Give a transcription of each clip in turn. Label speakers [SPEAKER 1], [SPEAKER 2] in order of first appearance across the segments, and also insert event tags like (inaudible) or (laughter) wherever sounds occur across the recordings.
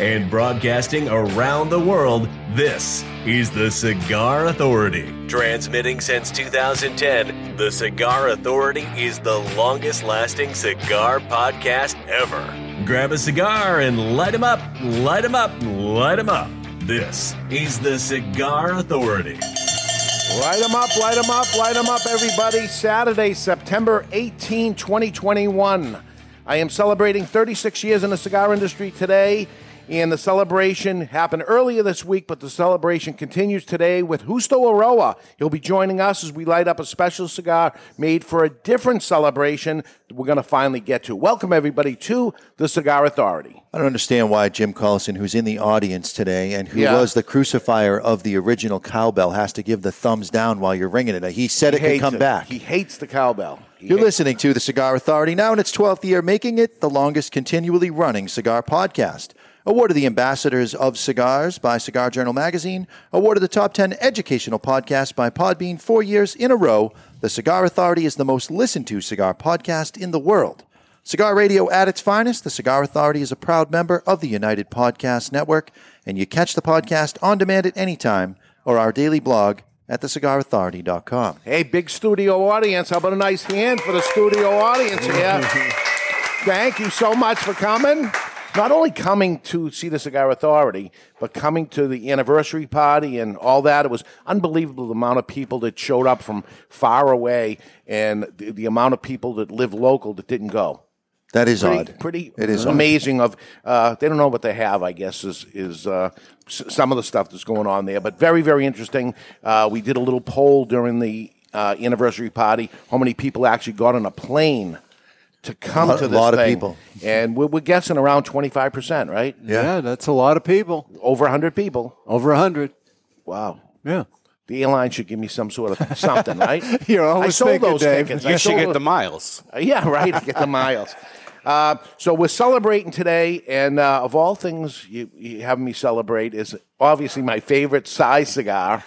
[SPEAKER 1] and broadcasting around the world, this is the Cigar Authority. Transmitting since 2010, the Cigar Authority is the longest lasting cigar podcast ever. Grab a cigar and light 'em up, light 'em up, light 'em up. This is the Cigar Authority.
[SPEAKER 2] Light 'em up, light 'em up, light 'em up, everybody. Saturday, September 18, 2021. I am celebrating 36 years in the cigar industry today, and the celebration happened earlier this week, but the celebration continues today with Justo Aroa. He'll be joining us as we light up a special cigar made for a different celebration that we're going to finally get to. Welcome, everybody, to the Cigar Authority.
[SPEAKER 3] I don't understand why Jim Collison, who's in the audience today and who
[SPEAKER 2] Yeah.
[SPEAKER 3] was the crucifier of the original cowbell, has to give the thumbs down while you're ringing it. He said it could
[SPEAKER 2] Hates
[SPEAKER 3] come back.
[SPEAKER 2] He hates the cowbell. He
[SPEAKER 3] you're
[SPEAKER 2] hates-
[SPEAKER 3] listening to the Cigar Authority now in its 12th year, making it the longest continually running cigar podcast. Awarded the Ambassadors of Cigars by Cigar Journal Magazine. Awarded the Top 10 Educational Podcast by Podbean four years in a row. The Cigar Authority is the most listened to cigar podcast in the world. Cigar Radio at its finest, the Cigar Authority is a proud member of the United Podcast Network, and you catch the podcast on demand at any time or our daily blog at thecigarauthority.com.
[SPEAKER 2] Hey, big studio audience. How about a nice hand for the studio audience here? Thank you so much for coming. Not only coming to see the Cigar Authority, but coming to the anniversary party and all that. It was unbelievable the amount of people that showed up from far away and the, the amount of people that live local that didn't go.
[SPEAKER 3] That is
[SPEAKER 2] Pretty,
[SPEAKER 3] odd.
[SPEAKER 2] pretty
[SPEAKER 3] it is
[SPEAKER 2] amazing.
[SPEAKER 3] amazing.
[SPEAKER 2] Of uh, they don't know what they have. I guess is is uh, s- some of the stuff that's going on there. But very very interesting. Uh, we did a little poll during the uh, anniversary party. How many people actually got on a plane to come
[SPEAKER 3] A lot-
[SPEAKER 2] to this
[SPEAKER 3] lot of
[SPEAKER 2] thing?
[SPEAKER 3] people.
[SPEAKER 2] And we're, we're guessing around twenty five percent, right?
[SPEAKER 3] Yeah.
[SPEAKER 4] Yeah. that's a lot of people.
[SPEAKER 2] Over hundred people.
[SPEAKER 4] Over 100.
[SPEAKER 2] Wow.
[SPEAKER 4] Yeah.
[SPEAKER 2] The airline should give me some sort of something, right?
[SPEAKER 4] (laughs) You're always
[SPEAKER 2] I sold
[SPEAKER 4] thinking,
[SPEAKER 2] those
[SPEAKER 4] Dave.
[SPEAKER 2] tickets. I
[SPEAKER 5] You should
[SPEAKER 2] sold
[SPEAKER 5] get
[SPEAKER 2] tho-
[SPEAKER 5] the miles.
[SPEAKER 2] Uh, Yeah, right. Get the miles. Uh, so we're celebrating today, and uh, of all things you, you have me celebrate is obviously my favorite size cigar,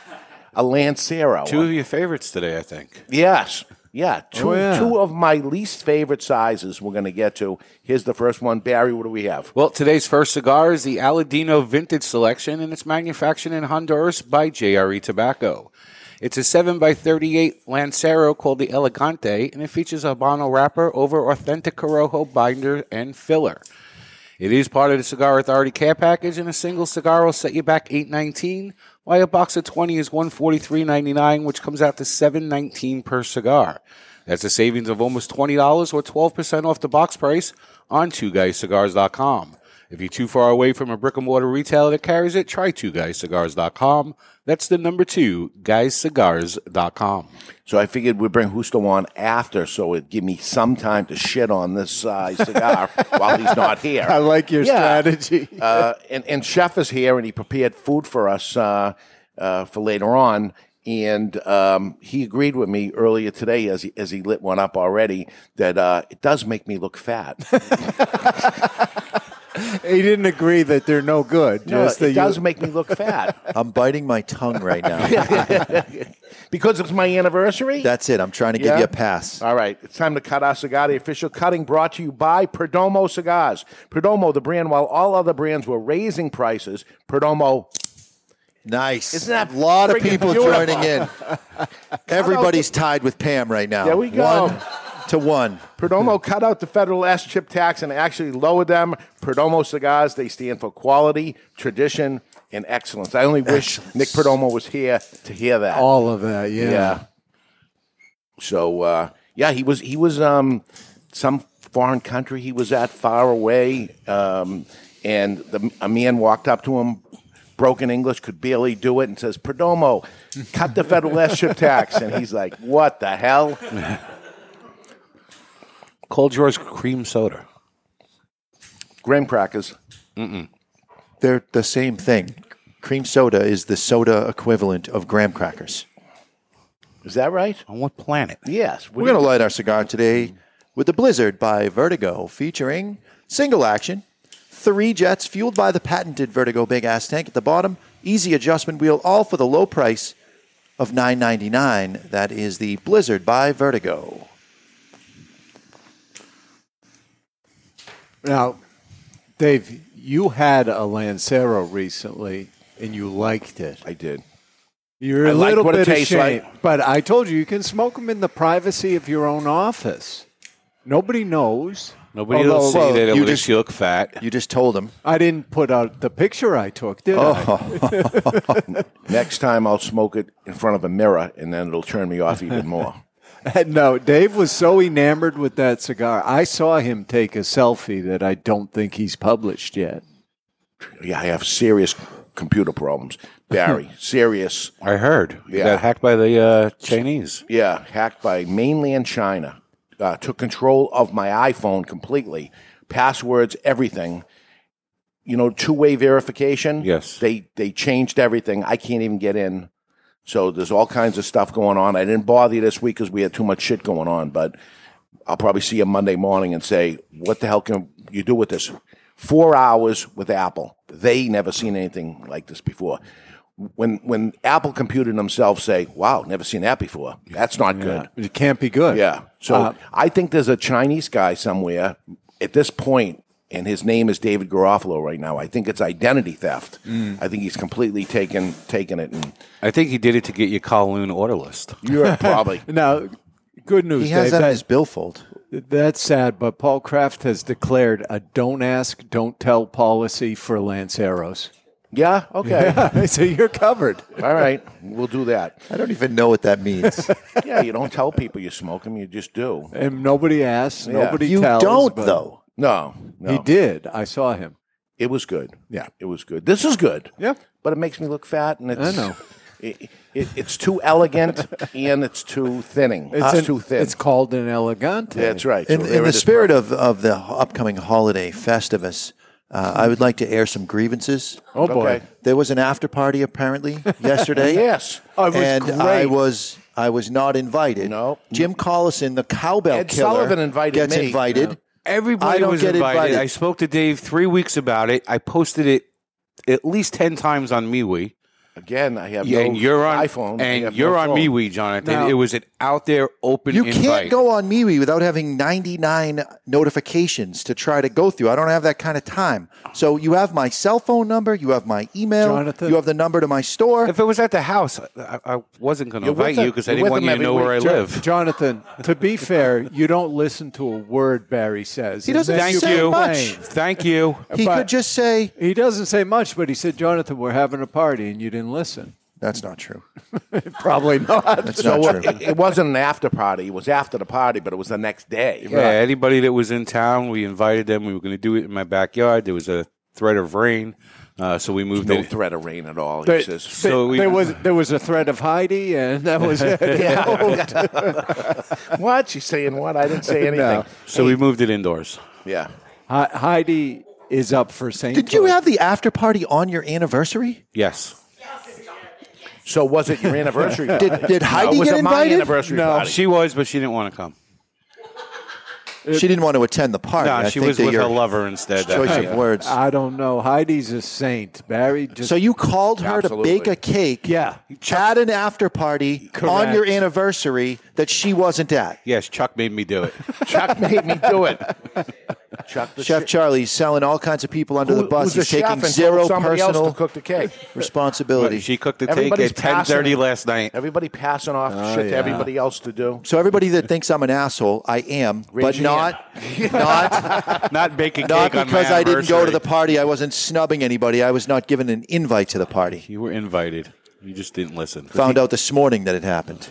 [SPEAKER 2] a Lancero.
[SPEAKER 5] Two of your favorites today, I think.
[SPEAKER 2] Yes. Yeah. Two
[SPEAKER 4] Oh, yeah.
[SPEAKER 2] two of my least favorite sizes we're going to get to. Here's the first one. Barry, what do we have?
[SPEAKER 5] Well, today's first cigar is the Aladino Vintage Selection, and it's manufactured in Honduras by JRE Tobacco. It's a 7x38 Lancero called the Elegante, and it features a Habano wrapper over authentic Corojo binder and filler. It is part of the Cigar Authority care package, and a single cigar will set you back eight nineteen, while a box of twenty is one forty three ninety nine, which comes out to seven nineteen per cigar. That's a savings of almost twenty dollars or twelve percent off the box price on twoguyscigars.com. If you're too far away from a brick and mortar retailer that carries it, try twoguyscigars.com. That's the number two, guyscigars.com.
[SPEAKER 2] So I figured we'd bring Justo on after, so it'd give me some time to shit on this size
[SPEAKER 4] (laughs)
[SPEAKER 2] cigar while he's not here.
[SPEAKER 4] I like your
[SPEAKER 2] Yeah.
[SPEAKER 4] strategy.
[SPEAKER 2] uh, and, and chef is here and he prepared food for us uh, uh, for later on and um, he agreed with me earlier today as he, as he lit one up already that uh, it does make me look fat (laughs)
[SPEAKER 4] he didn't agree that they're no good.
[SPEAKER 2] No,
[SPEAKER 4] just that
[SPEAKER 2] it
[SPEAKER 4] you-
[SPEAKER 2] does make me look fat
[SPEAKER 3] (laughs) I'm biting my tongue
[SPEAKER 4] (laughs)
[SPEAKER 3] right now.
[SPEAKER 2] (laughs) because it's my anniversary
[SPEAKER 3] That's it. I'm trying to give
[SPEAKER 2] Yeah?
[SPEAKER 3] you a pass.
[SPEAKER 2] All right, it's time to cut our cigar. The official cutting brought to you by Perdomo Cigars. Perdomo, the brand, while all other brands were raising prices, Perdomo
[SPEAKER 3] Nice.
[SPEAKER 2] Isn't that
[SPEAKER 3] a lot of
[SPEAKER 2] freaking
[SPEAKER 3] people
[SPEAKER 2] beautiful? (laughs)
[SPEAKER 3] joining in? Everybody's tied with Pam right now.
[SPEAKER 2] There we go.
[SPEAKER 3] One to one.
[SPEAKER 2] Perdomo cut out the federal S chip tax and actually lowered them. Perdomo cigars, they stand for quality, tradition, and excellence. I only wish
[SPEAKER 3] Excellence.
[SPEAKER 2] Nick Perdomo was here to hear that.
[SPEAKER 4] all of that. Yeah.
[SPEAKER 2] yeah. So uh, yeah, he was he was um, some foreign country he was at far away, um, and the, a man walked up to him, broken English, could barely do it, and says, "Perdomo, cut the federal S chip tax," and he's like, "What the hell?"
[SPEAKER 5] Cold George Cream Soda.
[SPEAKER 2] Graham crackers.
[SPEAKER 3] They're the same thing. Cream soda is the soda equivalent of graham crackers.
[SPEAKER 2] Is that right?
[SPEAKER 5] On what planet?
[SPEAKER 2] Yes. What do
[SPEAKER 3] We're
[SPEAKER 2] you-
[SPEAKER 3] going to light our cigar today with the Blizzard by Vertigo, featuring single action, three jets fueled by the patented Vertigo big ass tank at the bottom, easy adjustment wheel, all for the low price of nine ninety nine. That is the Blizzard by Vertigo.
[SPEAKER 4] Now, Dave, you had a Lancero recently and you liked it.
[SPEAKER 2] I did.
[SPEAKER 4] You're a
[SPEAKER 2] I like
[SPEAKER 4] little
[SPEAKER 2] what it
[SPEAKER 4] bit
[SPEAKER 2] tastes
[SPEAKER 4] ashamed, but I told you you can smoke them in the privacy of your own office. Nobody knows.
[SPEAKER 5] Nobody
[SPEAKER 4] Although-
[SPEAKER 5] will see
[SPEAKER 3] well,
[SPEAKER 5] that
[SPEAKER 3] you
[SPEAKER 5] unless
[SPEAKER 3] just-
[SPEAKER 5] you look fat.
[SPEAKER 3] You just told him.
[SPEAKER 4] I didn't put out the picture I took, did I?
[SPEAKER 2] Oh.
[SPEAKER 4] (laughs)
[SPEAKER 2] (laughs) Next time I'll smoke it in front of a mirror, and then it'll turn me off even more.
[SPEAKER 4] no, Dave was so enamored with that cigar. I saw him take a selfie that I don't think he's published yet.
[SPEAKER 2] yeah, I have serious computer problems,
[SPEAKER 5] (laughs)
[SPEAKER 2] Barry. serious.
[SPEAKER 5] I heard. You
[SPEAKER 2] Yeah.
[SPEAKER 5] got hacked by the uh, Chinese.
[SPEAKER 2] Yeah, hacked by mainland China. Uh, took control of my iPhone completely, passwords, everything. You know, two-way verification.
[SPEAKER 5] Yes.
[SPEAKER 2] they they changed everything. I can't even get in. So there's all kinds of stuff going on. I didn't bother you this week because we had too much shit going on. But I'll probably see you Monday morning and say, "What the hell can you do with this?" Four hours with Apple. They never seen anything like this before. When when Apple computed themselves say, "Wow, never seen that before. That's not good."
[SPEAKER 4] It can't be good. Uh-huh.
[SPEAKER 2] Yeah. So I think there's a Chinese guy somewhere at this point, and his name is David Garofalo right now. I think it's identity theft. I think he's completely taken taken it, and
[SPEAKER 5] I think he did it to get your Kowloon order list.
[SPEAKER 2] you're (laughs) probably
[SPEAKER 4] (laughs) Now, good news,
[SPEAKER 3] He has
[SPEAKER 4] Dave.
[SPEAKER 3] that on
[SPEAKER 4] that-
[SPEAKER 3] his billfold.
[SPEAKER 4] That's sad, but Paul Kraft has declared a don't ask, don't tell policy for Lanceros.
[SPEAKER 2] yeah
[SPEAKER 4] (laughs)
[SPEAKER 2] okay.
[SPEAKER 4] so you're covered.
[SPEAKER 2] All right, we'll do that.
[SPEAKER 3] I don't even know what that means.
[SPEAKER 2] (laughs) Yeah, you don't tell people you smoke them; you just do.
[SPEAKER 4] And nobody asks, nobody
[SPEAKER 3] you
[SPEAKER 4] tells.
[SPEAKER 3] don't
[SPEAKER 4] but
[SPEAKER 3] though.
[SPEAKER 2] No, no.
[SPEAKER 4] He did. I saw him.
[SPEAKER 2] It was good.
[SPEAKER 4] Yeah.
[SPEAKER 2] it was good. This is good.
[SPEAKER 4] Yeah.
[SPEAKER 2] but it makes me look fat, and it's
[SPEAKER 4] I know.
[SPEAKER 2] (laughs) It, it, it's too elegant and it's too thinning. It's,
[SPEAKER 4] an-
[SPEAKER 2] too thin.
[SPEAKER 4] It's called an elegante.
[SPEAKER 2] That's right. So
[SPEAKER 3] In,
[SPEAKER 2] there
[SPEAKER 3] in
[SPEAKER 2] it
[SPEAKER 3] the
[SPEAKER 2] is.
[SPEAKER 3] spirit of, of the upcoming holiday Festivus, uh, I would like to air some grievances.
[SPEAKER 4] Oh boy.
[SPEAKER 2] Okay.
[SPEAKER 3] There was an after party apparently yesterday.
[SPEAKER 2] Yes.
[SPEAKER 4] Oh, it was
[SPEAKER 3] and
[SPEAKER 4] great.
[SPEAKER 3] I was I was not invited.
[SPEAKER 2] No.
[SPEAKER 3] Jim Collison, the cowbell
[SPEAKER 2] Ed
[SPEAKER 3] killer,
[SPEAKER 2] Sullivan invited
[SPEAKER 3] gets
[SPEAKER 2] me.
[SPEAKER 3] invited.
[SPEAKER 5] Everybody
[SPEAKER 3] I don't
[SPEAKER 5] was
[SPEAKER 3] get
[SPEAKER 5] invited.
[SPEAKER 3] invited.
[SPEAKER 5] I spoke to Dave three weeks about it. I posted it at least ten times on MeWe.
[SPEAKER 2] Again, I have
[SPEAKER 5] Yeah,
[SPEAKER 2] no
[SPEAKER 5] and you're on
[SPEAKER 2] iPhone. I have
[SPEAKER 5] and
[SPEAKER 2] no
[SPEAKER 5] you're on
[SPEAKER 2] phone.
[SPEAKER 5] MeWe, Jonathan.
[SPEAKER 4] Now-
[SPEAKER 5] it was an out there open.
[SPEAKER 3] You
[SPEAKER 5] invite.
[SPEAKER 3] can't go on MeWe without having 99 notifications to try to go through. I don't have that kind of time. So you have my cell phone number, you have my email,
[SPEAKER 4] Jonathan.
[SPEAKER 3] you have the number to my store.
[SPEAKER 5] If it was at the house, I, I wasn't going to
[SPEAKER 2] You're with
[SPEAKER 5] invite you
[SPEAKER 2] him-
[SPEAKER 5] because I
[SPEAKER 2] you're
[SPEAKER 5] didn't
[SPEAKER 2] with
[SPEAKER 5] want
[SPEAKER 2] him every
[SPEAKER 5] you to know where I
[SPEAKER 2] week, too.
[SPEAKER 5] live.
[SPEAKER 4] Jonathan, to be fair, you don't listen to a word Barry says. He
[SPEAKER 3] doesn't
[SPEAKER 5] Thank
[SPEAKER 3] say
[SPEAKER 5] you.
[SPEAKER 3] much.
[SPEAKER 5] Thank you.
[SPEAKER 3] he
[SPEAKER 4] but-
[SPEAKER 3] could just say,
[SPEAKER 4] He doesn't say much, but he said, Jonathan, we're having a party, and you didn't listen.
[SPEAKER 3] that's not true.
[SPEAKER 4] (laughs) Probably not.
[SPEAKER 3] That's
[SPEAKER 2] So
[SPEAKER 3] not
[SPEAKER 2] it,
[SPEAKER 3] true.
[SPEAKER 2] it- it wasn't an after party. It was after the party, but it was the next day.
[SPEAKER 5] Yeah, anybody that was in town, we invited them. We were going to do it in my backyard. There was a threat of rain, uh, so we moved
[SPEAKER 2] No
[SPEAKER 5] it.
[SPEAKER 2] threat of rain at all. He says,
[SPEAKER 5] So we-
[SPEAKER 4] there was there was a threat of Heidi, and that was
[SPEAKER 3] (laughs)
[SPEAKER 4] it. (laughs)
[SPEAKER 2] "What? She's saying what? I didn't
[SPEAKER 4] (laughs)
[SPEAKER 2] say anything."
[SPEAKER 3] uh,
[SPEAKER 5] so we moved it indoors.
[SPEAKER 2] Yeah.
[SPEAKER 4] Hi- Heidi is up for St.
[SPEAKER 3] Did you have the after party on your anniversary?
[SPEAKER 5] Yes.
[SPEAKER 2] So was it your anniversary?
[SPEAKER 3] (laughs) Did, did
[SPEAKER 2] no,
[SPEAKER 3] Heidi
[SPEAKER 2] it was
[SPEAKER 3] get
[SPEAKER 2] it my
[SPEAKER 3] invited?
[SPEAKER 2] anniversary party.
[SPEAKER 5] She was, but she didn't want to come.
[SPEAKER 3] She didn't want to attend the party.
[SPEAKER 5] No,
[SPEAKER 3] I
[SPEAKER 5] she
[SPEAKER 3] think
[SPEAKER 5] was
[SPEAKER 3] that
[SPEAKER 5] with
[SPEAKER 3] your
[SPEAKER 5] her lover instead. that
[SPEAKER 3] Choice
[SPEAKER 5] night.
[SPEAKER 3] of words.
[SPEAKER 4] I don't know. Heidi's a saint. Barry just
[SPEAKER 3] So you called her
[SPEAKER 2] Absolutely.
[SPEAKER 3] to bake a cake (laughs)
[SPEAKER 4] Yeah.
[SPEAKER 3] at an after party on
[SPEAKER 4] Correct.
[SPEAKER 3] your anniversary that she wasn't at.
[SPEAKER 5] Yes, Chuck made me do it.
[SPEAKER 2] Chuck made me do it. Chuck the
[SPEAKER 3] Chef
[SPEAKER 2] sh-
[SPEAKER 3] Charlie's selling all kinds of people under
[SPEAKER 2] who-
[SPEAKER 3] the bus.
[SPEAKER 2] who's the
[SPEAKER 3] He's
[SPEAKER 2] chef
[SPEAKER 3] taking
[SPEAKER 2] and told
[SPEAKER 3] zero
[SPEAKER 2] somebody else
[SPEAKER 3] personal
[SPEAKER 2] to cook the cake.
[SPEAKER 3] responsibility.
[SPEAKER 5] she cooked the cake
[SPEAKER 2] Everybody's
[SPEAKER 5] at ten thirty
[SPEAKER 2] passing-
[SPEAKER 5] last night. Oh,
[SPEAKER 2] Everybody passing off shit to
[SPEAKER 4] yeah.
[SPEAKER 2] everybody else to do.
[SPEAKER 3] so everybody that thinks I'm an asshole, I am, but
[SPEAKER 2] your
[SPEAKER 3] not,
[SPEAKER 2] (laughs)
[SPEAKER 3] not,
[SPEAKER 5] (laughs) Not baking
[SPEAKER 3] not
[SPEAKER 5] cake on my
[SPEAKER 3] because I didn't go to
[SPEAKER 5] anniversary.
[SPEAKER 3] the party. I wasn't snubbing anybody. I was not given an invite to the party.
[SPEAKER 5] You were invited. You just didn't listen.
[SPEAKER 3] Found out this morning that it happened.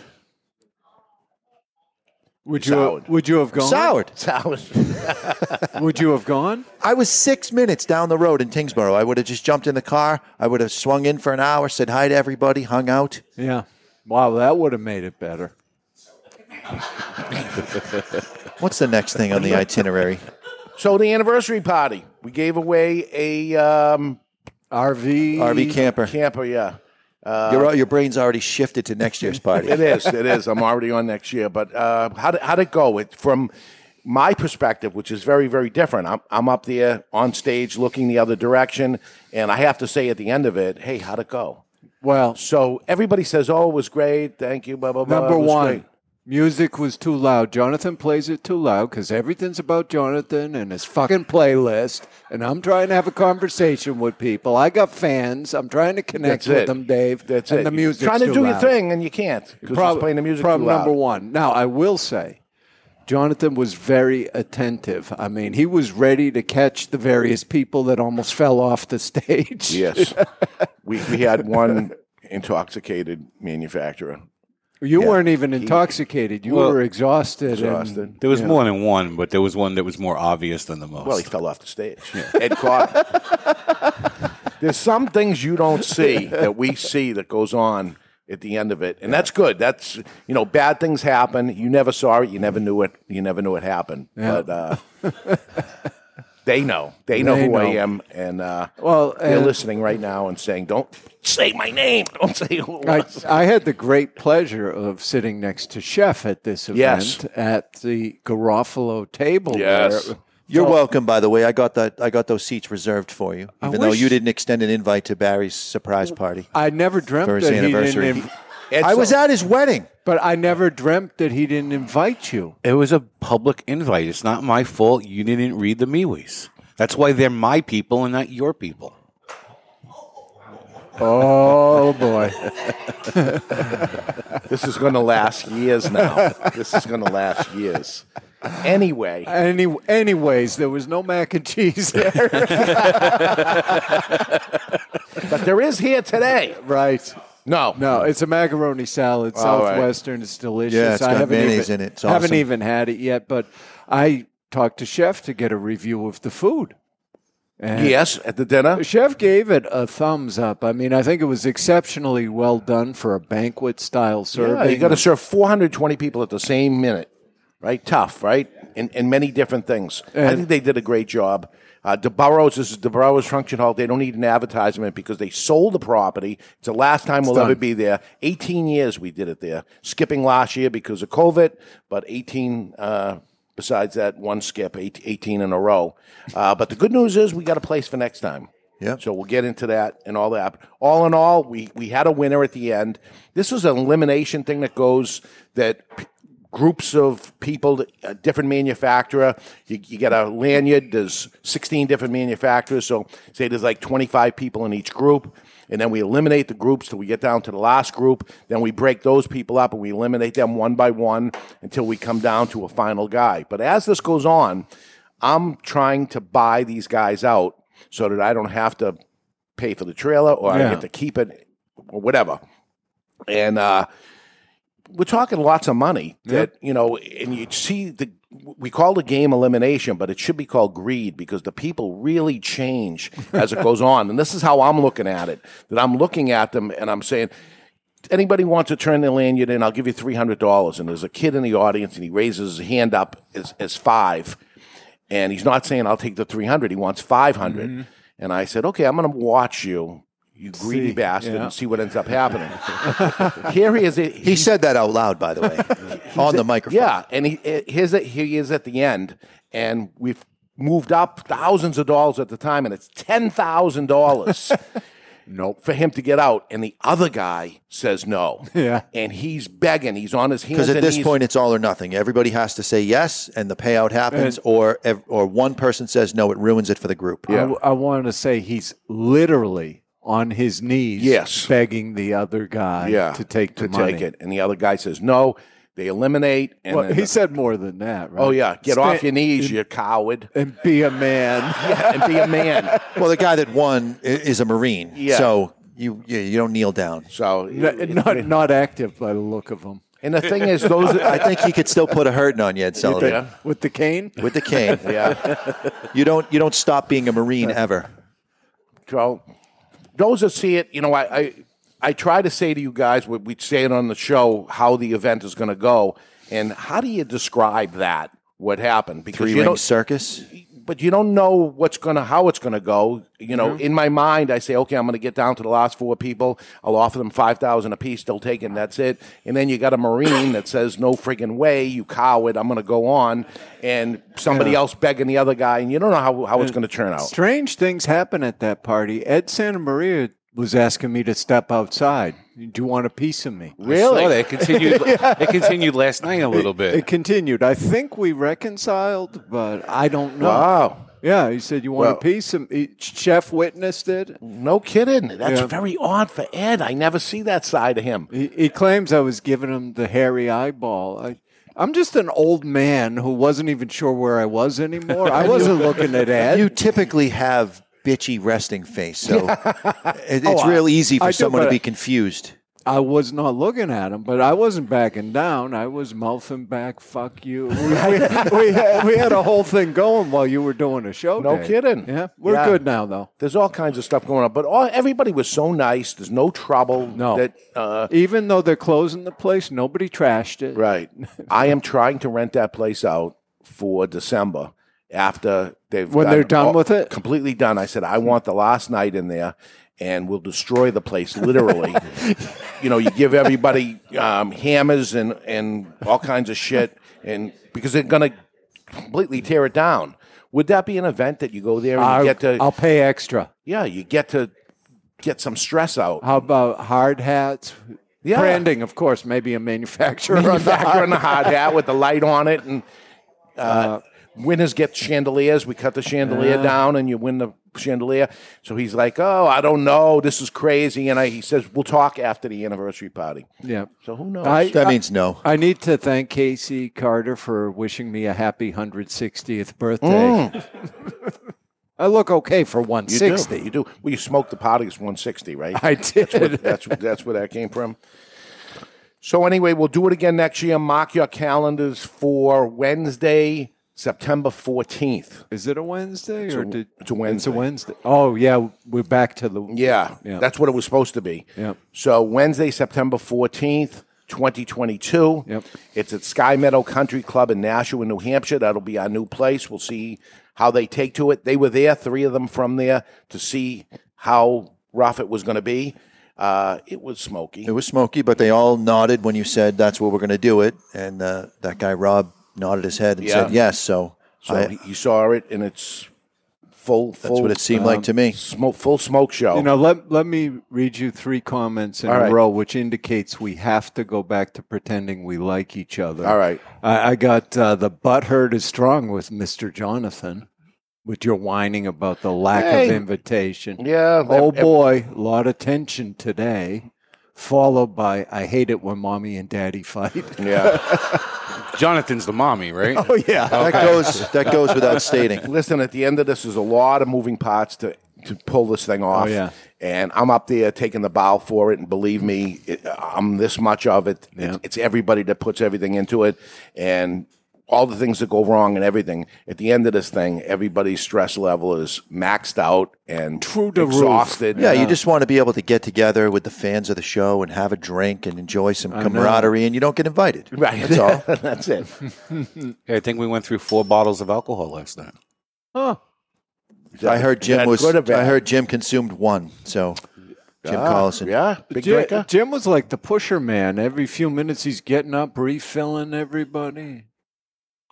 [SPEAKER 4] would you
[SPEAKER 2] Soured.
[SPEAKER 4] would you have gone?
[SPEAKER 3] Soured.
[SPEAKER 2] (laughs) Salad.
[SPEAKER 4] (laughs) Would you have gone?
[SPEAKER 3] I was six minutes down the road in Tingsboro. I would have just jumped in the car. I would have swung in for an hour, said hi to everybody, hung out.
[SPEAKER 4] Yeah. Wow, that would have made it better.
[SPEAKER 3] What's the next thing on
[SPEAKER 4] (laughs)
[SPEAKER 3] the itinerary?
[SPEAKER 2] So the anniversary party, we gave away a um,
[SPEAKER 4] RV
[SPEAKER 3] RV camper.
[SPEAKER 2] camper. Yeah. Uh,
[SPEAKER 3] Your, your brain's already shifted to next year's party.
[SPEAKER 4] (laughs)
[SPEAKER 2] It is. It is. I'm already on next year. But uh, how did, how'd it go? It, from my perspective, which is very, very different. I'm, I'm up there on stage looking the other direction, and I have to say at the end of it, hey, how'd it go?
[SPEAKER 4] Well,
[SPEAKER 2] So everybody says, oh, it was great. Thank you, blah, blah, blah.
[SPEAKER 4] Number
[SPEAKER 2] it was
[SPEAKER 4] one,
[SPEAKER 2] great."
[SPEAKER 4] music was too loud. Jonathan plays it too loud because everything's about Jonathan and his fucking playlist. And I'm trying to have a conversation with people. I got fans. I'm trying to connect
[SPEAKER 2] That's
[SPEAKER 4] with
[SPEAKER 2] it.
[SPEAKER 4] them, Dave.
[SPEAKER 2] That's
[SPEAKER 4] and
[SPEAKER 2] it.
[SPEAKER 4] the music.
[SPEAKER 2] Trying to
[SPEAKER 4] too
[SPEAKER 2] do
[SPEAKER 4] loud.
[SPEAKER 2] your thing, and you can't because
[SPEAKER 4] Prob-
[SPEAKER 2] playing the music
[SPEAKER 4] problem
[SPEAKER 2] too loud.
[SPEAKER 4] number one. Now I will say, Jonathan was very attentive. I mean, he was ready to catch the various people that almost fell off the stage. (laughs)
[SPEAKER 2] Yes. we, we had one (laughs) intoxicated manufacturer.
[SPEAKER 4] you weren't even intoxicated. You
[SPEAKER 5] Well,
[SPEAKER 4] were exhausted. and-
[SPEAKER 2] Exhausted.
[SPEAKER 5] There was more than one, but there was one that was more obvious than the most.
[SPEAKER 2] Well, he fell off the stage. Ed Carter. There's some things you don't see that we see that goes on at the end of it, and that's good. That's you know, bad things happen. You never saw it. You never knew it. You never knew it happened. But uh, they know. They know
[SPEAKER 4] They
[SPEAKER 2] who I
[SPEAKER 4] know.
[SPEAKER 2] am, and uh,
[SPEAKER 4] Well,
[SPEAKER 2] they're
[SPEAKER 4] and-
[SPEAKER 2] listening right now and saying, "Don't say my name. Don't say who." It
[SPEAKER 4] (laughs) I, (laughs)
[SPEAKER 2] was."
[SPEAKER 4] I had the great pleasure of sitting next to Chef at this event
[SPEAKER 2] Yes.
[SPEAKER 4] at the Garofalo table.
[SPEAKER 2] Yes.
[SPEAKER 4] where-
[SPEAKER 3] You're welcome, by the way. I got that. I got those seats reserved for you, even though
[SPEAKER 4] wish-
[SPEAKER 3] you didn't extend an invite to Barry's surprise party.
[SPEAKER 4] I never dreamt
[SPEAKER 3] For his
[SPEAKER 4] that he didn't,
[SPEAKER 3] anniversary.
[SPEAKER 4] inv-
[SPEAKER 2] Ed's
[SPEAKER 3] I was
[SPEAKER 2] the-
[SPEAKER 3] at his wedding.
[SPEAKER 4] but I never dreamt that he didn't invite you.
[SPEAKER 5] It was a public invite. It's not my fault. You didn't read the MeWis. That's why they're my people and not your
[SPEAKER 2] (laughs)
[SPEAKER 5] people.
[SPEAKER 4] Oh boy!
[SPEAKER 2] This is going to last years now. this is going to last years. (sighs) Anyway.
[SPEAKER 4] Any, anyways, there was no mac and cheese there,
[SPEAKER 2] (laughs)
[SPEAKER 4] (laughs)
[SPEAKER 2] But there is here today.
[SPEAKER 4] right?
[SPEAKER 2] No.
[SPEAKER 4] No, it's a macaroni salad,
[SPEAKER 2] All right.
[SPEAKER 4] Southwestern. It's delicious.
[SPEAKER 3] Yeah, it's
[SPEAKER 4] I
[SPEAKER 3] got
[SPEAKER 4] haven't
[SPEAKER 3] mayonnaise
[SPEAKER 4] even,
[SPEAKER 3] in it. It's
[SPEAKER 4] haven't
[SPEAKER 3] awesome.
[SPEAKER 4] even had it yet, but I talked to Chef to get a review of the food. And
[SPEAKER 2] Yes, at the dinner.
[SPEAKER 4] Chef gave it a thumbs up. I mean, I think it was exceptionally well done for a banquet style
[SPEAKER 2] Yeah,
[SPEAKER 4] serving.
[SPEAKER 2] you got to serve 420 people at the same minute, right? Tough, right? And, and many different things. I think they did a great job. Uh, DeBarros, this is DeBarros Function Hall. They don't need an advertisement because they sold the property. It's the last time we'll ever be there. 18 years we did it there, skipping last year because of COVID, but 18, uh, besides that one skip, eight- 18 in a row. Uh, but the good news is we got a place for next time.
[SPEAKER 3] Yep.
[SPEAKER 2] So we'll get into that and all that. All in all, we, we had a winner at the end. This is an elimination thing that goes that p- groups of people, a different manufacturer, you, you get a lanyard, there's 16 different manufacturers. So say there's like 25 people in each group. And then we eliminate the groups till we get down to the last group. Then we break those people up and we eliminate them one by one until we come down to a final guy. But as this goes on, I'm trying to buy these guys out so that I don't have to pay for the trailer or I
[SPEAKER 4] Yeah.
[SPEAKER 2] get to keep it or whatever. And uh, we're talking lots of money that, you know, and you see the, we call the game elimination, but it should be called greed because the people really change as it goes on. And this is how I'm looking at it that I'm looking at them and I'm saying, anybody wants to turn their lanyard in, I'll give you three hundred dollars. And there's a kid in the audience, and he raises his hand up as, as five, and he's not saying I'll take the three hundred. He wants five And I said, okay, I'm going to watch you, you greedy bastard,
[SPEAKER 4] yeah.
[SPEAKER 2] and see what ends up happening. (laughs) Here he is. He,
[SPEAKER 3] He said that out loud, by
[SPEAKER 2] (laughs)
[SPEAKER 3] the way, on the microphone.
[SPEAKER 2] yeah, and he eh, here's it, here he is at the end, and we've moved up thousands of dollars at the time, and it's ten thousand
[SPEAKER 3] (laughs)
[SPEAKER 2] dollars. Nope. For him to get out, and the other guy says no.
[SPEAKER 4] Yeah.
[SPEAKER 2] And he's begging. He's on his hands.
[SPEAKER 3] Because at
[SPEAKER 2] and
[SPEAKER 3] this
[SPEAKER 2] knees.
[SPEAKER 3] point, it's all or nothing. Everybody has to say yes, and the payout happens, or ev- or one person says no, it ruins it for the group.
[SPEAKER 4] I, want to say he's literally on his knees,
[SPEAKER 2] Yes.
[SPEAKER 4] begging the other guy
[SPEAKER 2] yeah,
[SPEAKER 4] to take the
[SPEAKER 2] to
[SPEAKER 4] money.
[SPEAKER 2] take it, and the other guy says no. They eliminate, and
[SPEAKER 4] Well,
[SPEAKER 2] then-
[SPEAKER 4] he said more than that, right?
[SPEAKER 2] "Oh yeah, get
[SPEAKER 4] Sta-
[SPEAKER 2] off your knees, you coward,
[SPEAKER 4] and be
[SPEAKER 2] (laughs)
[SPEAKER 4] a man.
[SPEAKER 2] and be a man."
[SPEAKER 3] (laughs) Well, the guy that won i- is a marine,
[SPEAKER 2] Yeah.
[SPEAKER 3] so you you, you don't kneel down.
[SPEAKER 4] (laughs)
[SPEAKER 2] So,
[SPEAKER 4] not, not not active by the look of him.
[SPEAKER 2] and the thing is, those
[SPEAKER 3] (laughs) I think he could still put a (laughs) hurting on you, Ed Sullivan,
[SPEAKER 2] Yeah.
[SPEAKER 4] With the cane?
[SPEAKER 3] with the cane.
[SPEAKER 2] (laughs) yeah,
[SPEAKER 3] You don't you don't stop being a marine ever.
[SPEAKER 2] So those that see it, you know, I, I I try to say to you guys, we, we say it on the show, how the event is going to go, and how do you describe that? What happened? Because
[SPEAKER 3] Three
[SPEAKER 2] you
[SPEAKER 3] ring
[SPEAKER 2] don't-
[SPEAKER 3] circus.
[SPEAKER 2] but you don't know what's gonna how it's gonna go. You know,
[SPEAKER 4] Mm-hmm.
[SPEAKER 2] in my mind, I say, okay, I'm gonna get down to the last four people. I'll offer them five thousand apiece. They'll take it. and That's it. And then you got a marine that says, no friggin' way, you coward. I'm gonna go on, and somebody else begging the other guy, and you don't know how how it's gonna turn out.
[SPEAKER 4] Strange things happen at that party. Ed Santa Maria was asking me to step outside. Do you want a piece of me?
[SPEAKER 5] Really?
[SPEAKER 4] (laughs)
[SPEAKER 2] (laughs)
[SPEAKER 5] They continued. It continued last night a little bit.
[SPEAKER 4] It continued. I think we reconciled, but I don't know.
[SPEAKER 2] Wow.
[SPEAKER 4] Yeah, he said you want
[SPEAKER 2] Well-
[SPEAKER 4] a piece of me. Chef witnessed it.
[SPEAKER 2] No kidding. That's
[SPEAKER 4] Yeah.
[SPEAKER 2] very odd for Ed. I never see that side of him.
[SPEAKER 4] He, he claims I was giving him the hairy eyeball. I, I'm just an old man who wasn't even sure where I was anymore. I wasn't looking at Ed.
[SPEAKER 3] You typically have bitchy resting
[SPEAKER 4] (laughs)
[SPEAKER 3] face, so it, it's real easy for
[SPEAKER 4] Oh, I do,
[SPEAKER 3] someone to
[SPEAKER 4] but-
[SPEAKER 3] be confused.
[SPEAKER 4] I was not looking at him, but I wasn't backing down. I was mouthing back, "Fuck you." (laughs) We, we- we had, we had a whole thing going while you were doing a show.
[SPEAKER 2] No
[SPEAKER 4] day.
[SPEAKER 2] kidding.
[SPEAKER 4] Yeah, we're
[SPEAKER 2] Yeah.
[SPEAKER 4] good now, though.
[SPEAKER 2] There's all kinds of stuff going on, but all, everybody was so nice. There's no trouble.
[SPEAKER 4] No.
[SPEAKER 2] That, uh,
[SPEAKER 4] Even though they're closing the place, nobody trashed it. (laughs)
[SPEAKER 2] right. I am trying to rent that place out for December after they've
[SPEAKER 4] When
[SPEAKER 2] gotten
[SPEAKER 4] they're done
[SPEAKER 2] all-
[SPEAKER 4] with it?
[SPEAKER 2] completely done. I said I want the last night in there, and we'll destroy the place
[SPEAKER 4] (laughs)
[SPEAKER 2] literally. you know, you give everybody um, hammers and and all kinds of shit, and because they're gonna completely tear it down. Would that be an event that you go there and
[SPEAKER 4] I'll,
[SPEAKER 2] you get to?
[SPEAKER 4] I'll pay extra.
[SPEAKER 2] yeah, you get to get some stress out.
[SPEAKER 4] How about hard hats?
[SPEAKER 2] Yeah.
[SPEAKER 4] Branding, of course, maybe a manufacturer. on the
[SPEAKER 2] manufacturer
[SPEAKER 4] hard-
[SPEAKER 2] in the hard hat with the light on it, and uh, winners get chandeliers. We cut the chandelier
[SPEAKER 4] Uh.
[SPEAKER 2] down, and you win the chandelier. So he's like, "Oh, I don't know. This is crazy." And I, he says, "We'll talk after the anniversary party."
[SPEAKER 4] Yeah.
[SPEAKER 2] So who knows?
[SPEAKER 4] I,
[SPEAKER 3] That means no.
[SPEAKER 4] I need to thank Casey Carter for wishing me a happy 160th birthday. (laughs) I look okay for
[SPEAKER 2] you
[SPEAKER 4] 160.
[SPEAKER 2] do. You do. Well, you smoked the pot. It's one sixty, right?
[SPEAKER 4] (laughs) I did.
[SPEAKER 2] that's that's where that came from. So anyway, we'll do it again next year. Mark your calendars for Wednesday, September fourteenth.
[SPEAKER 4] Is it a Wednesday or did,
[SPEAKER 2] it's a Wednesday.
[SPEAKER 4] It's a Wednesday. Oh yeah, we're back to the
[SPEAKER 2] Yeah,
[SPEAKER 4] Yeah.
[SPEAKER 2] that's what it was supposed to be.
[SPEAKER 4] Yep.
[SPEAKER 2] So Wednesday, September fourteenth, twenty twenty-two.
[SPEAKER 4] Yep.
[SPEAKER 2] It's at Sky Meadow Country Club in Nashua, New Hampshire. That'll be our new place. We'll see how they take to it. They were there, three of them from there, to see how rough it was going to be. Uh, it was smoky.
[SPEAKER 3] It was smoky, but they all nodded when you said that's what we're going to do it. And uh, that guy Rob nodded his head and said
[SPEAKER 2] Yeah.
[SPEAKER 3] yes. So,
[SPEAKER 2] so
[SPEAKER 3] I,
[SPEAKER 2] he you saw it, and it's full. That's full, um,
[SPEAKER 3] what it seemed like to me.
[SPEAKER 2] Smoke, full smoke show.
[SPEAKER 4] You know, let let me read you three comments in
[SPEAKER 2] Oh. All
[SPEAKER 4] a
[SPEAKER 2] right.
[SPEAKER 4] row, which indicates we have to go back to pretending we like each other.
[SPEAKER 2] All right.
[SPEAKER 4] I, I got uh, the butt hurt is strong with Mister Jonathan, with your whining about the lack
[SPEAKER 2] Hey.
[SPEAKER 4] of invitation.
[SPEAKER 2] Yeah,
[SPEAKER 4] Oh
[SPEAKER 2] ev- ev-
[SPEAKER 4] boy, a lot of tension today. Followed by I hate it when mommy and daddy fight.
[SPEAKER 2] (laughs) yeah.
[SPEAKER 5] Jonathan's the
[SPEAKER 4] (laughs)
[SPEAKER 5] mommy, right?
[SPEAKER 4] oh yeah.
[SPEAKER 3] that goes that goes
[SPEAKER 2] (laughs)
[SPEAKER 3] without stating.
[SPEAKER 2] Listen, at the end of this, there's a lot of moving parts to to pull this thing off.
[SPEAKER 4] yeah.
[SPEAKER 2] And I'm up there taking the bow for it, and believe me, it, I'm this much of it. It's, it's everybody that puts everything into it, and all the things that go wrong and everything. At the end of this thing, everybody's stress level is maxed out and
[SPEAKER 4] Through the roof.
[SPEAKER 2] exhausted.
[SPEAKER 3] Yeah, you just want to be able to get together with the fans of the show and have a drink and enjoy some camaraderie, and you don't get invited.
[SPEAKER 2] right.
[SPEAKER 3] (laughs)
[SPEAKER 2] (laughs)
[SPEAKER 3] That's all.
[SPEAKER 2] That's it.
[SPEAKER 5] I think we went through four bottles of alcohol last night.
[SPEAKER 3] I heard Jim
[SPEAKER 2] that
[SPEAKER 3] was.
[SPEAKER 2] good or bad?
[SPEAKER 3] I heard Jim consumed one. So, Jim
[SPEAKER 2] Ah,
[SPEAKER 3] Collison.
[SPEAKER 2] Yeah, big
[SPEAKER 4] Jim,
[SPEAKER 2] drinker.
[SPEAKER 4] Jim was like the pusher man. Every few minutes, he's getting up, refilling everybody.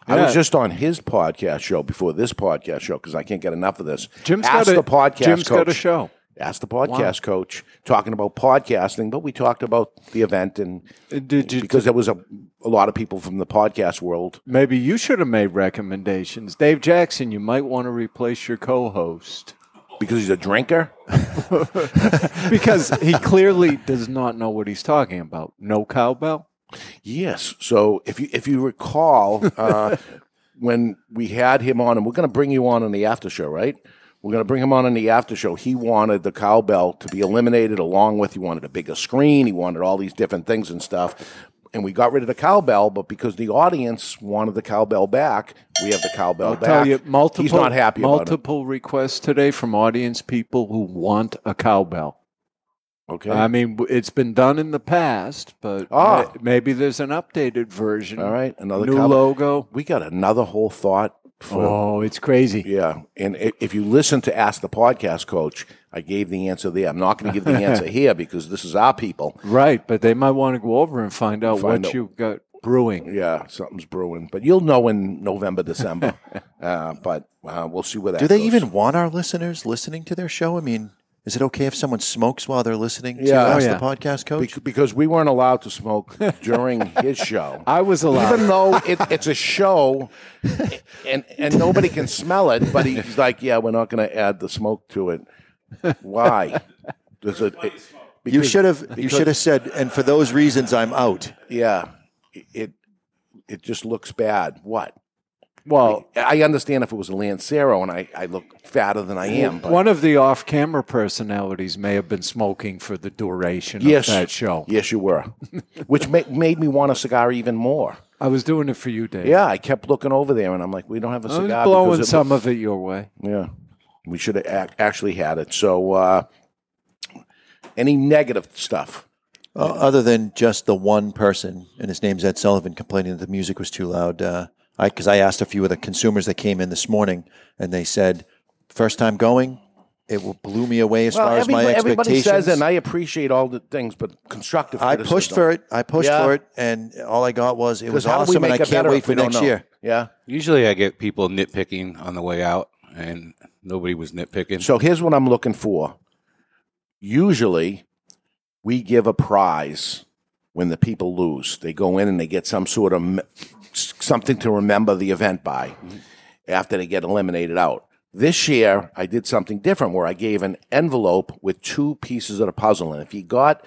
[SPEAKER 2] I was
[SPEAKER 4] Yeah.
[SPEAKER 2] just on his podcast show before this podcast show because I can't get enough of this.
[SPEAKER 4] Jim's
[SPEAKER 2] Ask
[SPEAKER 4] got a
[SPEAKER 2] the podcast
[SPEAKER 4] Jim's
[SPEAKER 2] coach.
[SPEAKER 4] got a show.
[SPEAKER 2] Ask the podcast coach talking about podcasting, but we talked about the event and
[SPEAKER 4] Uh, Did you?
[SPEAKER 2] because there was a, a lot of people from the podcast world.
[SPEAKER 4] maybe you should have made recommendations, Dave Jackson. You might want to replace your co-host
[SPEAKER 2] Because he's a drinker,
[SPEAKER 4] (laughs) because he clearly does not know what he's talking about. No cowbell.
[SPEAKER 2] yes. So if you if
[SPEAKER 4] (laughs)
[SPEAKER 2] you recall, uh, when we had him on, and we're going to bring you on in the after show, right? We're going to bring him on in the after show. He wanted the cowbell to be eliminated along with he wanted a bigger screen, he wanted all these different things and stuff. And we got rid of the cowbell, but because the audience wanted the cowbell back, we have the cowbell
[SPEAKER 4] I'll
[SPEAKER 2] back.
[SPEAKER 4] tell you, multiple
[SPEAKER 2] He's not happy about it.
[SPEAKER 4] multiple requests today from audience people who want a cowbell.
[SPEAKER 2] Okay.
[SPEAKER 4] I mean, w- it's been done in the past, but
[SPEAKER 2] Ah.
[SPEAKER 4] ma- maybe there's an updated version.
[SPEAKER 2] All right, another
[SPEAKER 4] new
[SPEAKER 2] cowbell.
[SPEAKER 4] logo.
[SPEAKER 2] we got another whole thought
[SPEAKER 4] Oh, it's crazy.
[SPEAKER 2] Yeah, and i- if you listen to Ask the Podcast Coach, I gave the answer there. I'm not going to give the
[SPEAKER 4] (laughs)
[SPEAKER 2] answer here because this is our people.
[SPEAKER 4] Right, but they might want to go over and find out
[SPEAKER 2] Find
[SPEAKER 4] what
[SPEAKER 2] out.
[SPEAKER 4] you've got brewing.
[SPEAKER 2] Yeah, something's brewing, but you'll know in
[SPEAKER 4] (laughs)
[SPEAKER 2] November, December. uh, but uh, we'll see where that.
[SPEAKER 3] Do they
[SPEAKER 2] goes.
[SPEAKER 3] even want our listeners listening to their show? I mean, is it okay if someone smokes while they're listening to
[SPEAKER 2] Yeah. Oh,
[SPEAKER 3] Ask
[SPEAKER 4] yeah.
[SPEAKER 3] the Podcast Coach?
[SPEAKER 2] Bec- because we weren't allowed to smoke (laughs) during his show.
[SPEAKER 4] I was allowed.
[SPEAKER 2] even though it, it's a show, and and nobody can smell it. But
[SPEAKER 4] (laughs)
[SPEAKER 2] he's like, "Yeah, we're not going to add the smoke to it. Why? Does it? it-
[SPEAKER 3] you
[SPEAKER 2] because-
[SPEAKER 3] should have. You
[SPEAKER 2] because-
[SPEAKER 3] should have said. And for those reasons, I'm out.
[SPEAKER 2] Yeah, it it just looks bad. What?
[SPEAKER 4] Well,
[SPEAKER 2] I understand if it was a Lancero and I, I look fatter than I am. But
[SPEAKER 4] one of the off-camera personalities may have been smoking for the duration
[SPEAKER 2] yes,
[SPEAKER 4] of that show.
[SPEAKER 2] Yes, you were, which ma- made me want a cigar even more.
[SPEAKER 4] I was doing it for you, Dave.
[SPEAKER 2] Yeah, I kept looking over there, and I'm like, we don't have a
[SPEAKER 4] I was
[SPEAKER 2] cigar.
[SPEAKER 4] blowing
[SPEAKER 2] because it
[SPEAKER 4] some of it your way.
[SPEAKER 2] Yeah, we should have ac- actually had it. So, uh, any negative stuff?
[SPEAKER 3] Uh, other than just the one person, and his name's Ed Sullivan, complaining that the music was too loud. Uh, I because I asked a few of the consumers that came in this morning, and they said, first time going, it will- blew me away as far as my
[SPEAKER 2] everybody, everybody
[SPEAKER 3] expectations.
[SPEAKER 2] says, it, and I appreciate all the things, but constructive.
[SPEAKER 3] I
[SPEAKER 2] criticism.
[SPEAKER 3] pushed for it. I pushed
[SPEAKER 2] Yeah.
[SPEAKER 3] for it, and all I got was it
[SPEAKER 2] 'Cause
[SPEAKER 3] was
[SPEAKER 2] how do we
[SPEAKER 3] awesome, and
[SPEAKER 2] make
[SPEAKER 3] I
[SPEAKER 2] it
[SPEAKER 3] can't
[SPEAKER 2] better
[SPEAKER 3] wait
[SPEAKER 2] if
[SPEAKER 3] for
[SPEAKER 2] we don't
[SPEAKER 3] next
[SPEAKER 2] know?
[SPEAKER 3] year.
[SPEAKER 2] Yeah.
[SPEAKER 5] Usually I get people nitpicking on the way out, and nobody was nitpicking.
[SPEAKER 2] So here's what I'm looking for. Usually, we give a prize when the people lose. They go in and they get some sort of m- s- something to remember the event by after they get eliminated out. This year, I did something different where I gave an envelope with two pieces of the puzzle. And if you got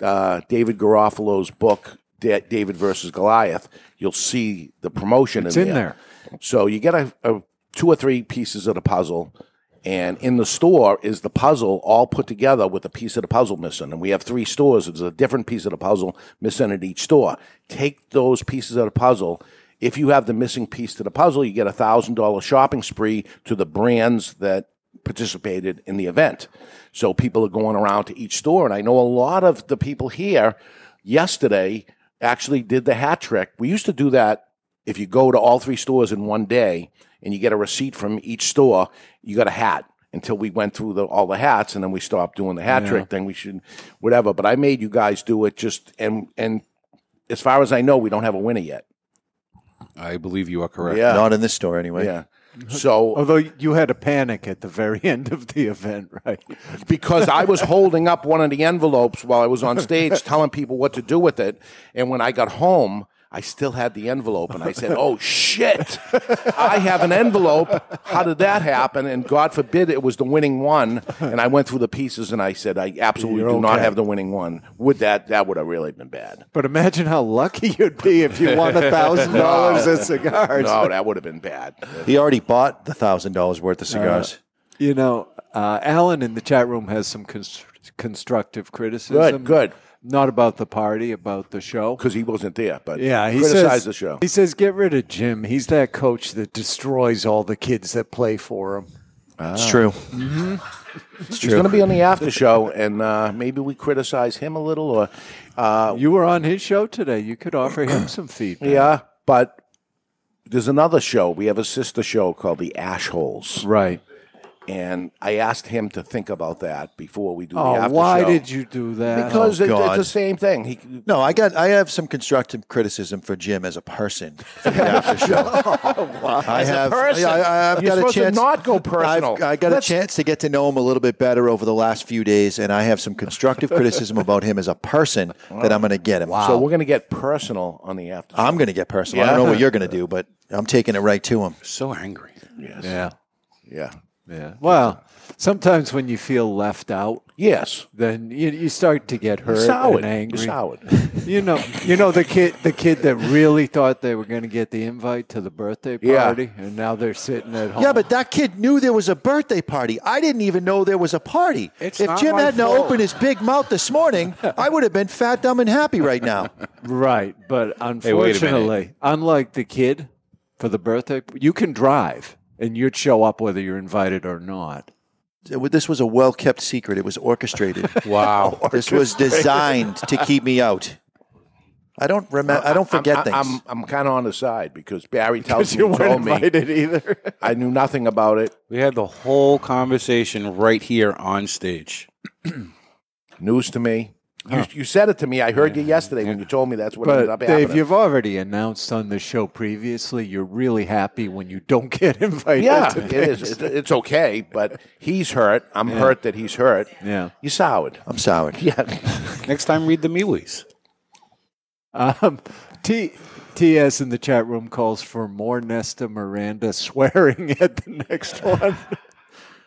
[SPEAKER 2] uh, David Garofalo's book, Da- David versus Goliath, you'll see the promotion
[SPEAKER 4] It's
[SPEAKER 2] in
[SPEAKER 4] in there.
[SPEAKER 2] so you get a, a two or three pieces of the puzzle, and in the store is the puzzle all put together with a piece of the puzzle missing. And we have three stores. There's a different piece of the puzzle missing at each store. Take those pieces of the puzzle. If you have the missing piece to the puzzle, you get a thousand dollar shopping spree to the brands that participated in the event. So people are going around to each store, and I know a lot of the people here yesterday actually did the hat trick. We used to do that if you go to all three stores in one day and you get a receipt from each store, you got a hat. Until we went through the, all the hats, and then we stopped doing the hat trick thing. We should, whatever. But I made you guys do it just and and as far as I know, we don't have a winner yet.
[SPEAKER 5] I believe you are correct.
[SPEAKER 2] Yeah.
[SPEAKER 3] Not in this store anyway.
[SPEAKER 2] Yeah. So
[SPEAKER 4] Although you had a panic at the very (laughs) end of the event, right?
[SPEAKER 2] because I was holding up one of the envelopes while I was on stage telling people what to do with it. And when I got home, I still had the envelope and I said, Oh shit, I have an envelope. How did that happen? And God forbid it was the winning one. And I went through the pieces and I said, I absolutely do not have the winning one. Would that, that would have really been bad.
[SPEAKER 4] But imagine how lucky you'd be if you won a
[SPEAKER 2] (laughs)
[SPEAKER 4] thousand dollars in cigars.
[SPEAKER 2] No, that would have been bad.
[SPEAKER 3] He already bought the thousand dollars worth of cigars.
[SPEAKER 4] Uh, You know, uh, Alan in the chat room has some constr- constructive criticism.
[SPEAKER 2] Good, good.
[SPEAKER 4] Not about the party, about the show.
[SPEAKER 2] Because he wasn't there, but
[SPEAKER 4] Yeah, he
[SPEAKER 2] criticized
[SPEAKER 4] says,
[SPEAKER 2] the show.
[SPEAKER 4] He says, "Get rid of Jim. He's that coach that destroys all the kids that play for him."
[SPEAKER 3] It's true.
[SPEAKER 2] (laughs)
[SPEAKER 3] Mm-hmm.
[SPEAKER 2] He's going to be on the after show, and uh, maybe we criticize him a little or uh,
[SPEAKER 4] You were on his show today. You could offer
[SPEAKER 2] (clears throat)
[SPEAKER 4] him some feedback.
[SPEAKER 2] Yeah, but there's another show. We have a sister show called The Ash Holes,
[SPEAKER 4] Right.
[SPEAKER 2] and I asked him to think about that before we do the
[SPEAKER 4] Oh,
[SPEAKER 2] after
[SPEAKER 4] why
[SPEAKER 2] show.
[SPEAKER 4] did you do that?
[SPEAKER 2] Because
[SPEAKER 3] Oh,
[SPEAKER 2] it- it's
[SPEAKER 3] God.
[SPEAKER 2] the same thing. He,
[SPEAKER 3] No, I got. I have some constructive criticism for Jim as a person. For the after show. I have.
[SPEAKER 2] person.
[SPEAKER 3] yeah, I, I've
[SPEAKER 2] You're
[SPEAKER 3] got a
[SPEAKER 2] supposed to
[SPEAKER 3] chance.
[SPEAKER 2] not go personal.
[SPEAKER 3] I've, I got
[SPEAKER 2] Let's-
[SPEAKER 3] a chance to get to know him a little bit better over the last few days, and I have
[SPEAKER 2] (laughs)
[SPEAKER 3] some constructive criticism about him as a person that I'm going to get him.
[SPEAKER 2] So
[SPEAKER 3] So
[SPEAKER 2] we're going to get personal on the after.
[SPEAKER 3] I'm going to get personal. I don't know what you're going to do, but I'm taking it right to him.
[SPEAKER 5] So angry.
[SPEAKER 4] yeah,
[SPEAKER 2] Yeah.
[SPEAKER 4] yeah. Well, sometimes when you feel left out,
[SPEAKER 2] Yes.
[SPEAKER 4] then you, you start to get hurt
[SPEAKER 2] Soured.
[SPEAKER 4] and angry.
[SPEAKER 2] You're soured.
[SPEAKER 4] (laughs) You know, you know the kid, the kid that really thought they were going to get the invite to the birthday
[SPEAKER 2] Yeah.
[SPEAKER 4] party, and now they're sitting at home.
[SPEAKER 3] Yeah, but that kid knew there was a birthday party. I didn't even know there was a party.
[SPEAKER 5] It's
[SPEAKER 3] if
[SPEAKER 5] not
[SPEAKER 3] Jim
[SPEAKER 5] my
[SPEAKER 3] hadn't
[SPEAKER 5] fault.
[SPEAKER 3] opened his big mouth this morning, I would have been fat, dumb, and happy
[SPEAKER 2] (laughs)
[SPEAKER 3] right now.
[SPEAKER 4] Right, but
[SPEAKER 5] wait a minute.
[SPEAKER 4] unfortunately, unlike the kid for the birthday, you can drive and you'd show up whether you're invited or not.
[SPEAKER 3] It wa- This was a well
[SPEAKER 4] (laughs)
[SPEAKER 3] kept secret. It was orchestrated.
[SPEAKER 5] Wow.
[SPEAKER 3] this was designed to keep me out. I don't remember. I don't forget
[SPEAKER 2] Uh, I'm,
[SPEAKER 3] things.
[SPEAKER 2] I'm, I'm kind of on the side
[SPEAKER 4] (laughs)
[SPEAKER 2] because Barry tells me,
[SPEAKER 4] you weren't
[SPEAKER 2] told me
[SPEAKER 4] invited either.
[SPEAKER 2] I knew nothing about it.
[SPEAKER 5] We had the whole conversation right here on stage.
[SPEAKER 2] News to me. You, you said it to me. I heard you yesterday when you told me that's what ended
[SPEAKER 4] But
[SPEAKER 2] up
[SPEAKER 4] Dave,
[SPEAKER 2] happening.
[SPEAKER 4] you've already announced on the show previously you're really happy when you don't (laughs) get invited.
[SPEAKER 2] Yeah,
[SPEAKER 4] to
[SPEAKER 2] it is. It's, it's okay, but he's hurt. I'm hurt that he's hurt.
[SPEAKER 4] Yeah.
[SPEAKER 2] You
[SPEAKER 4] (laughs)
[SPEAKER 2] soured.
[SPEAKER 3] I'm soured. (laughs)
[SPEAKER 2] Yeah.
[SPEAKER 5] Next time, read the Miwis.
[SPEAKER 4] Um, T, TS in the chat room calls for more Nesta Miranda swearing (laughs) at the next one.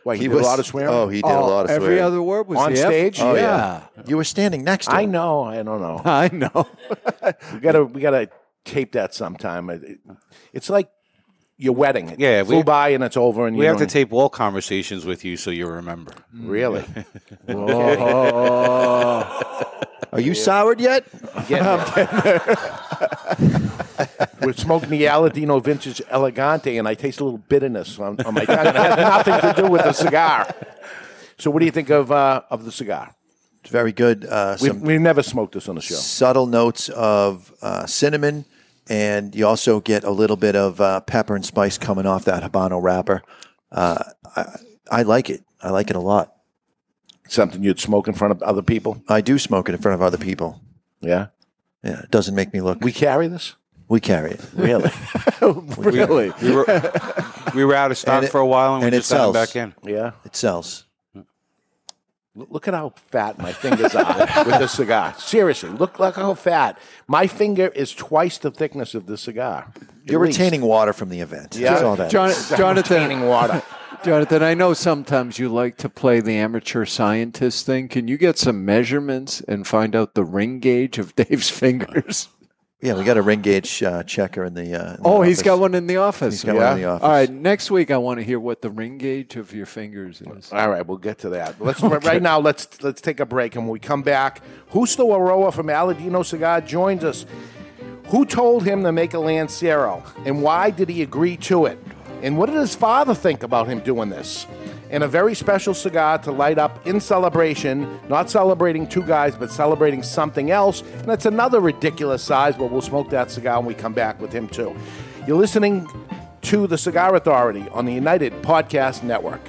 [SPEAKER 2] Wait, he, did a lot of swearing?
[SPEAKER 3] Oh, he did a lot of
[SPEAKER 4] Every
[SPEAKER 3] swearing.
[SPEAKER 4] other word was
[SPEAKER 2] On
[SPEAKER 4] the F-
[SPEAKER 2] stage? Oh,
[SPEAKER 4] yeah.
[SPEAKER 3] you were standing next to him.
[SPEAKER 2] I know. I don't know.
[SPEAKER 4] (laughs) I know.
[SPEAKER 2] (laughs) We gotta we gotta tape that sometime. It- it- It's like your wedding. It
[SPEAKER 5] Yeah,
[SPEAKER 2] flew
[SPEAKER 5] we-
[SPEAKER 2] by and it's over, and
[SPEAKER 5] We
[SPEAKER 2] you
[SPEAKER 5] have to
[SPEAKER 2] don't-
[SPEAKER 5] tape all conversations with you so you remember. (laughs)
[SPEAKER 2] really.
[SPEAKER 3] (laughs)
[SPEAKER 4] Oh.
[SPEAKER 3] Are you soured yet? (laughs)
[SPEAKER 2] We're smoking the Aladino Vintage Elegante, and I taste a little bitterness on, on my tongue. and It has nothing to do with the cigar. So, what do you think of uh, of the cigar?
[SPEAKER 3] It's very good. Uh,
[SPEAKER 2] We've,
[SPEAKER 3] some
[SPEAKER 2] we've never smoked this on the show.
[SPEAKER 3] subtle notes of uh, cinnamon, and you also get a little bit of uh, pepper and spice coming off that Habano wrapper. Uh, I, I like it. I like it a lot.
[SPEAKER 2] Something you'd smoke in front of other people.
[SPEAKER 3] I do smoke it in front of other people.
[SPEAKER 2] Yeah,
[SPEAKER 3] Yeah, it doesn't make me look.
[SPEAKER 2] we
[SPEAKER 3] We,
[SPEAKER 2] carry this.
[SPEAKER 3] we carry it. (laughs)
[SPEAKER 2] Really?
[SPEAKER 5] (laughs)
[SPEAKER 4] really.
[SPEAKER 5] We were, we were out of stock
[SPEAKER 3] And it-
[SPEAKER 5] for a while and,
[SPEAKER 3] and
[SPEAKER 5] we
[SPEAKER 3] it
[SPEAKER 5] just got it
[SPEAKER 3] sells.
[SPEAKER 5] back in.
[SPEAKER 2] yeah.
[SPEAKER 3] It sells.
[SPEAKER 2] L- Look at how fat my fingers are with this cigar. Seriously, look look how fat my finger is twice the thickness of the cigar. At
[SPEAKER 3] You're
[SPEAKER 2] least.
[SPEAKER 3] retaining water from the event. Yeah. That's all that.
[SPEAKER 4] Jon- Jonathan,
[SPEAKER 2] retaining water.
[SPEAKER 4] Jonathan, I know sometimes you like to play the amateur scientist thing. Can you get some measurements and find out the ring gauge of (laughs) Dave's fingers?
[SPEAKER 3] Yeah, we got a ring gauge uh, checker in the. Uh, in the
[SPEAKER 4] Oh, he's
[SPEAKER 3] office.
[SPEAKER 4] got one in the office.
[SPEAKER 3] He's got one in the office.
[SPEAKER 4] All right, next week I want to hear what the ring gauge of your fingers is.
[SPEAKER 2] All right, we'll get to that. Let's right now. Let's let's take a break, and when we come back, Justo Aroa from Aladino Cigar joins us. Who told him to make a Lancero, and why did he agree to it? And what did his father think about him doing this? And a very special cigar to light up in celebration, not celebrating two guys, but celebrating something else. And that's another ridiculous size, but we'll smoke that cigar when we come back with him, too. You're listening to The Cigar Authority on the United Podcast Network.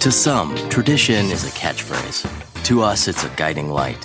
[SPEAKER 6] To some, tradition is a catchphrase. To us, it's a guiding light.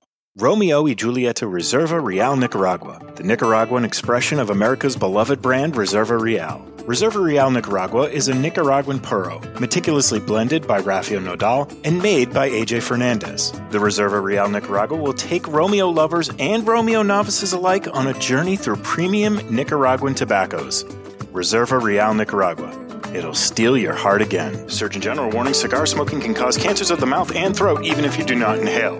[SPEAKER 7] Romeo y Julieta Reserva Real Nicaragua, the Nicaraguan expression of America's beloved brand Reserva Real. Reserva Real Nicaragua is a Nicaraguan puro, meticulously blended by Rafael Nodal and made by AJ Fernandez. The Reserva Real Nicaragua will take Romeo lovers and Romeo novices alike on a journey through premium Nicaraguan tobaccos. Reserva Real Nicaragua. It'll steal your heart again. Surgeon General warning cigar smoking can cause cancers of the mouth and throat even if you do not inhale.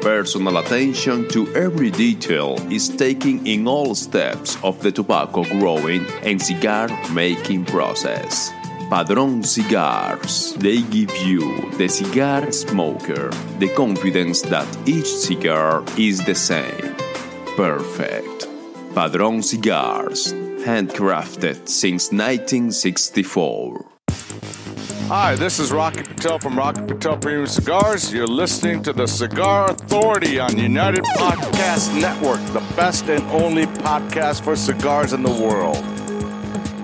[SPEAKER 8] personal attention to every detail is taken in all steps of the tobacco growing and cigar making process. Padron Cigars. They give you, the cigar smoker, the confidence that each cigar is the same. Perfect. Padron Cigars, handcrafted since 1964.
[SPEAKER 9] Hi, this is Rocky Patel from Rocky Patel Premium Cigars. You're listening to the Cigar Authority on United Podcast Network, the best and only podcast for cigars in the world.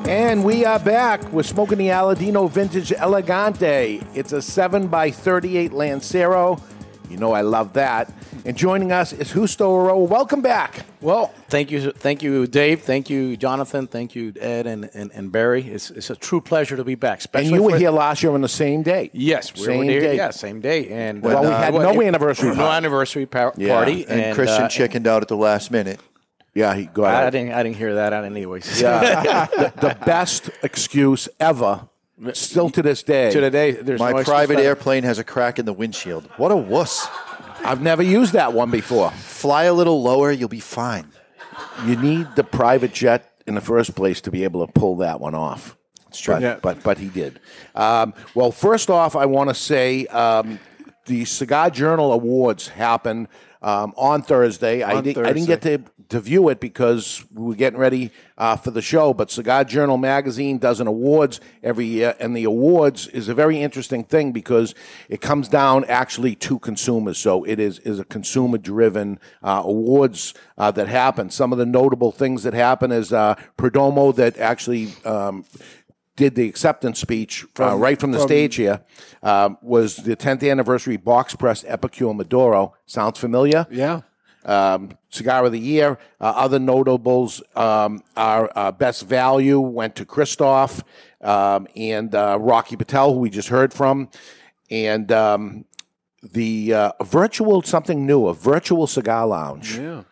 [SPEAKER 2] And we are back. We're smoking the Aladino Vintage Elegante. It's a 7x38 Lancero. You know I love that. And joining us is Husto Oro. Welcome back.
[SPEAKER 10] Well, thank you, thank you, Dave. Thank you, Jonathan. Thank you, Ed and, and, and Barry. It's, it's a true pleasure to be back.
[SPEAKER 2] And
[SPEAKER 10] Especially
[SPEAKER 2] you were
[SPEAKER 10] for-
[SPEAKER 2] here last year on the same day.
[SPEAKER 10] Yes, we
[SPEAKER 2] same
[SPEAKER 10] were there.
[SPEAKER 2] day.
[SPEAKER 10] Yeah, same day. And
[SPEAKER 2] Well, we had no
[SPEAKER 10] it- (clears throat)
[SPEAKER 2] anniversary
[SPEAKER 10] No
[SPEAKER 2] party.
[SPEAKER 10] anniversary par- party.
[SPEAKER 3] and, Christian
[SPEAKER 10] uh,
[SPEAKER 3] chickened out at the last minute.
[SPEAKER 2] Yeah, he got
[SPEAKER 10] I, I didn't. I didn't hear that out anyways.
[SPEAKER 2] Yeah. (laughs) the, the best excuse ever, still to this day.
[SPEAKER 10] To the day, there's
[SPEAKER 3] My
[SPEAKER 10] no excuse
[SPEAKER 3] private
[SPEAKER 10] better. (laughs)
[SPEAKER 3] airplane has a crack in the windshield. What a wuss.
[SPEAKER 2] I've never used that one before.
[SPEAKER 3] Fly a little lower, you'll be fine.
[SPEAKER 2] You need the private jet in the first place to be able to pull that one off. It's
[SPEAKER 3] true.
[SPEAKER 2] But,
[SPEAKER 3] Yeah.
[SPEAKER 2] but, but he did. Um, well, first off, I want to say um, the Cigar Journal Awards happened um, on Thursday. I,
[SPEAKER 4] On
[SPEAKER 2] didn't- I didn't get
[SPEAKER 4] Thursday.
[SPEAKER 2] to, to view it because we were getting ready uh, for the show, but Cigar Journal Magazine does an awards every year, and the awards is a very interesting thing because it comes down actually to consumers. So it is, is a consumer driven uh, awards uh, that happen. Some of the notable things that happen is uh, Perdomo that actually. Um, did the acceptance speech uh,
[SPEAKER 4] From-
[SPEAKER 2] right from the
[SPEAKER 4] from-
[SPEAKER 2] stage here um, was the 10th anniversary box press Epicure Maduro. Sounds familiar?
[SPEAKER 4] Yeah.
[SPEAKER 2] Um, cigar of the year. Uh, other notables um, are uh, Best Value went to Christoph um, and uh, Rocky Patel, who we just heard from, and um, the uh, virtual something new, a virtual cigar lounge
[SPEAKER 4] Yeah.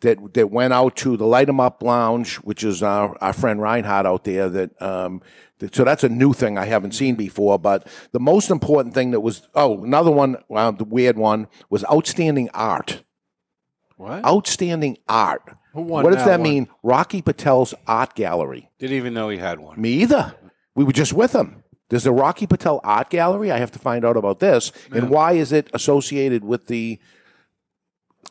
[SPEAKER 2] that that went out to the Light 'Em Up Lounge, which is our, our friend Reinhardt out there. That, um, that so that's a new thing I haven't seen before. But the most important thing that was oh another one, well, the weird one was outstanding art.
[SPEAKER 4] What?
[SPEAKER 2] Outstanding art.
[SPEAKER 5] Who won
[SPEAKER 2] what does
[SPEAKER 5] that
[SPEAKER 2] that
[SPEAKER 5] one?
[SPEAKER 2] mean? Rocky Patel's art gallery.
[SPEAKER 5] Didn't even know he had one.
[SPEAKER 2] Me either. We were just with him. There's a Rocky Patel art gallery. I have to find out about this. And why is it associated with the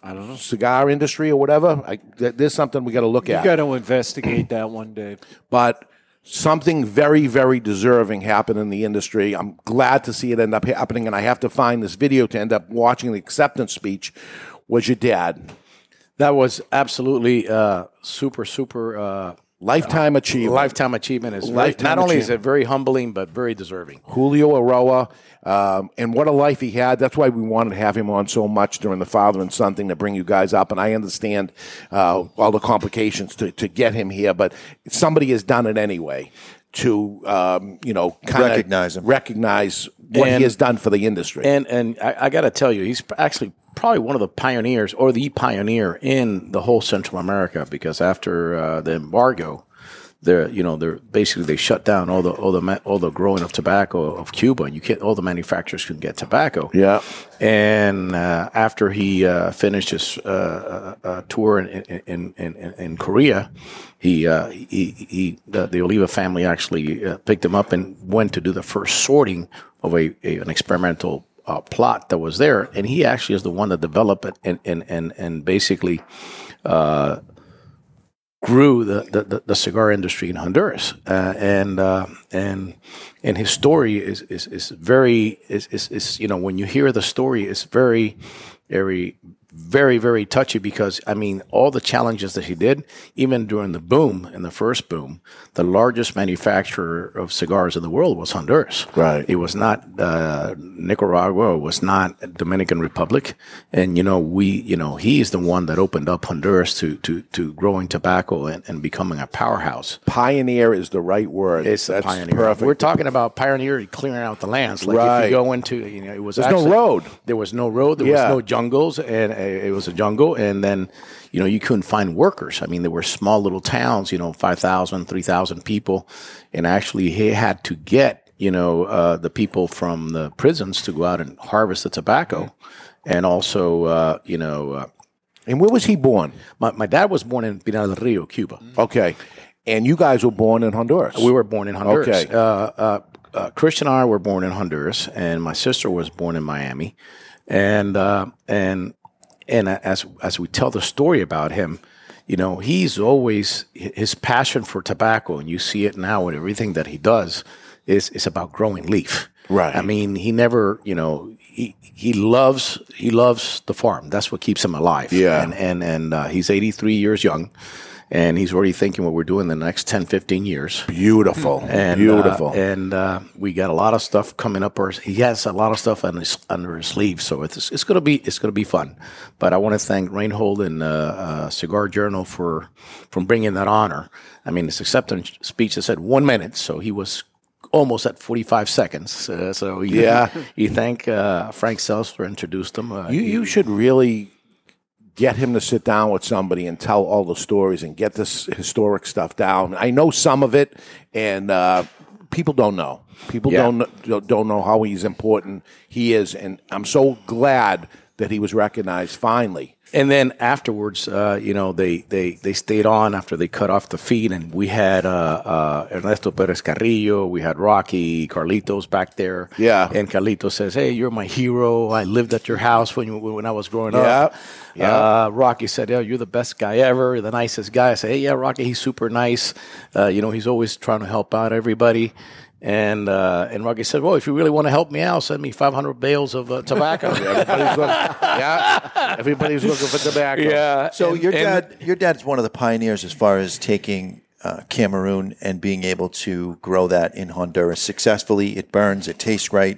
[SPEAKER 4] I don't know
[SPEAKER 2] cigar industry or whatever? I, th- there's something we got to look
[SPEAKER 4] You
[SPEAKER 2] at.
[SPEAKER 4] got to investigate that one, Dave.
[SPEAKER 2] but something very, very deserving happened in the industry. I'm glad to see it end up happening, and I have to find this video to end up watching the acceptance speech. Was your dad?
[SPEAKER 10] That was absolutely uh, super, super uh,
[SPEAKER 2] Lifetime achievement.
[SPEAKER 10] Lifetime achievement is very,
[SPEAKER 2] Lifetime
[SPEAKER 10] not only is
[SPEAKER 2] achievement.
[SPEAKER 10] it very humbling, but very deserving.
[SPEAKER 2] Julio Aroa, um, and what a life he had. That's why we wanted to have him on so much during the father and son thing to bring you guys up. And I understand uh, all the complications to, to get him here, but somebody has done it anyway to um, you know kinda
[SPEAKER 3] Recognize
[SPEAKER 10] him.
[SPEAKER 2] recognize what
[SPEAKER 10] And-
[SPEAKER 2] he has done for the industry.
[SPEAKER 10] And and I, I got to tell you, he's actually probably one of the pioneers or the pioneer in the whole Central America because after uh, the embargo, they're you know they're basically they shut down all the all the ma- all the growing of tobacco of Cuba. You can't all the manufacturers couldn't get tobacco.
[SPEAKER 2] Yeah.
[SPEAKER 10] And uh, after he uh, finished his uh, uh, uh, tour in in, in, in in Korea, he uh, he, he the, the Oliva family actually uh, picked him up and went to do the first sorting of a, a an experimental uh, plot that was there. And he actually is the one that developed it and and and, and basically. Uh, grew the, the- the, the cigar industry in Honduras, uh, and uh, and and his story is is, is very is, is, is you know when you hear the story, it's very very very very touchy because I mean all the challenges that he did, even during the boom in the first boom, the largest manufacturer of cigars in the world was Honduras. Right, it was not uh, Nicaragua, it was not Dominican Republic, and you know we you know he is the one that opened up Honduras to to to growing tobacco and, and becoming a powerhouse.
[SPEAKER 2] Pioneer is the right word.
[SPEAKER 10] It's
[SPEAKER 2] That's
[SPEAKER 10] a pioneer.
[SPEAKER 2] perfect.
[SPEAKER 10] We're talking about pioneer clearing out the lands. Like if
[SPEAKER 2] Right.
[SPEAKER 10] you go into, you know, it was
[SPEAKER 2] There's no
[SPEAKER 10] actually-
[SPEAKER 2] road.
[SPEAKER 10] There was no road. There
[SPEAKER 2] Yeah.
[SPEAKER 10] was no jungles, and uh, it was a jungle. And then, you know, you couldn't find workers. I mean, there were small little towns. You know, 5,000, 3,000 people, and actually, he had to get you know uh, the people from the prisons to go out and harvest the tobacco, and also uh, you know. Uh,
[SPEAKER 2] and where was he born? Mm.
[SPEAKER 10] My, my dad was born in Pinar del Rio, Cuba.
[SPEAKER 2] Okay, and you guys were born in Honduras.
[SPEAKER 10] We were born in Honduras.
[SPEAKER 2] Okay.
[SPEAKER 10] Uh, uh, uh, Christian and I were born in Honduras, and my sister was born in Miami, and uh, and and as as we tell the story about him, you know, he's always his passion for tobacco, and you see it now in everything that he does is is about growing leaf. Right. I mean, he never, you know, he he loves he loves the farm. That's what keeps him alive. Yeah. And and and uh, he's 83 years young. And he's already thinking what we're doing the next 10, 15 years.
[SPEAKER 2] Beautiful.
[SPEAKER 10] And, uh,
[SPEAKER 2] Beautiful.
[SPEAKER 10] and uh, we got a lot of stuff coming up. Or he has a lot of stuff on his, under his sleeve, so it's it's gonna be it's gonna be fun. But I want to thank Reinhold and uh, uh, Cigar Journal for from bringing that honor. I mean, his acceptance speech that said one minute, so he was almost at 45 seconds. Uh, so he,
[SPEAKER 2] Yeah.
[SPEAKER 10] you thank uh, Frank Seltzer introduced him. Uh,
[SPEAKER 2] You
[SPEAKER 10] he-
[SPEAKER 2] you should really get him to sit down with somebody and tell all the stories and get this historic stuff down. I know some of it, and uh, people don't know. People
[SPEAKER 10] Yeah.
[SPEAKER 2] don't kn- don't know how he's important he is, and I'm so glad that he was
[SPEAKER 10] (laughs)
[SPEAKER 2] recognized finally.
[SPEAKER 10] And then afterwards, uh, you know, they, they, they stayed on after they cut off the feed, and we had uh, uh, Ernesto Perez Carrillo, we had Rocky, Carlitos back there. Yeah. And Carlitos says, "Hey, you're my hero. I lived at your house when you, when I was growing up."
[SPEAKER 2] Yeah.
[SPEAKER 10] Uh, Rocky said, "Yeah, you're the best guy ever, the nicest guy." I said, "Hey, yeah, Rocky, he's super nice. Uh, you know, he's always trying to help out everybody." And uh, and Rocky said, "Well, if you really want to help me out, send me 500 bales of uh,
[SPEAKER 2] (laughs)
[SPEAKER 10] tobacco."
[SPEAKER 2] Everybody's looking- yeah, everybody's looking for tobacco.
[SPEAKER 3] So your dad, your dad's one of the pioneers as far as taking uh, Cameroon and being able to grow that in Honduras successfully. It burns. It tastes right.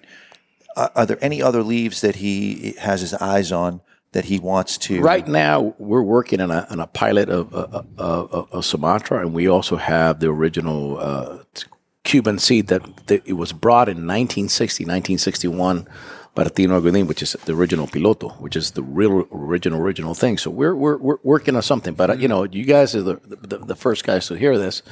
[SPEAKER 3] Uh, are there any other leaves that he has his eyes on that he wants to?
[SPEAKER 10] Right now, we're working on a, on a pilot of, uh, uh, of, of Sumatra, and we also have the original uh, t- Cuban seed that, that it was brought in 1960, 1961 by Tino Godin, which is the original piloto, which is the real original original thing. So we're we're, we're working on something, but uh, you know, you guys are the, the the first guys to hear this,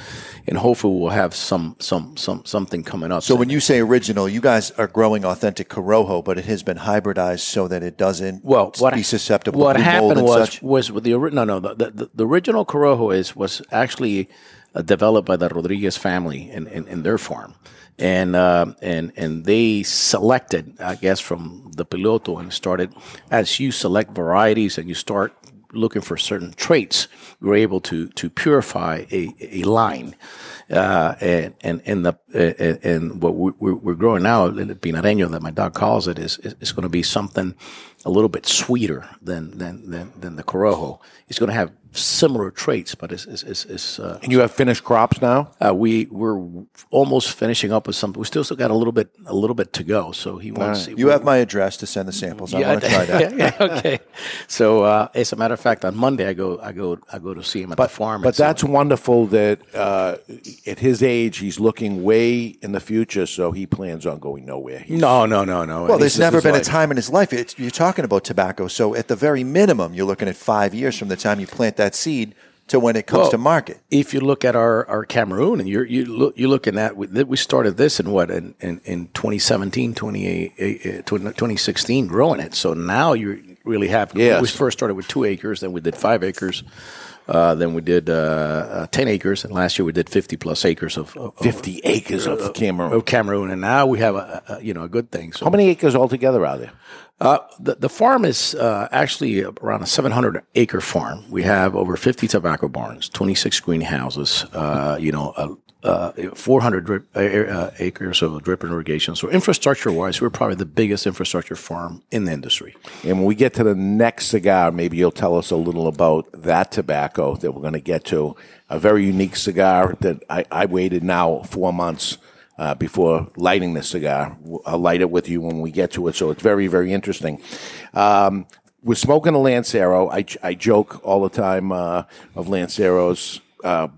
[SPEAKER 10] and hopefully we'll have some some some something coming up.
[SPEAKER 3] So when you say original, you guys are growing authentic Corojo, but it has been hybridized so that it doesn't
[SPEAKER 10] well, what,
[SPEAKER 3] be susceptible
[SPEAKER 10] what
[SPEAKER 3] to mold
[SPEAKER 10] happened
[SPEAKER 3] and
[SPEAKER 10] was
[SPEAKER 3] such.
[SPEAKER 10] was with the ori- no no the, the, the original corojo is was actually uh, developed by the Rodriguez family in, in, in their farm, and uh, and and they selected I guess from the piloto and started as you select varieties and you start looking for certain traits, you're able to to purify a, a line. Uh, and and and the uh, and what we- we're, we're growing now, the pinareño that my dog calls it, is is, is going to be something a little bit sweeter than than than, than the corojo. It's going to have similar traits, but it's it's it's. it's uh,
[SPEAKER 2] and you have finished crops now.
[SPEAKER 10] Uh, we we're almost finishing up with some. We still still got a little bit a little bit to go. So he wants.
[SPEAKER 3] You have my address to send the samples. I want to try that.
[SPEAKER 10] (laughs) yeah, yeah, okay. So uh, as a matter of fact, on Monday I go I go I go to see him at
[SPEAKER 2] But,
[SPEAKER 10] the farm.
[SPEAKER 2] but
[SPEAKER 10] and see
[SPEAKER 2] that's wonderful that uh, at his age he's looking way in the future, so he plans on going nowhere. He's-
[SPEAKER 10] No, no, no, no.
[SPEAKER 3] Well, there's never been
[SPEAKER 2] a
[SPEAKER 3] a time in his life. It's, you're talking about tobacco, so at the very minimum, you're looking at five years from the time you plant that seed to when it comes
[SPEAKER 10] Well,
[SPEAKER 3] to market.
[SPEAKER 10] If you look at our, our Cameroon, and you're you look you're looking at we we started this in what in in, in 2017, 28, uh, 2016, growing it. So now you really have.
[SPEAKER 2] Yes.
[SPEAKER 10] We first started with two acres, then we did five acres, uh, then we did uh, uh, ten acres, and last year we did fifty plus acres of, of
[SPEAKER 2] fifty acres of Cameroon.
[SPEAKER 10] Of Cameroon, and now we have a, a a, you know a good thing. So
[SPEAKER 2] How many acres altogether are there?
[SPEAKER 10] uh, the, the farm is uh, actually around a 700 acre farm. We have over 50 tobacco barns, 26 greenhouses, uh, you know, uh, uh, 400 drip, uh, uh, acres of drip and irrigation. So, infrastructure wise, we're probably the biggest infrastructure farm in the industry.
[SPEAKER 2] And when we get to the next cigar, maybe you'll tell us a little about that tobacco that we're going to get to. A very unique cigar that I, I waited now four months uh, before lighting the cigar. W- I'll light it with you when we get to it. So it's very, very interesting. Um, we're smoking a Lancero. I, j- I joke all the time uh, of Lanceros. Uh,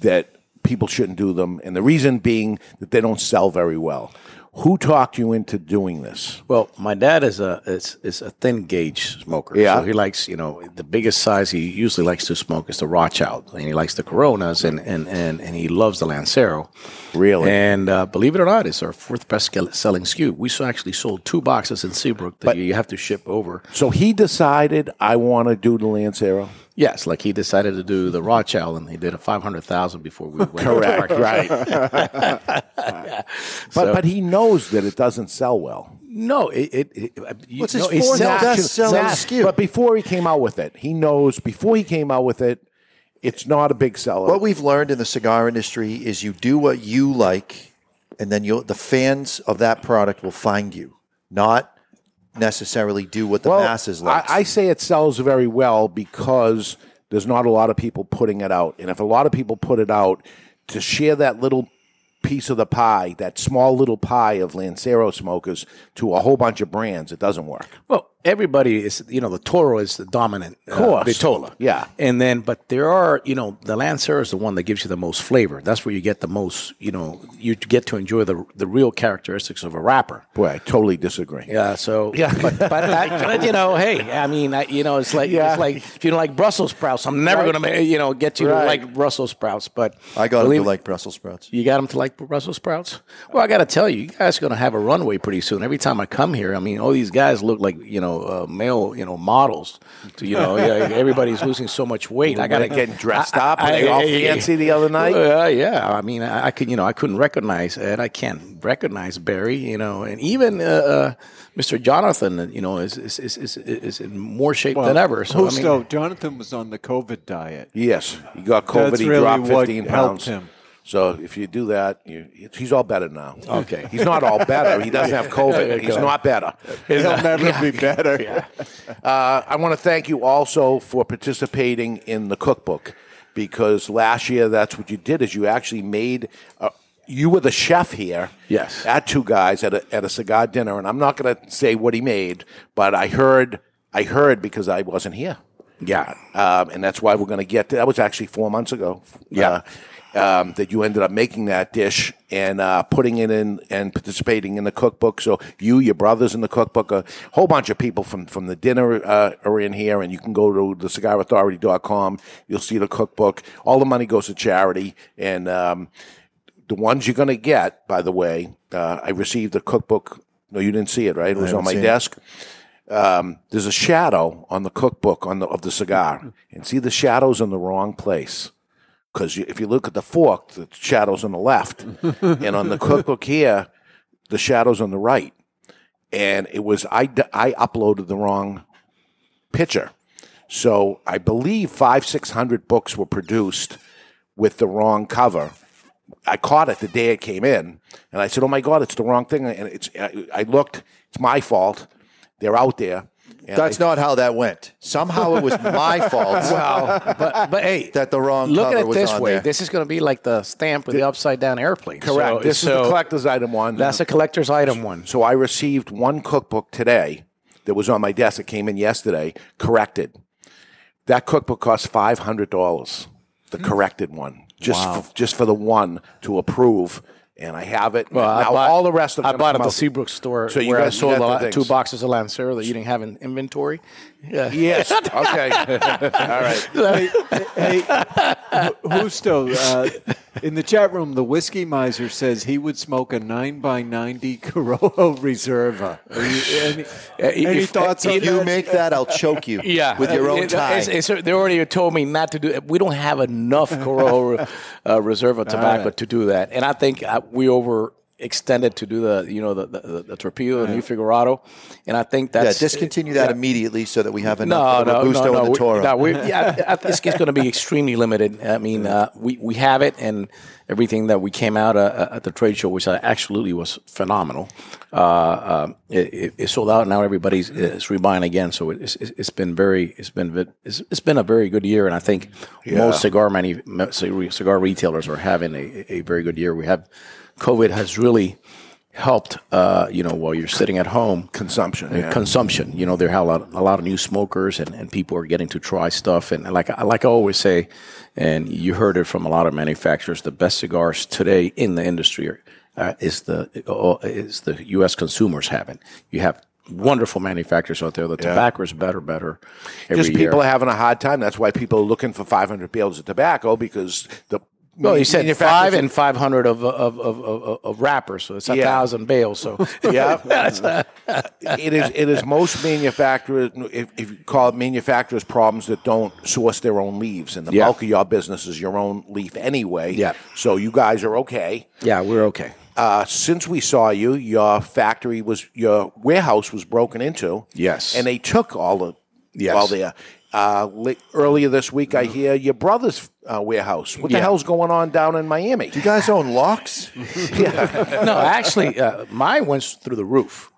[SPEAKER 2] that people shouldn't do them, and the reason being that they don't sell very well. Who talked you into doing this?
[SPEAKER 10] Well, my dad is a is, is a thin gauge smoker.
[SPEAKER 2] Yeah.
[SPEAKER 10] So he likes, you know, the biggest size he usually likes to smoke is the Rothschild, and he likes the Coronas, and and and, and he loves the Lancero.
[SPEAKER 2] Really?
[SPEAKER 10] And uh, believe it or not, it's our fourth best sell- selling SKU. We so- actually sold two boxes in Seabrook that you have to ship over.
[SPEAKER 2] So he decided I
[SPEAKER 10] (laughs)
[SPEAKER 2] want to do the Lancero.
[SPEAKER 10] Yes, like he decided to do the Rothschild, and he did a five hundred thousand before we went.
[SPEAKER 2] Correct,
[SPEAKER 10] to
[SPEAKER 2] right.
[SPEAKER 10] market. (laughs)
[SPEAKER 2] But but he knows that it doesn't sell well.
[SPEAKER 10] no, it. it, it you,
[SPEAKER 3] What's his
[SPEAKER 10] no, it
[SPEAKER 3] fourth
[SPEAKER 10] sells-
[SPEAKER 3] best selling
[SPEAKER 10] sells-
[SPEAKER 3] SKU?
[SPEAKER 2] But before he came out with it, he knows before he came out with it, it's not a big seller.
[SPEAKER 3] What we've learned in the cigar industry is you do what you like, and then you'll, the fans of that product will find you, not necessarily do what the masses like.
[SPEAKER 2] I, I say it sells very well because there's not a lot of people putting it out. And if a lot of people put it out to share that little piece of the pie, that small little pie of Lancero smokers to a whole bunch of brands, it doesn't work.
[SPEAKER 10] Well, everybody is, you know, the Toro is the dominant uh,
[SPEAKER 2] Course.
[SPEAKER 10] Vitola.
[SPEAKER 2] Yeah.
[SPEAKER 10] And then, but there are, you know, the Lancero is the one that gives you the most flavor. That's where you get the most, you know, you get to enjoy the the real characteristics of a wrapper.
[SPEAKER 2] Boy, I totally disagree.
[SPEAKER 10] Yeah. So,
[SPEAKER 3] (laughs)
[SPEAKER 10] yeah. But, but, I, but you know, hey, I mean, I, you know, it's like, it's like if you don't like Brussels sprouts, I'm never
[SPEAKER 3] Right.
[SPEAKER 10] going to, you know, get you
[SPEAKER 3] Right.
[SPEAKER 10] to like Brussels sprouts. But
[SPEAKER 3] I got him
[SPEAKER 10] believe-
[SPEAKER 3] to like Brussels sprouts.
[SPEAKER 10] You got them to like Brussels sprouts? Well, I got to tell you, you guys are going to have a runway pretty soon. Every time I come here, I mean, all these guys look like you know uh, male, you know, models. To, you know, yeah, (laughs) everybody's losing so much weight. I got to
[SPEAKER 2] Getting dressed up, were they all fancy the other night?
[SPEAKER 10] Uh, yeah, I mean, I, I could, you know, I couldn't recognize Ed. I can't recognize Barry, you know, and even uh, uh, Mr. Jonathan, you know, is is, is, is is in more shape than ever. So I mean,
[SPEAKER 4] Gusto, Jonathan was on the COVID diet.
[SPEAKER 2] Yes, he got COVID.
[SPEAKER 4] That's
[SPEAKER 2] he
[SPEAKER 4] really
[SPEAKER 2] dropped
[SPEAKER 4] what
[SPEAKER 2] 15
[SPEAKER 4] helped
[SPEAKER 2] pounds.
[SPEAKER 4] him.
[SPEAKER 2] So if you do that, you, he's all better now.
[SPEAKER 10] Okay.
[SPEAKER 2] he's not all better. He doesn't
[SPEAKER 10] (laughs)
[SPEAKER 2] have COVID. He's
[SPEAKER 10] Okay.
[SPEAKER 2] not better.
[SPEAKER 10] He'll never
[SPEAKER 2] Yeah.
[SPEAKER 10] be
[SPEAKER 2] (laughs)
[SPEAKER 10] better.
[SPEAKER 2] Uh, I want to thank you also for participating in the cookbook because last year that's what you did is you actually made. A, you were the chef here.
[SPEAKER 10] Yes.
[SPEAKER 2] At two guys at a at a cigar dinner, and I'm not going to say what he made, but I heard I heard because I wasn't here.
[SPEAKER 10] Yeah.
[SPEAKER 2] Um, and that's why we're going to get to that. Was actually four months ago. Yeah. um, that you ended up making that dish and uh, putting it in and participating in the cookbook. So you, your brothers in the cookbook, a whole bunch of people from, from the dinner uh, are in here, and you can go to thecigarauthority.com. You'll see the cookbook. All the money goes to charity, and um, the ones you're going to get, by the way, uh, I received a cookbook. No, you didn't see it, right? It
[SPEAKER 3] I
[SPEAKER 2] was on
[SPEAKER 3] haven't
[SPEAKER 2] my
[SPEAKER 3] seen it.
[SPEAKER 2] desk. Um, there's a shadow on the cookbook on the, of the cigar, and see the shadows in the wrong place. Because if you look at the fork, the shadow's on the left, and on the cookbook here, the shadow's on the right. And it was I, d- I uploaded the wrong picture, so I believe five six hundred books were produced with the wrong cover. I caught it the day it came in, and I said, "Oh my God, it's the wrong thing." And it's I, I looked; it's my fault. They're out there,
[SPEAKER 3] That's not how that went. Somehow it
[SPEAKER 2] (laughs)
[SPEAKER 3] was my fault.
[SPEAKER 10] Wow. Oh, But, but hey,
[SPEAKER 3] that the wrong
[SPEAKER 10] Look
[SPEAKER 3] cover
[SPEAKER 10] at it
[SPEAKER 3] was
[SPEAKER 10] this
[SPEAKER 3] on
[SPEAKER 10] way.
[SPEAKER 3] there.
[SPEAKER 10] This is going to be like the stamp of the upside down airplane.
[SPEAKER 2] Correct.
[SPEAKER 10] So-
[SPEAKER 2] this is the
[SPEAKER 10] so-
[SPEAKER 2] collector's item one.
[SPEAKER 10] That's a collector's item one.
[SPEAKER 2] So I received one cookbook today that was on my desk. It came in yesterday, corrected. That cookbook cost five hundred dollars. The corrected one, just
[SPEAKER 10] Hmm. Wow.
[SPEAKER 2] for, just for the one to approve, and I have it.
[SPEAKER 10] Well, I
[SPEAKER 2] now
[SPEAKER 10] bought-
[SPEAKER 2] all the rest of
[SPEAKER 10] I bought at the Seabrook store.
[SPEAKER 2] So you
[SPEAKER 10] where I
[SPEAKER 2] guys sold
[SPEAKER 10] got
[SPEAKER 2] a
[SPEAKER 10] the
[SPEAKER 2] lot
[SPEAKER 10] la- two boxes of Lancero that you didn't have in inventory. Yeah. (laughs)
[SPEAKER 2] Yes. Okay. All right.
[SPEAKER 4] hey, who- Husto, uh, in the chat room, the whiskey miser says he would smoke a nine by ninety Corojo Reserva. Are you- any any thoughts on
[SPEAKER 3] Uh, you make that, I'll choke you.
[SPEAKER 4] Yeah.
[SPEAKER 3] With your own
[SPEAKER 10] It-
[SPEAKER 3] tie.
[SPEAKER 10] it's- it's- they already told me not to do it. We don't have enough Corojo uh, Reserva tobacco
[SPEAKER 4] right.
[SPEAKER 10] to do that, and I think uh we overextended to do the you know the the, the, the torpedo and new Figurado, and I think that's
[SPEAKER 3] yeah, discontinue that
[SPEAKER 10] Yeah.
[SPEAKER 3] immediately so that we have
[SPEAKER 10] No,
[SPEAKER 3] enough for
[SPEAKER 10] no,
[SPEAKER 3] Robusto
[SPEAKER 10] no, no,
[SPEAKER 3] and the
[SPEAKER 10] we-
[SPEAKER 3] Toro.
[SPEAKER 10] no,
[SPEAKER 3] (laughs)
[SPEAKER 10] we-
[SPEAKER 2] (laughs)
[SPEAKER 10] yeah, I, I think it's going to be extremely limited. I mean, uh, we we have it, and everything that we came out uh, uh, at the trade show, which uh, absolutely was phenomenal. Uh, uh, it, it, it sold out now. Everybody's is rebuying again, so it's, it's it's been very it's been ve- it's, it's been a very good year, and I think
[SPEAKER 2] Yeah.
[SPEAKER 10] most cigar many cigar retailers are having a, a very good year. We have COVID has really helped uh, you know while you're sitting at home
[SPEAKER 2] consumption
[SPEAKER 10] uh,
[SPEAKER 2] yeah.
[SPEAKER 10] consumption you know there are a lot, a lot of new smokers and, and people are getting to try stuff and like I like I always say and you heard it from a lot of manufacturers the best cigars today in the industry are, uh, is the uh, is the US consumers having you have wonderful manufacturers out there the
[SPEAKER 2] Yeah.
[SPEAKER 10] tobacco is better better every
[SPEAKER 2] Just people
[SPEAKER 10] year.
[SPEAKER 2] are having a hard time. That's why people are looking for five hundred bales of tobacco because the
[SPEAKER 10] well, you said
[SPEAKER 2] manufacturers-
[SPEAKER 10] five and five hundred of of, of of of wrappers, so it's a
[SPEAKER 2] Yeah.
[SPEAKER 10] thousand bales. So
[SPEAKER 2] (laughs) Yeah.
[SPEAKER 10] (laughs) That's, uh,
[SPEAKER 2] it is it is most manufacturers if, if you call it manufacturers problems that don't source their own leaves and the
[SPEAKER 10] Yeah.
[SPEAKER 2] bulk of your business is your own leaf anyway
[SPEAKER 10] Yeah.
[SPEAKER 2] so you guys are okay
[SPEAKER 10] yeah, we're okay.
[SPEAKER 2] uh, since we saw you your factory was your warehouse was broken into
[SPEAKER 10] Yes.
[SPEAKER 2] and they took all the
[SPEAKER 10] Yes.
[SPEAKER 2] all there uh, li- earlier this week I hear your brother's uh, warehouse what the
[SPEAKER 10] Yeah.
[SPEAKER 2] hell's going on down in Miami do you
[SPEAKER 3] guys own
[SPEAKER 10] (laughs)
[SPEAKER 3] locks
[SPEAKER 10] no, actually, uh, mine went through the roof.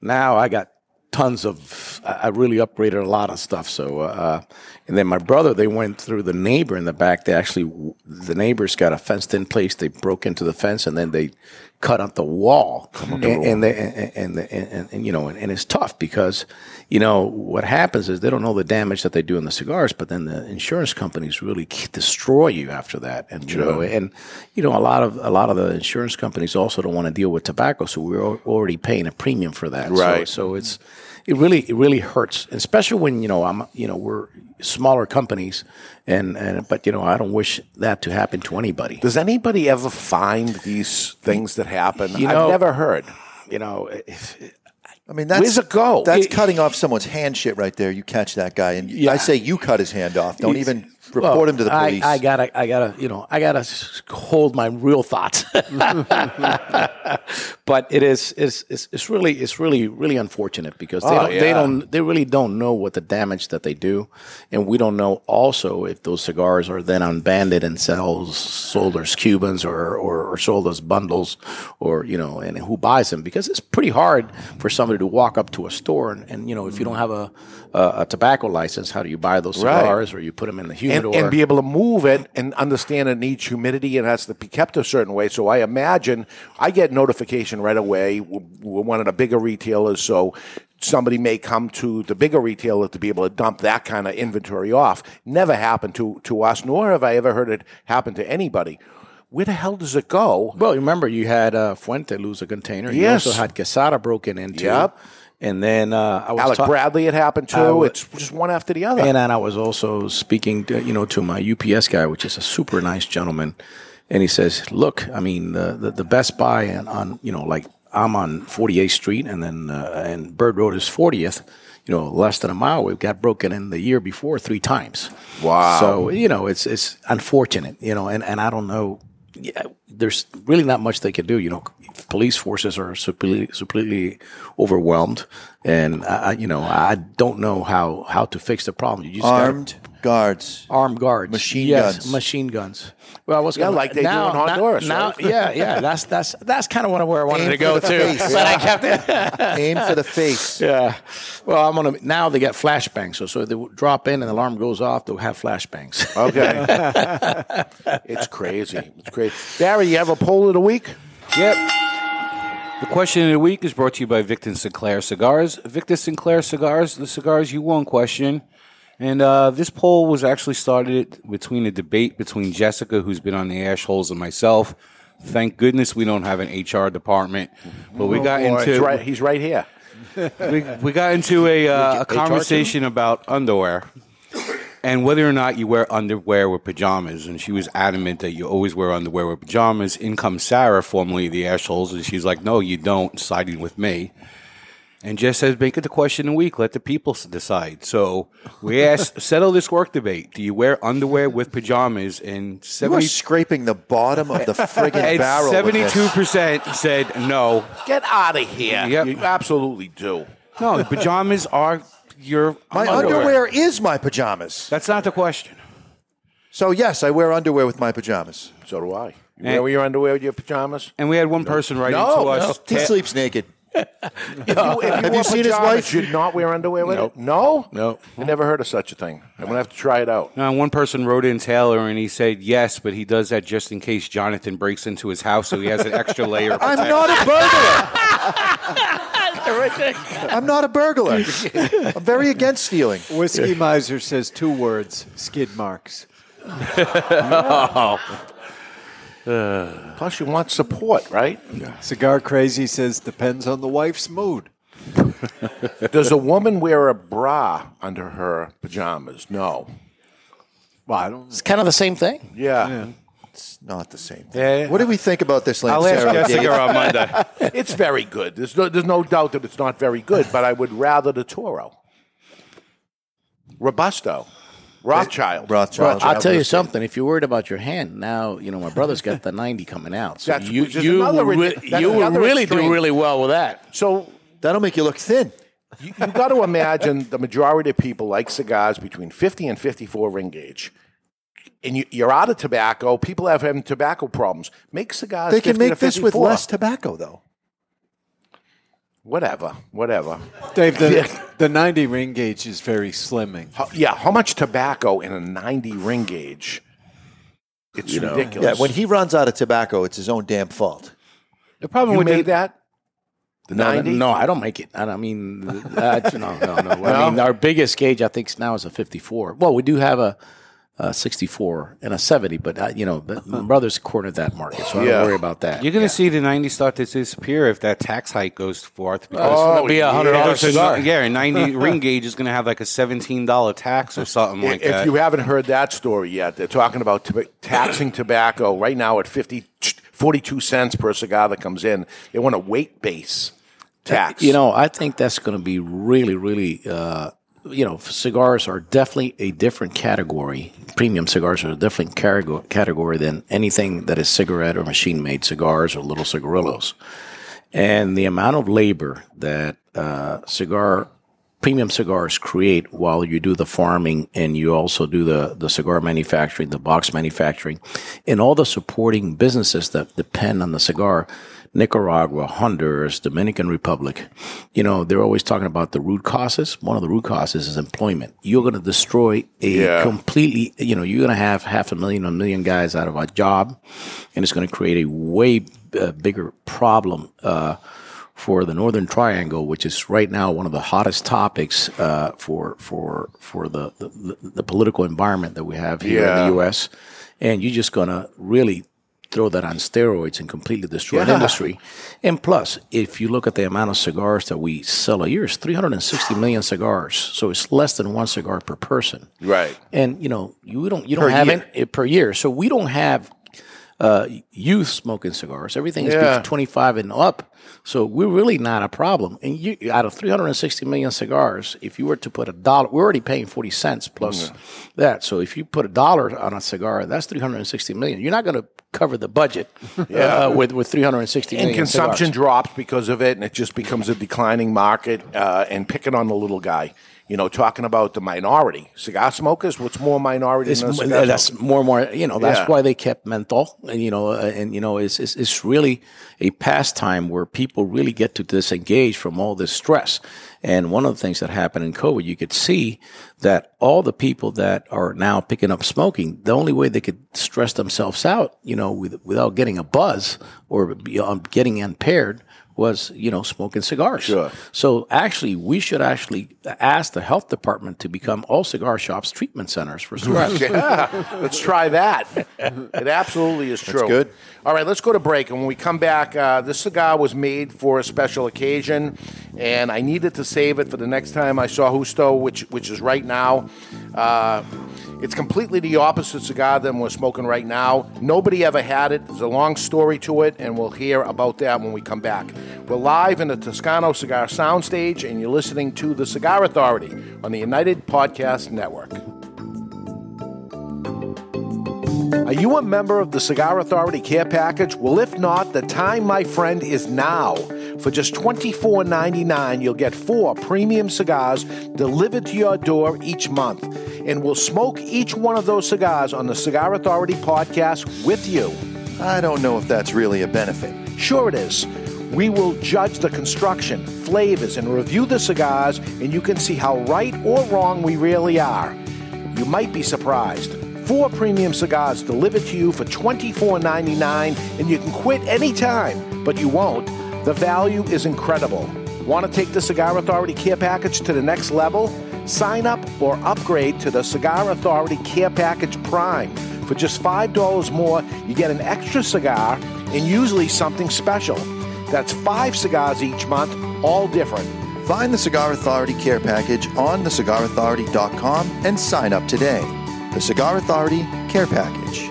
[SPEAKER 10] Now I got tons of. I I really upgraded a lot of stuff. So, uh, and then my brother, they went through the neighbor in the back. They actually, the neighbors got a fenced in place. They broke into the fence and then they cut up the wall. And, and they and and, and, and, and you know, and, and it's tough because you know what happens is they don't know the damage that they do in the cigars, but then the insurance companies really k- destroy you after that. And you know,
[SPEAKER 2] Sure.
[SPEAKER 10] and you know, a lot of a lot of the insurance companies also don't want to deal with tobacco, so we're al- already paying a premium for that. So-
[SPEAKER 2] Right.
[SPEAKER 10] So, it's it really it really hurts, especially when you know I'm you know we're smaller companies, and and but you know I don't wish that to happen to anybody.
[SPEAKER 2] does anybody ever find these things that happen
[SPEAKER 10] You
[SPEAKER 2] I've
[SPEAKER 10] know-
[SPEAKER 2] never heard
[SPEAKER 10] you know if,
[SPEAKER 3] I mean, that's,
[SPEAKER 2] Where's it go?
[SPEAKER 3] That's
[SPEAKER 2] It-
[SPEAKER 3] cutting off someone's hand shit right there. You catch that guy, and I say you cut his hand off. Don't
[SPEAKER 10] He's-
[SPEAKER 3] even report
[SPEAKER 10] Well,
[SPEAKER 3] him to the
[SPEAKER 10] I-
[SPEAKER 3] police.
[SPEAKER 10] I, gotta, I gotta, you know, I gotta s- hold my real
[SPEAKER 3] (laughs)
[SPEAKER 10] thoughts. (laughs) but it is, it's, it's, it's really, it's really, really unfortunate because they,
[SPEAKER 2] Oh,
[SPEAKER 10] don't, they
[SPEAKER 2] yeah.
[SPEAKER 10] don't, they really don't know what the damage that they do, and we don't know also if those cigars are then unbanded and sells sold as Cubans or, or or sold as bundles, or you know, and who buys them because it's pretty hard for somebody to walk up to a store and, and you know if you don't have a a, a tobacco license, how do you buy those
[SPEAKER 2] Right.
[SPEAKER 10] cigars or you put them in the
[SPEAKER 2] and,
[SPEAKER 10] humidor?
[SPEAKER 2] and be able to move it and understand it needs humidity and has to be kept a certain way. So I imagine I get notification right away. We're, we're one of the bigger retailers, so somebody may come to the bigger retailer to be able to dump that kind of inventory off. Never happened to to us, nor have I ever heard it happen to anybody. Where the hell does it go?
[SPEAKER 10] Well, remember you had uh, Fuente lose a container.
[SPEAKER 2] Yes.
[SPEAKER 10] You also had Quesada broken into.
[SPEAKER 2] Yep.
[SPEAKER 10] And then uh, I was
[SPEAKER 2] Alec
[SPEAKER 10] ta-
[SPEAKER 2] Bradley, it happened
[SPEAKER 10] I
[SPEAKER 2] to.
[SPEAKER 10] wa-
[SPEAKER 2] It's just one after the other.
[SPEAKER 10] And then I was also speaking, to, you know, to my UPS guy, which is a super nice gentleman, and he says, "Look, I mean, the the, the Best Buy and on, you know, like I'm on 48th Street, and then uh, and Bird Road is 40th. You know, less than a mile. We got broken in the year before three times.
[SPEAKER 2] Wow.
[SPEAKER 10] So you know, it's it's unfortunate, you know, and and I don't know." Yeah, there's really not much they can do. You know, police forces are completely, completely overwhelmed, and I, I- you know, I don't know how how to fix the problem. You just gotta
[SPEAKER 3] Armed guards,
[SPEAKER 10] armed guards,
[SPEAKER 3] machine
[SPEAKER 10] yes,
[SPEAKER 3] guns.
[SPEAKER 10] machine guns. Well, I was
[SPEAKER 3] Yeah,
[SPEAKER 10] gonna,
[SPEAKER 3] like they do
[SPEAKER 10] now,
[SPEAKER 3] in Honduras,
[SPEAKER 10] Now,
[SPEAKER 3] right?
[SPEAKER 10] now- yeah, yeah, that's that's that's kind of where I wanted
[SPEAKER 3] Aim
[SPEAKER 10] to go
[SPEAKER 3] for
[SPEAKER 10] too,
[SPEAKER 3] the face.
[SPEAKER 10] but I
[SPEAKER 3] Yeah.
[SPEAKER 10] kept it.
[SPEAKER 3] (laughs) Aim for the
[SPEAKER 10] (laughs)
[SPEAKER 3] face.
[SPEAKER 10] Yeah. Well, I'm gonna now they got flashbangs, so so they will drop in and the alarm goes off. They'll have flashbangs. (laughs)
[SPEAKER 2] Okay. it's crazy. It's crazy. Barry, you have a poll of the week?
[SPEAKER 5] Yep. The question of the week is brought to you by Victor Sinclair Cigars. Victor Sinclair Cigars, the cigars you won't question. And uh, this poll was actually started between a debate between Jessica, who's been on the ash holes, and myself. Thank goodness we don't have an HR department, but we
[SPEAKER 2] Oh,
[SPEAKER 5] got
[SPEAKER 2] boy.
[SPEAKER 5] into
[SPEAKER 2] He's right, he's right here.
[SPEAKER 5] (laughs) we, we got into a, uh, a conversation about underwear and whether or not you wear underwear with pajamas. And she was adamant that you always wear underwear with pajamas. In comes Sarah, formerly the assholes, and she's like, "No, you don't," siding with me. And Jess says, "Make it the question of the week. Let the people s- decide." So we
[SPEAKER 3] (laughs)
[SPEAKER 5] asked, "Settle this work debate. Do you wear underwear with pajamas?" And
[SPEAKER 3] You are
[SPEAKER 5] seventy
[SPEAKER 3] scraping the bottom of the
[SPEAKER 5] (laughs)
[SPEAKER 3] friggin' barrel. with this.
[SPEAKER 5] Seventy-two percent said no.
[SPEAKER 2] Get out of here.
[SPEAKER 5] Yep.
[SPEAKER 2] You absolutely do.
[SPEAKER 5] No,
[SPEAKER 3] (laughs)
[SPEAKER 5] pajamas are your
[SPEAKER 3] My underwear is my pajamas.
[SPEAKER 5] That's not the question.
[SPEAKER 3] So yes, I wear underwear with my pajamas.
[SPEAKER 2] So do I. You
[SPEAKER 3] And-
[SPEAKER 2] wear your underwear with your pajamas?
[SPEAKER 5] And we had one person writing
[SPEAKER 2] No,
[SPEAKER 5] to us.
[SPEAKER 2] no. He sleeps
[SPEAKER 3] naked.
[SPEAKER 2] If you, if you
[SPEAKER 3] Have
[SPEAKER 2] wore
[SPEAKER 3] you seen his
[SPEAKER 2] pajamas,
[SPEAKER 3] wife?
[SPEAKER 2] You'd not wear underwear with it? No? No. I never heard of such a thing. I'm going to have to try it out.
[SPEAKER 5] Now, one person wrote in Taylor and he said yes, but he does that just in case Jonathan breaks into his house, so he has an extra
[SPEAKER 2] (laughs)
[SPEAKER 5] layer. Of
[SPEAKER 3] I'm
[SPEAKER 5] protection.
[SPEAKER 3] not a burglar. I'm not a burglar. I'm very against stealing.
[SPEAKER 4] Whiskey Miser says two words skid marks.
[SPEAKER 5] (laughs) Oh.
[SPEAKER 2] Uh, Plus, you want support, right?
[SPEAKER 4] Cigar Crazy says depends on the wife's mood.
[SPEAKER 2] Does a woman wear a bra under her pajamas? No.
[SPEAKER 4] Well, I don't.
[SPEAKER 10] It's kind of the same thing.
[SPEAKER 2] Yeah.
[SPEAKER 3] It's not the same.
[SPEAKER 5] Thing.
[SPEAKER 3] What do we think about this, Lance?
[SPEAKER 2] it's very good. There's no, there's no doubt that it's not very good, but I would rather the Toro. Robusto. Rothschild.
[SPEAKER 3] Rothschild.
[SPEAKER 10] I'll tell you something. If you're worried about your hand, now you know my brother's got the 90 coming out. So
[SPEAKER 2] That's-
[SPEAKER 10] you
[SPEAKER 2] which is
[SPEAKER 10] you,
[SPEAKER 2] another
[SPEAKER 10] would,
[SPEAKER 2] ex-
[SPEAKER 10] re-
[SPEAKER 2] that's
[SPEAKER 10] you would
[SPEAKER 2] another
[SPEAKER 10] really
[SPEAKER 2] extreme.
[SPEAKER 10] do really well with that.
[SPEAKER 2] So
[SPEAKER 3] that'll make you look thin.
[SPEAKER 2] You, you got to imagine the majority of people like cigars between 50 and 54 ring gauge. And you, you're out of tobacco. People have having tobacco problems. Make cigars.
[SPEAKER 3] (laughs) They can
[SPEAKER 2] 50 to
[SPEAKER 3] make this with
[SPEAKER 2] 54.
[SPEAKER 3] less tobacco, though.
[SPEAKER 2] Whatever, whatever.
[SPEAKER 4] Dave, the, the 90 ring gauge is very slimming.
[SPEAKER 2] How, yeah, how much tobacco in a 90 ring gauge? It's ridiculous.
[SPEAKER 3] Yeah, when he runs out of tobacco, it's his own damn fault.
[SPEAKER 5] The
[SPEAKER 2] problem You with made the- that? The
[SPEAKER 10] no,
[SPEAKER 2] 90?
[SPEAKER 10] No, I don't make it. I don't I mean, uh, no, no, no. I
[SPEAKER 2] No?
[SPEAKER 10] mean, our biggest gauge I think now is a 54. Well, we do have a, a 64 and a 70, but uh, you know,
[SPEAKER 2] (laughs)
[SPEAKER 10] but my brother's cornered that market, so I
[SPEAKER 5] Yeah.
[SPEAKER 10] don't worry about that.
[SPEAKER 5] You're going to see the 90 start to disappear if that tax hike goes forth.
[SPEAKER 10] Oh, it'll be a $100
[SPEAKER 5] because-
[SPEAKER 10] cigar.
[SPEAKER 5] Yeah,
[SPEAKER 2] (laughs)
[SPEAKER 5] a 90 ring gauge is going to have like a $17 tax or something like
[SPEAKER 2] if
[SPEAKER 5] that.
[SPEAKER 2] you haven't heard that story yet, they're talking about toba- taxing tobacco right now at 50, 42 cents per cigar that comes in. They want a weight base tax.
[SPEAKER 10] You know, I think that's going to be really, really. Uh, you know, cigars are definitely a different category. Premium cigars are a different cargo- category than anything that is cigarette or machine made cigars or little cigarillos. And the amount of labor that uh, cigar premium cigars create while you do the farming and you also do the, the cigar manufacturing, the box manufacturing, and all the supporting businesses that depend on the cigar. Nicaragua, Honduras, Dominican Republic, you know, they're always talking about the root causes. One of the root causes is employment. You're going to destroy a
[SPEAKER 11] Yeah.
[SPEAKER 10] completely, you know, you're going to have half a million, a million guys out of a job, and it's going to create a way uh, bigger problem. Uh, for the Northern Triangle, which is right now one of the hottest topics uh, for for for the, the the political environment that we have here
[SPEAKER 11] Yeah.
[SPEAKER 10] in the U.S. And you're just gonna really throw that on steroids and completely destroy an
[SPEAKER 11] Yeah.
[SPEAKER 10] industry. And plus, if you look at the amount of cigars that we sell a year, it's 360 million cigars. So it's less than one cigar per person.
[SPEAKER 2] Right.
[SPEAKER 10] And you know, you don't you
[SPEAKER 11] Per
[SPEAKER 10] don't have
[SPEAKER 11] year.
[SPEAKER 10] it per year. So we don't have uh, youth smoking cigars. Everything is
[SPEAKER 11] Yeah.
[SPEAKER 10] 25 and up. So we're really not a problem. And you, out of 360 million cigars, if you were to put a dollar, we're already paying 40 cents plus
[SPEAKER 11] Yeah.
[SPEAKER 10] that. So if you put a dollar on a cigar, that's 360 million. You're not going to cover the budget
[SPEAKER 2] Yeah.
[SPEAKER 10] uh, with with 360 million
[SPEAKER 2] and consumption
[SPEAKER 10] cigars.
[SPEAKER 2] drops because of it, and it just becomes a declining market. Uh, and picking on the little guy, you know, talking about the minority cigar smokers. What's more minority
[SPEAKER 10] It's
[SPEAKER 2] than a
[SPEAKER 10] mo-
[SPEAKER 2] cigar
[SPEAKER 10] that's
[SPEAKER 2] smoker?
[SPEAKER 10] more and more. You know, that's
[SPEAKER 2] Yeah.
[SPEAKER 10] why they kept menthol, and you know, uh, and you know, it's, it's it's really a pastime where people really get to disengage from all this stress. And one of the things that happened in COVID, you could see that all the people that are now picking up smoking, the only way they could stress themselves out, you know, with, without getting a buzz or be- um, getting impaired, was you know smoking cigars. Sure. So actually, we should actually ask the health department to become all cigar shops treatment centers for stress.
[SPEAKER 2] (laughs) yeah, let's try that. It absolutely is true.
[SPEAKER 10] good.
[SPEAKER 2] All right, let's go to break. And when we come back, uh, this cigar was made for a special occasion, and I needed to save it for the next time I saw Husto, which which is right now. Uh, it's completely the opposite cigar than we're smoking right now. Nobody ever had it. There's a long story to it, and we'll hear about that when we come back. We're live in the Toscano Cigar Soundstage, and you're listening to The Cigar Authority on the United Podcast Network. Are you a member of the Cigar Authority Care Package? Well, if not, the time, my friend, is now. For just $24.99, you'll get four premium cigars delivered to your door each month. And we'll smoke each one of those cigars on the Cigar Authority podcast with you.
[SPEAKER 3] I don't know if that's really a benefit.
[SPEAKER 2] Sure, it is. We will judge the construction, flavors, and review the cigars, and you can see how right or wrong we really are. You might be surprised. Four premium cigars delivered to you for $24.99, and you can quit anytime, but you won't. The value is incredible. Want to take the Cigar Authority Care Package to the next level? Sign up or upgrade to the Cigar Authority Care Package Prime. For just $5 more, you get an extra cigar and usually something special. That's five cigars each month, all different.
[SPEAKER 3] Find the Cigar Authority Care Package on thecigarauthority.com and sign up today. The Cigar Authority Care Package.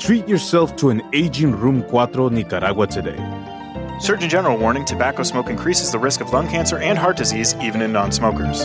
[SPEAKER 11] Treat yourself to an aging Room 4 Nicaragua today.
[SPEAKER 7] Surgeon General warning tobacco smoke increases the risk of lung cancer and heart disease even in non smokers.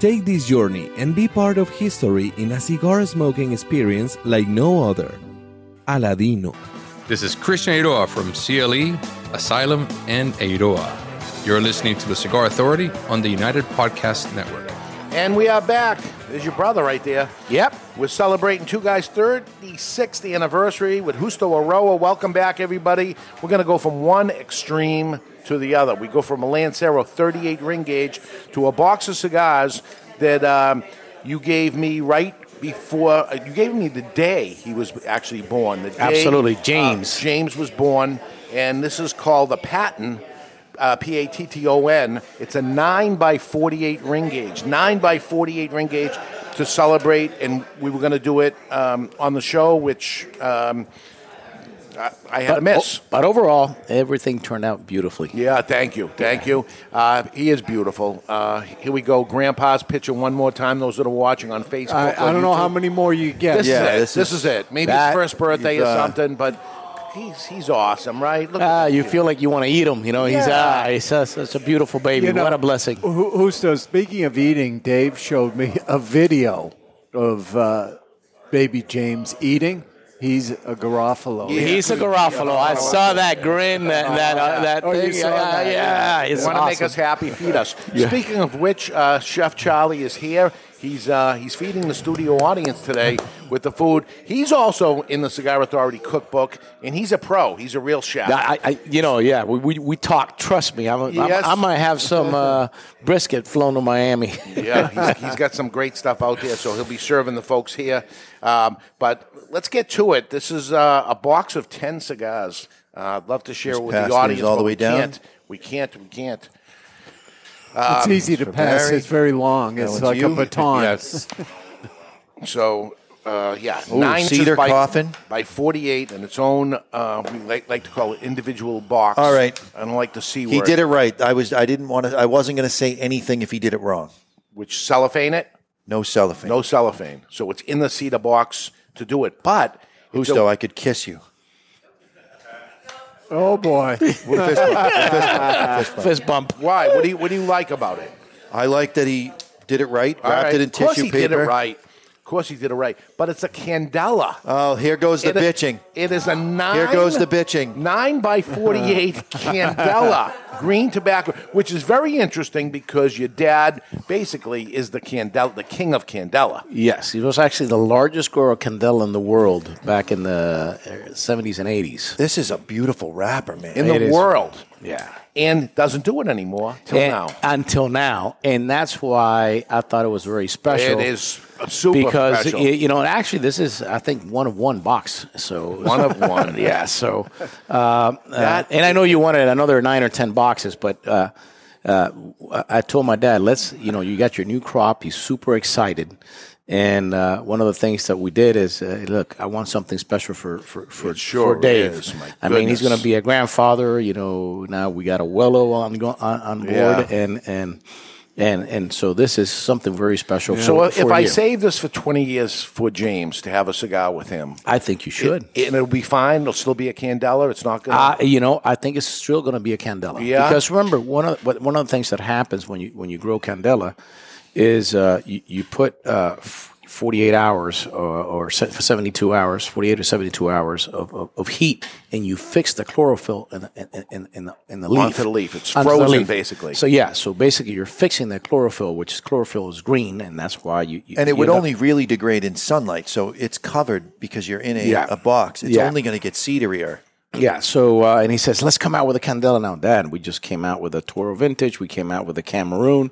[SPEAKER 12] Take this journey and be part of history in a cigar smoking experience like no other. Aladino.
[SPEAKER 13] This is Christian Eiroa from CLE, Asylum, and Eiroa. You're listening to the Cigar Authority on the United Podcast Network.
[SPEAKER 2] And we are back. There's your brother right there. Yep. We're celebrating two guys' 36th anniversary with Justo Aroa. Welcome back, everybody. We're going to go from one extreme to the other. We go from a Lancero 38 ring gauge to a box of cigars that um, you gave me right before, uh, you gave me the day he was actually born. The day,
[SPEAKER 10] Absolutely.
[SPEAKER 2] uh,
[SPEAKER 10] James.
[SPEAKER 2] James was born, and this is called the Patton uh, P A T T O N. It's a 9 by 48 ring gauge. 9 by 48 ring gauge to celebrate, and we were going to do it um, on the show, which um, I, I had
[SPEAKER 10] but,
[SPEAKER 2] a miss.
[SPEAKER 10] o- but overall, everything turned out beautifully.
[SPEAKER 2] Yeah, thank you. Thank you. Uh, he is beautiful. Uh, here we go. Grandpa's picture one more time. Those that are watching on Facebook.
[SPEAKER 4] I, I
[SPEAKER 2] or
[SPEAKER 4] don't know
[SPEAKER 2] YouTube.
[SPEAKER 4] how many more you get.
[SPEAKER 2] This is it. This, is, it. Maybe
[SPEAKER 10] that-
[SPEAKER 2] his first birthday or
[SPEAKER 10] uh,
[SPEAKER 2] something, but he's he's awesome, right? Look at
[SPEAKER 10] Ah,
[SPEAKER 2] that
[SPEAKER 10] you
[SPEAKER 2] kid.
[SPEAKER 10] feel like you want to eat him. You know, he's
[SPEAKER 2] Yeah.
[SPEAKER 10] ah, he's such, such a beautiful baby.
[SPEAKER 4] You know,
[SPEAKER 10] what a blessing.
[SPEAKER 4] Who- Justo, speaking of eating, Dave showed me a video of uh, baby James eating. He's a Garofalo.
[SPEAKER 10] He's a Garofalo. I saw that grin,
[SPEAKER 2] (laughs)
[SPEAKER 10] that that uh, that
[SPEAKER 4] Oh, you
[SPEAKER 10] thing.
[SPEAKER 4] saw
[SPEAKER 10] yeah,
[SPEAKER 4] that.
[SPEAKER 10] yeah,
[SPEAKER 2] You
[SPEAKER 10] it's
[SPEAKER 2] want to make
[SPEAKER 10] awesome.
[SPEAKER 2] us happy, feed (laughs) us.
[SPEAKER 10] Yeah.
[SPEAKER 2] Speaking of which, uh, Chef Charlie is here. He's uh, he's feeding the studio audience today with the food. He's also in the Cigar Authority cookbook, and he's a pro. He's a real chef.
[SPEAKER 10] I, I, you know, yeah, we, we, we talk. Trust me, I'm,
[SPEAKER 2] Yes.
[SPEAKER 10] I'm, I might have some uh, brisket flown to Miami.
[SPEAKER 2] yeah, he's, he's got some great stuff out there, so he'll be serving the folks here. Um, but let's get to it. This is uh, a box of ten cigars. Uh, I'd love to share
[SPEAKER 3] Just
[SPEAKER 2] with
[SPEAKER 3] pass
[SPEAKER 2] the
[SPEAKER 3] these
[SPEAKER 2] audience.
[SPEAKER 3] all the
[SPEAKER 2] but
[SPEAKER 3] way
[SPEAKER 2] we
[SPEAKER 3] down.
[SPEAKER 2] Can't, we can't. We can't.
[SPEAKER 4] It's
[SPEAKER 2] Um,
[SPEAKER 4] easy to pass. It's very long.
[SPEAKER 2] That
[SPEAKER 4] It's
[SPEAKER 2] one's
[SPEAKER 4] like a
[SPEAKER 2] you?
[SPEAKER 4] baton.
[SPEAKER 2] Yes. So, uh, yeah,
[SPEAKER 3] Ooh,
[SPEAKER 2] nine inches
[SPEAKER 3] cedar
[SPEAKER 2] by,
[SPEAKER 3] coffin.
[SPEAKER 2] by 48 in its own, uh, we like, like to call it individual box.
[SPEAKER 3] All right.
[SPEAKER 2] I don't like the C word.
[SPEAKER 3] He did it right. I was I didn't want to I wasn't going to say anything if he did it wrong.
[SPEAKER 2] Which cellophane it?
[SPEAKER 3] No cellophane.
[SPEAKER 2] No cellophane. So it's in the cedar box to do it. But. it's
[SPEAKER 3] Gusto, I could kiss you.
[SPEAKER 4] Oh boy! fist
[SPEAKER 2] bump. (laughs) Fist bump. Fist bump.
[SPEAKER 10] Fist bump.
[SPEAKER 2] Why? What do you What do you like about it?
[SPEAKER 3] I like that he did it right.
[SPEAKER 2] All
[SPEAKER 3] wrapped
[SPEAKER 2] right.
[SPEAKER 3] it in
[SPEAKER 2] of course
[SPEAKER 3] tissue
[SPEAKER 2] he
[SPEAKER 3] paper.
[SPEAKER 2] did it right. Of course he did it right. But it's a candela.
[SPEAKER 3] Oh, here goes the
[SPEAKER 2] It is-
[SPEAKER 3] bitching.
[SPEAKER 2] It is a nine.
[SPEAKER 3] Here goes the bitching.
[SPEAKER 2] Nine by
[SPEAKER 3] (laughs)
[SPEAKER 2] forty-eight Candela green tobacco, which is very interesting because your dad basically is the Candela, the king of Candela.
[SPEAKER 10] (laughs) Yes, he was actually the largest grower of candela in the world back in the uh, 70s and 80s.
[SPEAKER 3] This is a beautiful wrapper, man.
[SPEAKER 2] In the world.
[SPEAKER 10] Yeah.
[SPEAKER 2] And doesn't do it anymore till
[SPEAKER 10] And-
[SPEAKER 2] now.
[SPEAKER 10] Until now. And that's why I thought it was very special.
[SPEAKER 2] It is super
[SPEAKER 10] because,
[SPEAKER 2] special.
[SPEAKER 10] y- you know, and actually, this is, I think, one of one box. So
[SPEAKER 2] One of one.
[SPEAKER 10] (laughs) yeah. So, uh, uh, and I know you wanted another nine or 10 boxes, but uh, uh, I told my dad, let's, you know, you got your new crop. He's super excited. And uh, one of the things that we did is, uh, look, I want something special for for for,
[SPEAKER 2] sure
[SPEAKER 10] for Dave.
[SPEAKER 2] is, my
[SPEAKER 10] I mean, he's
[SPEAKER 2] goodness.
[SPEAKER 10] going to be a grandfather. You know, now we got a Wello on go- on, on board,
[SPEAKER 2] Yeah.
[SPEAKER 10] and and and and so this is something very special.
[SPEAKER 2] So
[SPEAKER 10] for-
[SPEAKER 2] if
[SPEAKER 10] for
[SPEAKER 2] I
[SPEAKER 10] you.
[SPEAKER 2] save this for twenty years for James to have a cigar with him,
[SPEAKER 10] I think you should.
[SPEAKER 2] it, and it'll be fine. It'll still be a Candela. It's not gonna.
[SPEAKER 10] Uh, you know, I think it's still going to be a candela.
[SPEAKER 2] Yeah.
[SPEAKER 10] Because remember, one of what- one of the things that happens when you when you grow candela is uh, you, you put uh, f- 48 hours or, or se- 72 hours, 48 or 72 hours of, of, of heat, and you fix the chlorophyll in, the- in, in, in, the, in the leaf.
[SPEAKER 2] Onto the leaf. It's
[SPEAKER 10] Onto the
[SPEAKER 2] frozen, basically.
[SPEAKER 10] So, yeah, so basically you're fixing the chlorophyll, which is chlorophyll is green, and that's why you. you
[SPEAKER 3] and it
[SPEAKER 10] you
[SPEAKER 3] would
[SPEAKER 10] end up-
[SPEAKER 3] only really degrade in sunlight, so it's covered because you're in a,
[SPEAKER 10] Yeah.
[SPEAKER 3] a box. It's
[SPEAKER 10] Yeah.
[SPEAKER 3] only going to get cedarier.
[SPEAKER 10] Yeah. So, uh, and he says, let's come out with a Candela now, Dad. We just came out with a Toro Vintage. We came out with a Cameroon,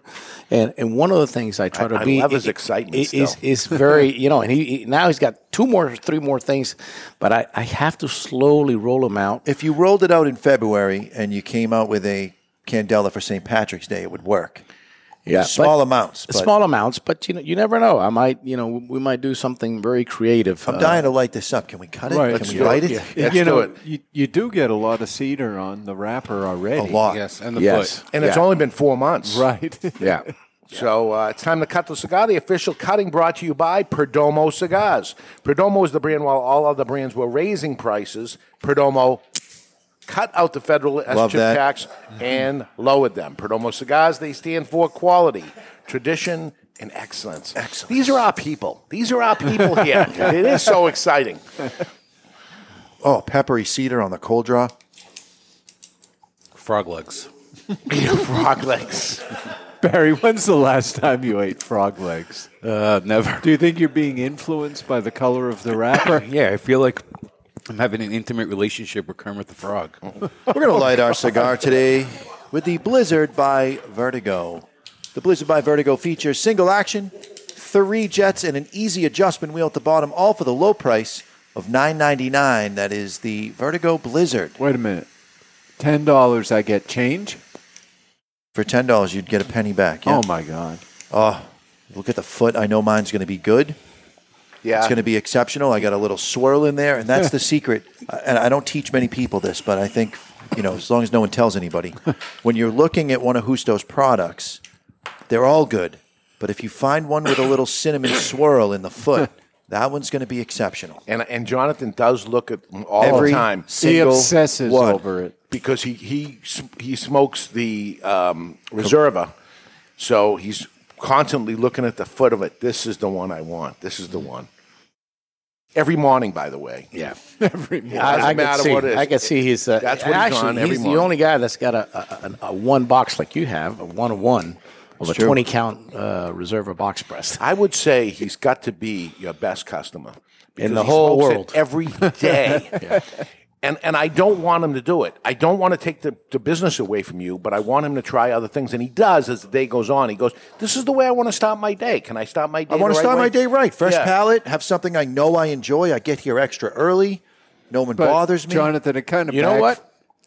[SPEAKER 10] and and one of the things I try to
[SPEAKER 2] I
[SPEAKER 10] be
[SPEAKER 2] love his
[SPEAKER 10] i-
[SPEAKER 2] excitement
[SPEAKER 10] i- Is,
[SPEAKER 2] still.
[SPEAKER 10] is, very you know, and he, he now he's got two more, three more things, but I I have to slowly roll them out.
[SPEAKER 3] If you rolled it out in February and you came out with a candela for St. Patrick's Day, it would work.
[SPEAKER 10] Yeah,
[SPEAKER 3] small
[SPEAKER 10] but-
[SPEAKER 3] amounts. But
[SPEAKER 10] Small amounts, but you know, you never know. I might, you know, we might do something very creative. uh,
[SPEAKER 3] I'm dying to light this up. Can we cut it?
[SPEAKER 10] Right.
[SPEAKER 3] Can
[SPEAKER 10] Let's
[SPEAKER 3] we
[SPEAKER 10] do it.
[SPEAKER 3] light it?
[SPEAKER 10] Yeah.
[SPEAKER 4] You
[SPEAKER 10] Let's
[SPEAKER 4] you
[SPEAKER 10] do
[SPEAKER 4] know,
[SPEAKER 10] it.
[SPEAKER 4] you, you do get a lot of cedar on the wrapper already.
[SPEAKER 2] A lot.
[SPEAKER 4] yes.
[SPEAKER 2] And it's only been four months. (laughs)
[SPEAKER 4] Right.
[SPEAKER 10] Yeah.
[SPEAKER 2] So uh, it's time to cut the cigar. The official cutting brought to you by Perdomo Cigars. Perdomo is the brand while all other brands were raising prices. Perdomo cut out the federal S2
[SPEAKER 3] Love that.
[SPEAKER 2] tax and lowered them. Perdomo Cigars, they stand for quality, tradition, and excellence. Excellence. These are our people. These are our people here. it is so exciting.
[SPEAKER 3] Oh, peppery cedar on the cold draw.
[SPEAKER 2] (laughs)
[SPEAKER 5] Frog legs.
[SPEAKER 2] Frog legs.
[SPEAKER 4] (laughs) Barry, when's the last time you ate frog legs?
[SPEAKER 5] Uh, never.
[SPEAKER 4] Do you think you're being influenced by the color of the
[SPEAKER 10] (laughs)
[SPEAKER 4] wrapper?
[SPEAKER 5] yeah, I feel like I'm having an intimate relationship with Kermit the Frog.
[SPEAKER 3] We're going to light our cigar today with the Blizzard by Vertigo. The Blizzard by Vertigo features single action, three jets, and an easy adjustment wheel at the bottom, all for the low price of nine ninety nine. That is the Vertigo Blizzard.
[SPEAKER 4] Wait a minute. Ten dollars, I get change.
[SPEAKER 3] For ten dollars, you'd get a penny back.
[SPEAKER 4] Oh, my god!
[SPEAKER 3] Oh, look at the foot. I know mine's going to be good.
[SPEAKER 2] Yeah.
[SPEAKER 3] It's going to be exceptional. I got a little swirl in there, and that's the secret. Uh, And I don't teach many people this, but I think, you know, as long as no one tells anybody, when you're looking at one of Justo's products, they're all good. But if you find one with a little cinnamon swirl in the foot, that one's going to be exceptional.
[SPEAKER 2] And and Jonathan does look at them all
[SPEAKER 3] Every
[SPEAKER 2] the time.
[SPEAKER 3] single He obsesses one.
[SPEAKER 4] over it
[SPEAKER 2] because he he s- he smokes the um, Reserva, so he's constantly looking at the foot of it. This is the one I want. This is the one. Every morning, by the way.
[SPEAKER 10] Yeah.
[SPEAKER 4] Every
[SPEAKER 2] morning. doesn't matter
[SPEAKER 10] see,
[SPEAKER 2] what it is.
[SPEAKER 10] I can see he's uh,
[SPEAKER 2] That's what he's
[SPEAKER 10] actually,
[SPEAKER 2] on every
[SPEAKER 10] he's
[SPEAKER 2] morning.
[SPEAKER 10] the only guy that's got a, a, a, a one box like you have, a one of one of
[SPEAKER 2] It's
[SPEAKER 10] a
[SPEAKER 2] true.
[SPEAKER 10] twenty count uh, reserve of box press.
[SPEAKER 2] I would say he's got to be your best customer
[SPEAKER 10] In
[SPEAKER 2] because
[SPEAKER 10] the
[SPEAKER 2] he
[SPEAKER 10] whole
[SPEAKER 2] smokes it
[SPEAKER 10] world.
[SPEAKER 2] every day. And and I don't want him to do it. I don't want to take the, the business away from you, but I want him to try other things. And he does as the day goes on. He goes, "This is the way I want to start my day. Can I start my day?
[SPEAKER 3] I want to
[SPEAKER 2] the
[SPEAKER 3] start
[SPEAKER 2] way?"
[SPEAKER 3] my day right. Fresh
[SPEAKER 2] Yeah.
[SPEAKER 3] palate, have something I know I enjoy. I get here extra early. No one
[SPEAKER 10] But,
[SPEAKER 3] bothers me.
[SPEAKER 10] Jonathan,
[SPEAKER 4] it kind
[SPEAKER 10] You know what?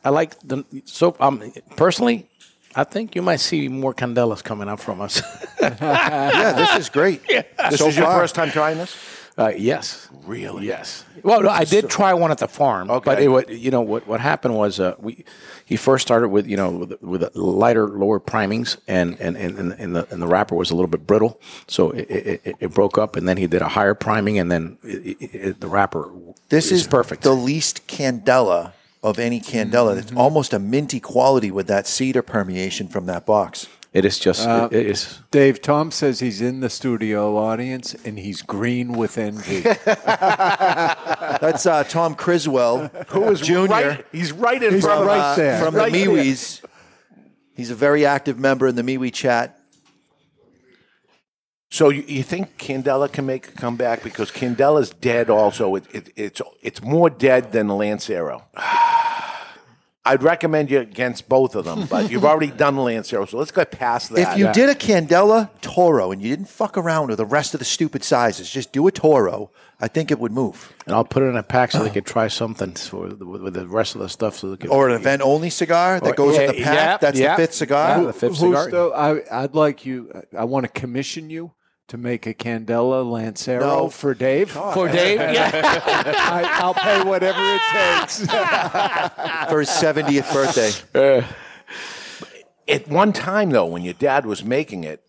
[SPEAKER 10] I like the so. Um, personally, I think you might see more candelas coming out from us. (laughs)
[SPEAKER 3] yeah, this
[SPEAKER 2] (laughs)
[SPEAKER 3] is great.
[SPEAKER 2] This is your first time trying this?
[SPEAKER 10] Uh, yes.
[SPEAKER 2] Really?
[SPEAKER 10] Yes. Well, no, I did try one at the farm, but
[SPEAKER 2] Okay.
[SPEAKER 10] it, wa- you know what? What happened was uh, we he first started with you know with, with lighter, lower primings, and and, and, and, and the and the wrapper was a little bit brittle, so it, it, it, it broke up, and then he did a higher priming, and then it, it, it, the wrapper.
[SPEAKER 3] This is, perfect. Mm-hmm. The least candela of any candela. It's almost a minty quality with that cedar permeation from that box.
[SPEAKER 10] It is just
[SPEAKER 4] Uh,
[SPEAKER 10] it is.
[SPEAKER 4] Dave Tom says he's in the studio audience and he's green with envy.
[SPEAKER 3] (laughs) That's uh, Tom Criswell, who
[SPEAKER 2] is
[SPEAKER 3] junior.
[SPEAKER 2] right- he's right in He's
[SPEAKER 3] from,
[SPEAKER 2] front of right
[SPEAKER 3] uh,
[SPEAKER 2] there.
[SPEAKER 3] from
[SPEAKER 2] Right
[SPEAKER 3] the
[SPEAKER 2] there.
[SPEAKER 3] Miwis. He's a very active member in the Miwi chat.
[SPEAKER 2] So you, you think Candela can make a comeback because Candela's dead. Also, it, it, it's it's more dead than Lancero. (sighs) I'd recommend you against both of them, but you've already done Lancero, so let's get past that.
[SPEAKER 3] If you did a Candela Toro and you didn't fuck around with the rest of the stupid sizes, just do a Toro. I think it would move.
[SPEAKER 10] And I'll put it in a pack so they could try something for the, with the rest of the stuff. So they could,
[SPEAKER 3] Or an event only cigar that
[SPEAKER 10] Or-
[SPEAKER 3] goes in
[SPEAKER 10] yeah,
[SPEAKER 3] the pack.
[SPEAKER 10] yeah,
[SPEAKER 3] That's
[SPEAKER 10] yeah.
[SPEAKER 3] the fifth cigar.
[SPEAKER 10] Yeah, the fifth cigar.
[SPEAKER 4] Justo, I, I'd like you. I- I want to commission you to make a Candela Lancero
[SPEAKER 10] No.
[SPEAKER 4] for Dave.
[SPEAKER 10] For
[SPEAKER 3] (laughs)
[SPEAKER 10] Dave? Yeah.
[SPEAKER 4] (laughs) I, I'll pay whatever it takes.
[SPEAKER 3] (laughs) for his 70th
[SPEAKER 2] birthday. At one time, though, when your dad was making it,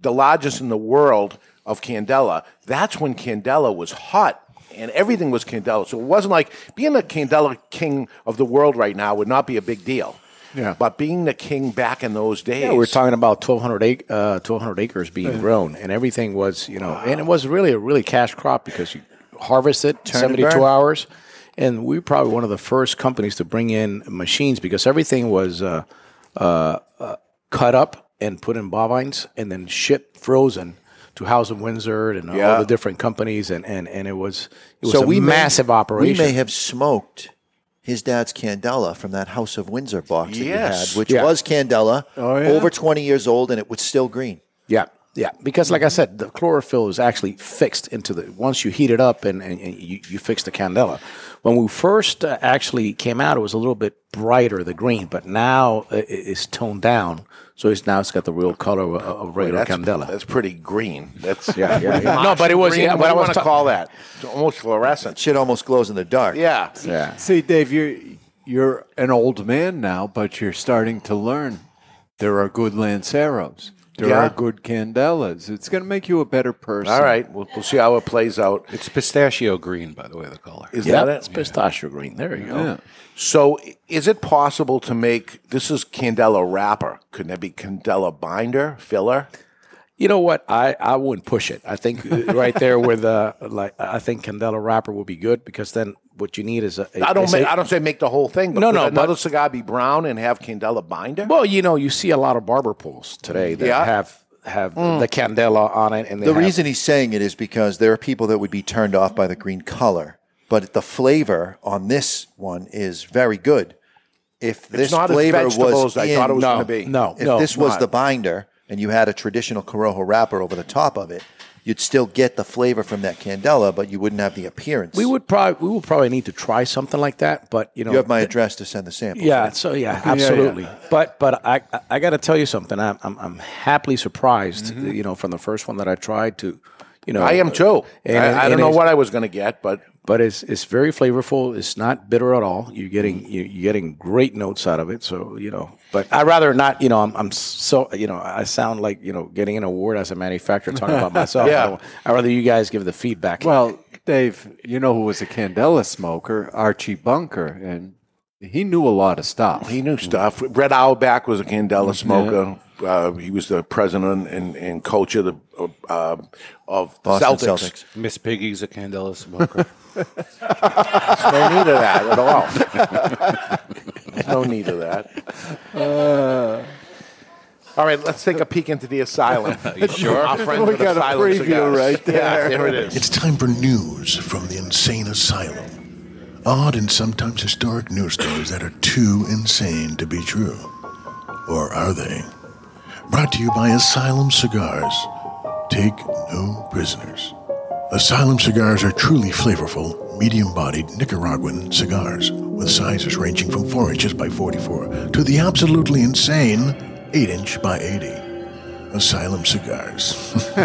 [SPEAKER 2] the largest in the world of Candela, that's when Candela was hot and everything was Candela. So it wasn't like being the Candela king of the world right now would not be a big deal. Yeah. But being the king back in those days,
[SPEAKER 10] Yeah, we were talking about 1,200, ac- uh, 1,200 acres being
[SPEAKER 2] Yeah.
[SPEAKER 10] grown, and everything was, you know, and it was really a really cash crop because you harvest it
[SPEAKER 3] Turn and
[SPEAKER 10] 72
[SPEAKER 3] burn.
[SPEAKER 10] hours. And we were probably one of the first companies to bring in machines because everything was uh, uh, uh, cut up and put in bovines and then shipped frozen to House of Windsor and
[SPEAKER 3] Yeah.
[SPEAKER 10] all the different companies. And, and, and it was, it was
[SPEAKER 3] so
[SPEAKER 10] a
[SPEAKER 3] we may-
[SPEAKER 10] massive operation.
[SPEAKER 3] We may have smoked his dad's Candela from that House of Windsor box that
[SPEAKER 10] Yes.
[SPEAKER 3] you had, which
[SPEAKER 10] Yeah.
[SPEAKER 3] was Candela,
[SPEAKER 10] yeah?
[SPEAKER 3] over 20 years old, and it was still green.
[SPEAKER 10] Yeah, yeah. Because
[SPEAKER 2] Mm-hmm.
[SPEAKER 10] like I said, the chlorophyll is actually fixed into the once you heat it up and, and, and you, you fix the candela. When we first uh, actually came out, it was a little bit brighter the green, but now i- i- it's toned down. So it's now it's got the real color of, of regular
[SPEAKER 2] that's-
[SPEAKER 10] candela.
[SPEAKER 2] That's pretty green. That's
[SPEAKER 10] yeah, yeah.
[SPEAKER 2] (laughs)
[SPEAKER 10] yeah.
[SPEAKER 2] No, but it was.
[SPEAKER 10] yeah,
[SPEAKER 2] what
[SPEAKER 10] but
[SPEAKER 2] do
[SPEAKER 10] I
[SPEAKER 2] you
[SPEAKER 10] was
[SPEAKER 2] want to
[SPEAKER 10] ta-
[SPEAKER 2] call that? It's almost fluorescent.
[SPEAKER 3] Shit almost glows in the dark.
[SPEAKER 2] Yeah.
[SPEAKER 10] Yeah.
[SPEAKER 4] See, Dave, you're you're an old man now, but you're starting to learn. There are good lanceros. There
[SPEAKER 2] Yeah.
[SPEAKER 4] are good candelas. It's going to make you a better person.
[SPEAKER 2] All right, we'll, we'll see how it plays out.
[SPEAKER 5] It's pistachio green, by the way, the color.
[SPEAKER 2] Is
[SPEAKER 4] Yeah,
[SPEAKER 2] that it?
[SPEAKER 4] it's
[SPEAKER 10] pistachio green. There you
[SPEAKER 4] go. Yeah.
[SPEAKER 2] So, i- is it possible to make this is Candela wrapper? Could that be Candela binder filler?
[SPEAKER 10] You know what? I, I wouldn't push it. I think uh, right there with uh like I think candela wrapper would be good because then what you need is a. a
[SPEAKER 2] I don't.
[SPEAKER 10] is a-
[SPEAKER 2] Make, I don't say make the whole thing. But
[SPEAKER 10] No,
[SPEAKER 2] could
[SPEAKER 10] no,
[SPEAKER 2] Another
[SPEAKER 10] but-
[SPEAKER 2] cigar be brown and have Candela binder.
[SPEAKER 10] Well, you know, you see a lot of barber pools today that
[SPEAKER 2] Yeah.
[SPEAKER 10] have have
[SPEAKER 2] Mm.
[SPEAKER 10] the candela on it, and they
[SPEAKER 3] the
[SPEAKER 10] have-
[SPEAKER 3] reason he's saying it is because there are people that would be turned off by the green color, but the flavor on this one is very good. If this
[SPEAKER 2] not as
[SPEAKER 3] flavor
[SPEAKER 2] vegetable
[SPEAKER 3] was
[SPEAKER 2] as I
[SPEAKER 3] in-
[SPEAKER 2] thought it was No, gonna be. no,
[SPEAKER 3] if
[SPEAKER 2] no,
[SPEAKER 3] this was
[SPEAKER 2] not.
[SPEAKER 3] the binder and you had a traditional Corojo wrapper over the top of it, you'd still get the flavor from that candela, but you wouldn't have the appearance.
[SPEAKER 10] we would probably we would probably need to try something like that. But you know,
[SPEAKER 3] You have my
[SPEAKER 10] th-
[SPEAKER 3] address to send the sample.
[SPEAKER 10] Yeah.
[SPEAKER 2] (laughs)
[SPEAKER 10] So yeah, absolutely. But but I I- I got to tell you something. I'm I'm, I'm happily surprised. You know, from the first one that I tried to, you know,
[SPEAKER 2] Mm-hmm. I am too.
[SPEAKER 10] and-
[SPEAKER 2] I, I
[SPEAKER 10] and
[SPEAKER 2] don't know
[SPEAKER 10] it's-
[SPEAKER 2] what I was going to get, but
[SPEAKER 10] But it's it's very flavorful. It's not bitter at all. You're getting
[SPEAKER 2] Mm-hmm.
[SPEAKER 10] you're getting great notes out of it. So you know, but I would rather not. You know, I'm, I'm so you know I sound like you know getting an award as a manufacturer talking
[SPEAKER 2] (laughs)
[SPEAKER 10] about myself.
[SPEAKER 4] Yeah.
[SPEAKER 10] I would rather you guys give the feedback.
[SPEAKER 4] Well, Dave, you know who was a candela smoker? Archie Bunker, and he knew a lot of stuff.
[SPEAKER 2] He knew stuff. Red Auerbach was a Candela smoker. Uh, he was the president and, and coach of the uh, of
[SPEAKER 5] Boston
[SPEAKER 2] Celtics.
[SPEAKER 5] Miss Piggy's a candela smoker.
[SPEAKER 2] no need of that at all. There's no need of that. Uh. all right, let's take a peek into the (laughs) asylum.
[SPEAKER 14] You sure?
[SPEAKER 2] Our friends
[SPEAKER 14] We
[SPEAKER 2] at
[SPEAKER 14] got a
[SPEAKER 2] Asylum
[SPEAKER 14] preview
[SPEAKER 2] Cigars.
[SPEAKER 14] right
[SPEAKER 2] Yeah, there it is.
[SPEAKER 14] It's time for news from the insane asylum. Odd and sometimes historic news stories that are too insane to be true. Or are they? Brought to you by Asylum Cigars. Take no prisoners. Asylum cigars are truly flavorful, medium bodied Nicaraguan cigars with sizes ranging from 4 inches by 44 to the absolutely insane 8 inch by 80. Asylum cigars. (laughs)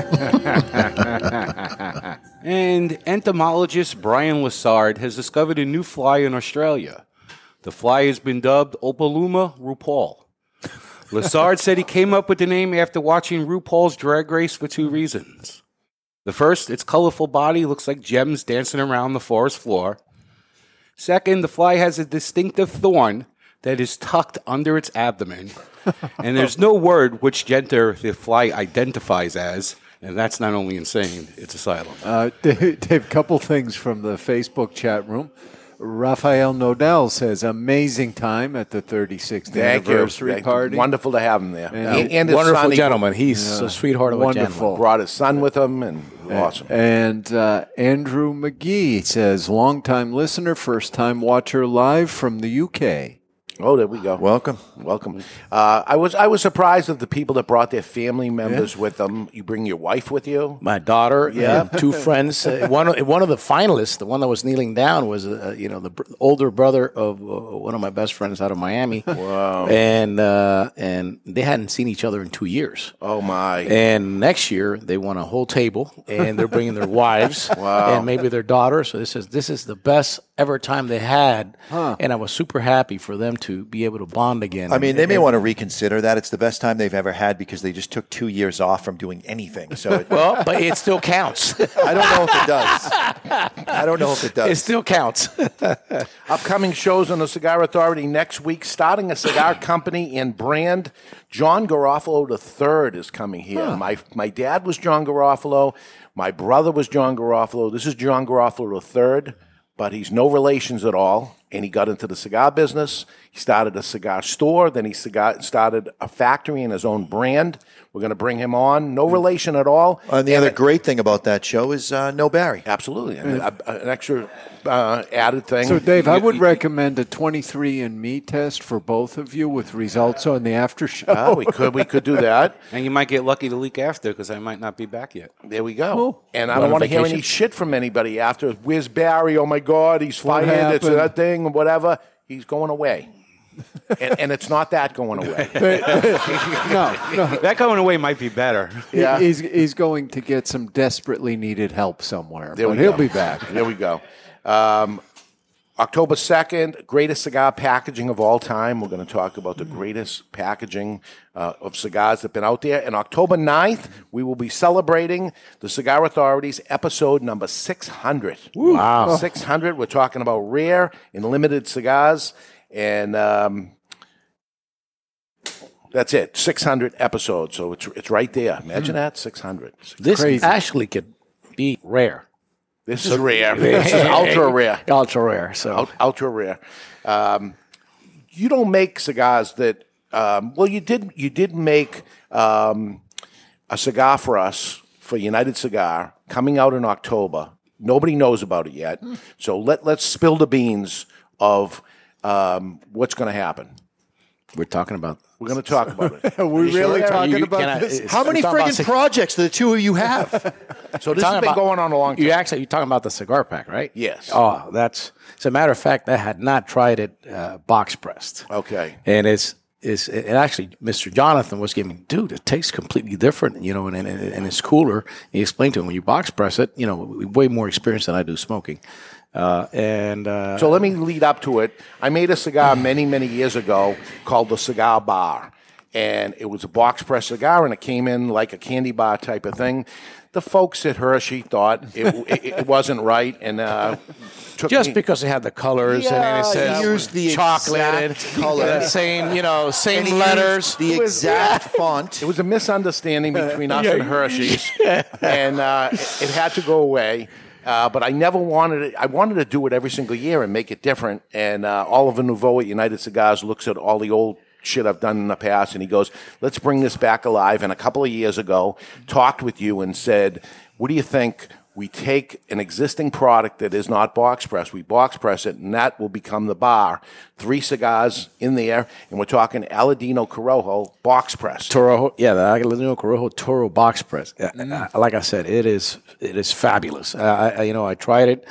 [SPEAKER 5] and entomologist Brian Lassard has discovered a new fly in Australia. The fly has been dubbed Opaluma RuPaul. Lassard said he came up with the name after watching RuPaul's drag race for two reasons. The first, its colorful body looks like gems dancing around the forest floor. Second, the fly has a distinctive thorn that is tucked under its
[SPEAKER 4] (laughs)
[SPEAKER 5] abdomen. and there's no word which gender the fly identifies as, and that's not only insane, it's asylum.
[SPEAKER 4] Uh, (laughs) Dave, Dave, couple things from the Facebook chat room. Rafael Nodal says, "Amazing time at the 36th
[SPEAKER 2] Thank you.
[SPEAKER 4] anniversary
[SPEAKER 2] Thank you.
[SPEAKER 4] party.
[SPEAKER 2] Wonderful to have him there. And- and his
[SPEAKER 4] wonderful
[SPEAKER 2] son, he-
[SPEAKER 4] gentleman. He's
[SPEAKER 2] Yeah.
[SPEAKER 4] a sweetheart of a
[SPEAKER 2] Wonderful.
[SPEAKER 4] gentleman.
[SPEAKER 2] Brought his son with him, and awesome.
[SPEAKER 4] And uh, Andrew McGee says, "Longtime listener, first time watcher, live from the UK."
[SPEAKER 2] Oh, there we go.
[SPEAKER 3] Welcome,
[SPEAKER 2] welcome. Uh, I was I was surprised of the people that brought their family members with them. You bring your wife with you.
[SPEAKER 10] my daughter
[SPEAKER 2] Yeah.
[SPEAKER 10] and (laughs) two friends. Uh, one of- one of the finalists, the one that was kneeling down, was uh, you know the br- older brother of uh, one of my best friends out of Miami. Wow! And uh, and they hadn't seen each other in two years.
[SPEAKER 2] Oh my!
[SPEAKER 10] And next year they want a whole table, and they're bringing their
[SPEAKER 3] (laughs)
[SPEAKER 10] wives,
[SPEAKER 2] Wow.
[SPEAKER 10] and maybe their daughter. So this is this is the best ever time they had,
[SPEAKER 3] Huh.
[SPEAKER 10] and I was super happy for them to be able to bond again.
[SPEAKER 3] I mean, they may
[SPEAKER 10] And-
[SPEAKER 3] want
[SPEAKER 10] (laughs)
[SPEAKER 3] to reconsider that. It's the best time they've ever had because they just
[SPEAKER 2] (laughs)
[SPEAKER 3] took two years off from doing anything. So, it,
[SPEAKER 10] well, but it still counts.
[SPEAKER 3] I don't know if it does. I don't know if it does.
[SPEAKER 2] It
[SPEAKER 3] still counts.
[SPEAKER 2] (laughs) Upcoming shows on the Cigar Authority next week, starting a cigar company and brand. John Garofalo III is coming here.
[SPEAKER 10] Huh.
[SPEAKER 2] My my dad was John Garofalo. My brother was John Garofalo. This is John Garofalo III, but he's no relations at all. And he got into the cigar business. He started a cigar store. Then he cigar, started a factory and his own brand. We're going to bring him on.
[SPEAKER 3] Hmm.
[SPEAKER 2] No relation at all.
[SPEAKER 3] And the other great thing about that show is uh, no Barry.
[SPEAKER 2] Absolutely. And a- a- an extra uh, added thing.
[SPEAKER 4] So, Dave, I would recommend a 23andMe test for both of you with results on the after show.
[SPEAKER 2] Ah,
[SPEAKER 5] and you might get lucky to leak after because I might not be back yet.
[SPEAKER 2] There we go. And I don't want to hear any shit from anybody
[SPEAKER 5] (laughs)
[SPEAKER 2] after. Where's Barry? Oh my God, he's
[SPEAKER 4] What
[SPEAKER 2] fired. It's
[SPEAKER 4] happened?
[SPEAKER 2] that thing, whatever. He's going away. and, and it's not that going
[SPEAKER 4] (laughs)
[SPEAKER 2] away.
[SPEAKER 4] no, no.
[SPEAKER 5] That going away might be better.
[SPEAKER 4] (laughs) He- he's he's going to get some desperately needed help somewhere,
[SPEAKER 2] There
[SPEAKER 4] but
[SPEAKER 2] we
[SPEAKER 4] he'll
[SPEAKER 2] go.
[SPEAKER 4] be back.
[SPEAKER 2] There we go. Um, October 2nd, greatest cigar packaging of all time. We're going to talk about the greatest packaging uh, of cigars that have been out there. And October 9th, we will be celebrating the Cigar Authority's episode number 600.
[SPEAKER 10] Wow.
[SPEAKER 2] 600. We're talking about rare and limited cigars. And um, that's it. 600 episodes. So it's, it's right there. Imagine
[SPEAKER 10] Hmm.
[SPEAKER 2] that 600. It's
[SPEAKER 10] This
[SPEAKER 2] crazy.
[SPEAKER 10] actually could be rare.
[SPEAKER 2] This
[SPEAKER 10] So-
[SPEAKER 2] is rare. (laughs) this is ultra rare.
[SPEAKER 10] Ultra rare. So
[SPEAKER 2] Ult- ultra rare. Um, you don't make cigars that. Um, well, you did. You did make um, a cigar for us for United Cigar coming out in October. Nobody knows about it yet. So let let's spill the beans of um, what's going to happen.
[SPEAKER 10] we're talking about.
[SPEAKER 2] We're going to talk about it.
[SPEAKER 4] Are (laughs) we
[SPEAKER 2] You
[SPEAKER 4] really
[SPEAKER 2] sure?
[SPEAKER 4] talking about this?
[SPEAKER 2] How many friggin' pro-
[SPEAKER 3] projects do the two of you have?
[SPEAKER 2] so this has been going on a long time.
[SPEAKER 10] You actually you're talking about the cigar pack, right?
[SPEAKER 2] Yes.
[SPEAKER 10] Oh, that's as a matter of fact, I had not tried it uh, box pressed,
[SPEAKER 2] Okay.
[SPEAKER 10] and it's it's and actually Mr. Jonathan was giving, dude, it tastes completely different, you know, and and, and it's cooler. he explained to him when you box press it, you know, way more experience than I do smoking, uh, and uh,
[SPEAKER 2] So let me lead up to it. I made a cigar many, many years ago called the Cigar Bar. And it was a box press cigar, and it came in like a candy bar type of thing. The folks at Hershey thought it, it, it wasn't right, and uh, took
[SPEAKER 10] just
[SPEAKER 2] me-
[SPEAKER 10] because it had the colors and then it
[SPEAKER 2] Yeah,
[SPEAKER 10] says
[SPEAKER 2] he used the
[SPEAKER 10] chocolate,
[SPEAKER 2] exact (laughs) color.
[SPEAKER 10] same you know, same
[SPEAKER 2] And he used
[SPEAKER 10] letters,
[SPEAKER 2] the (laughs) exact Uh,
[SPEAKER 3] font.
[SPEAKER 2] It was a misunderstanding between us
[SPEAKER 10] Yeah.
[SPEAKER 2] and Hershey's, (laughs) and uh, it, it had to go away. Uh, but I never wanted it. I wanted to do it every single year and make it different. And uh, Oliver Nouveau at United Cigars looks at all the old shit I've done in the past, and he goes, "Let's bring this back alive." And a couple of years ago, talked with you and said, "What do you think?" We take an existing product that is not box press, we box press it, and that will become the bar. Three cigars in there, and we're talking Aladino Corojo box press.
[SPEAKER 10] Toro, yeah, the Aguilino Corojo Toro box press. Uh,
[SPEAKER 2] Mm-hmm.
[SPEAKER 10] uh, Like I said, it is it is fabulous. Uh, I, I, you know, I tried it,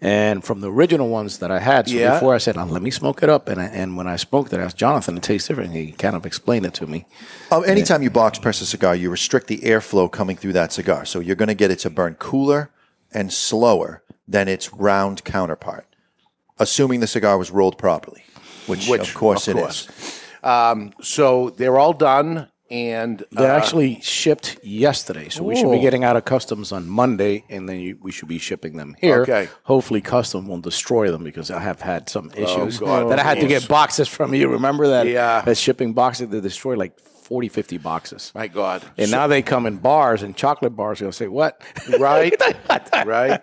[SPEAKER 10] and from the original ones that I had, so
[SPEAKER 3] Yeah.
[SPEAKER 10] before I said, "Oh, "Let me smoke it up," and I, and when I smoked it, I asked Jonathan, "It tastes different." He kind of explained it to me.
[SPEAKER 3] Um, anytime you box press a cigar, you restrict the airflow coming through that cigar. So you're going to get it to burn cooler and slower than its round counterpart, assuming the cigar was rolled properly, which, of course it is.
[SPEAKER 2] Um, so they're all done, and
[SPEAKER 10] They
[SPEAKER 2] uh,
[SPEAKER 10] actually shipped yesterday, so we should be
[SPEAKER 2] Ooh.
[SPEAKER 10] getting out of customs on Monday, and then you, we should be shipping them here.
[SPEAKER 2] Okay. Oh,
[SPEAKER 10] Hopefully, custom won't destroy them because I have had some issues
[SPEAKER 2] God,
[SPEAKER 10] that I had to
[SPEAKER 2] please.
[SPEAKER 10] get boxes from you. Remember that?
[SPEAKER 2] Yeah.
[SPEAKER 10] That shipping boxes they destroy like 40, 50 boxes.
[SPEAKER 2] My God.
[SPEAKER 10] And now they come in bars and chocolate bars. You'll say what?
[SPEAKER 3] (laughs)
[SPEAKER 2] right, right.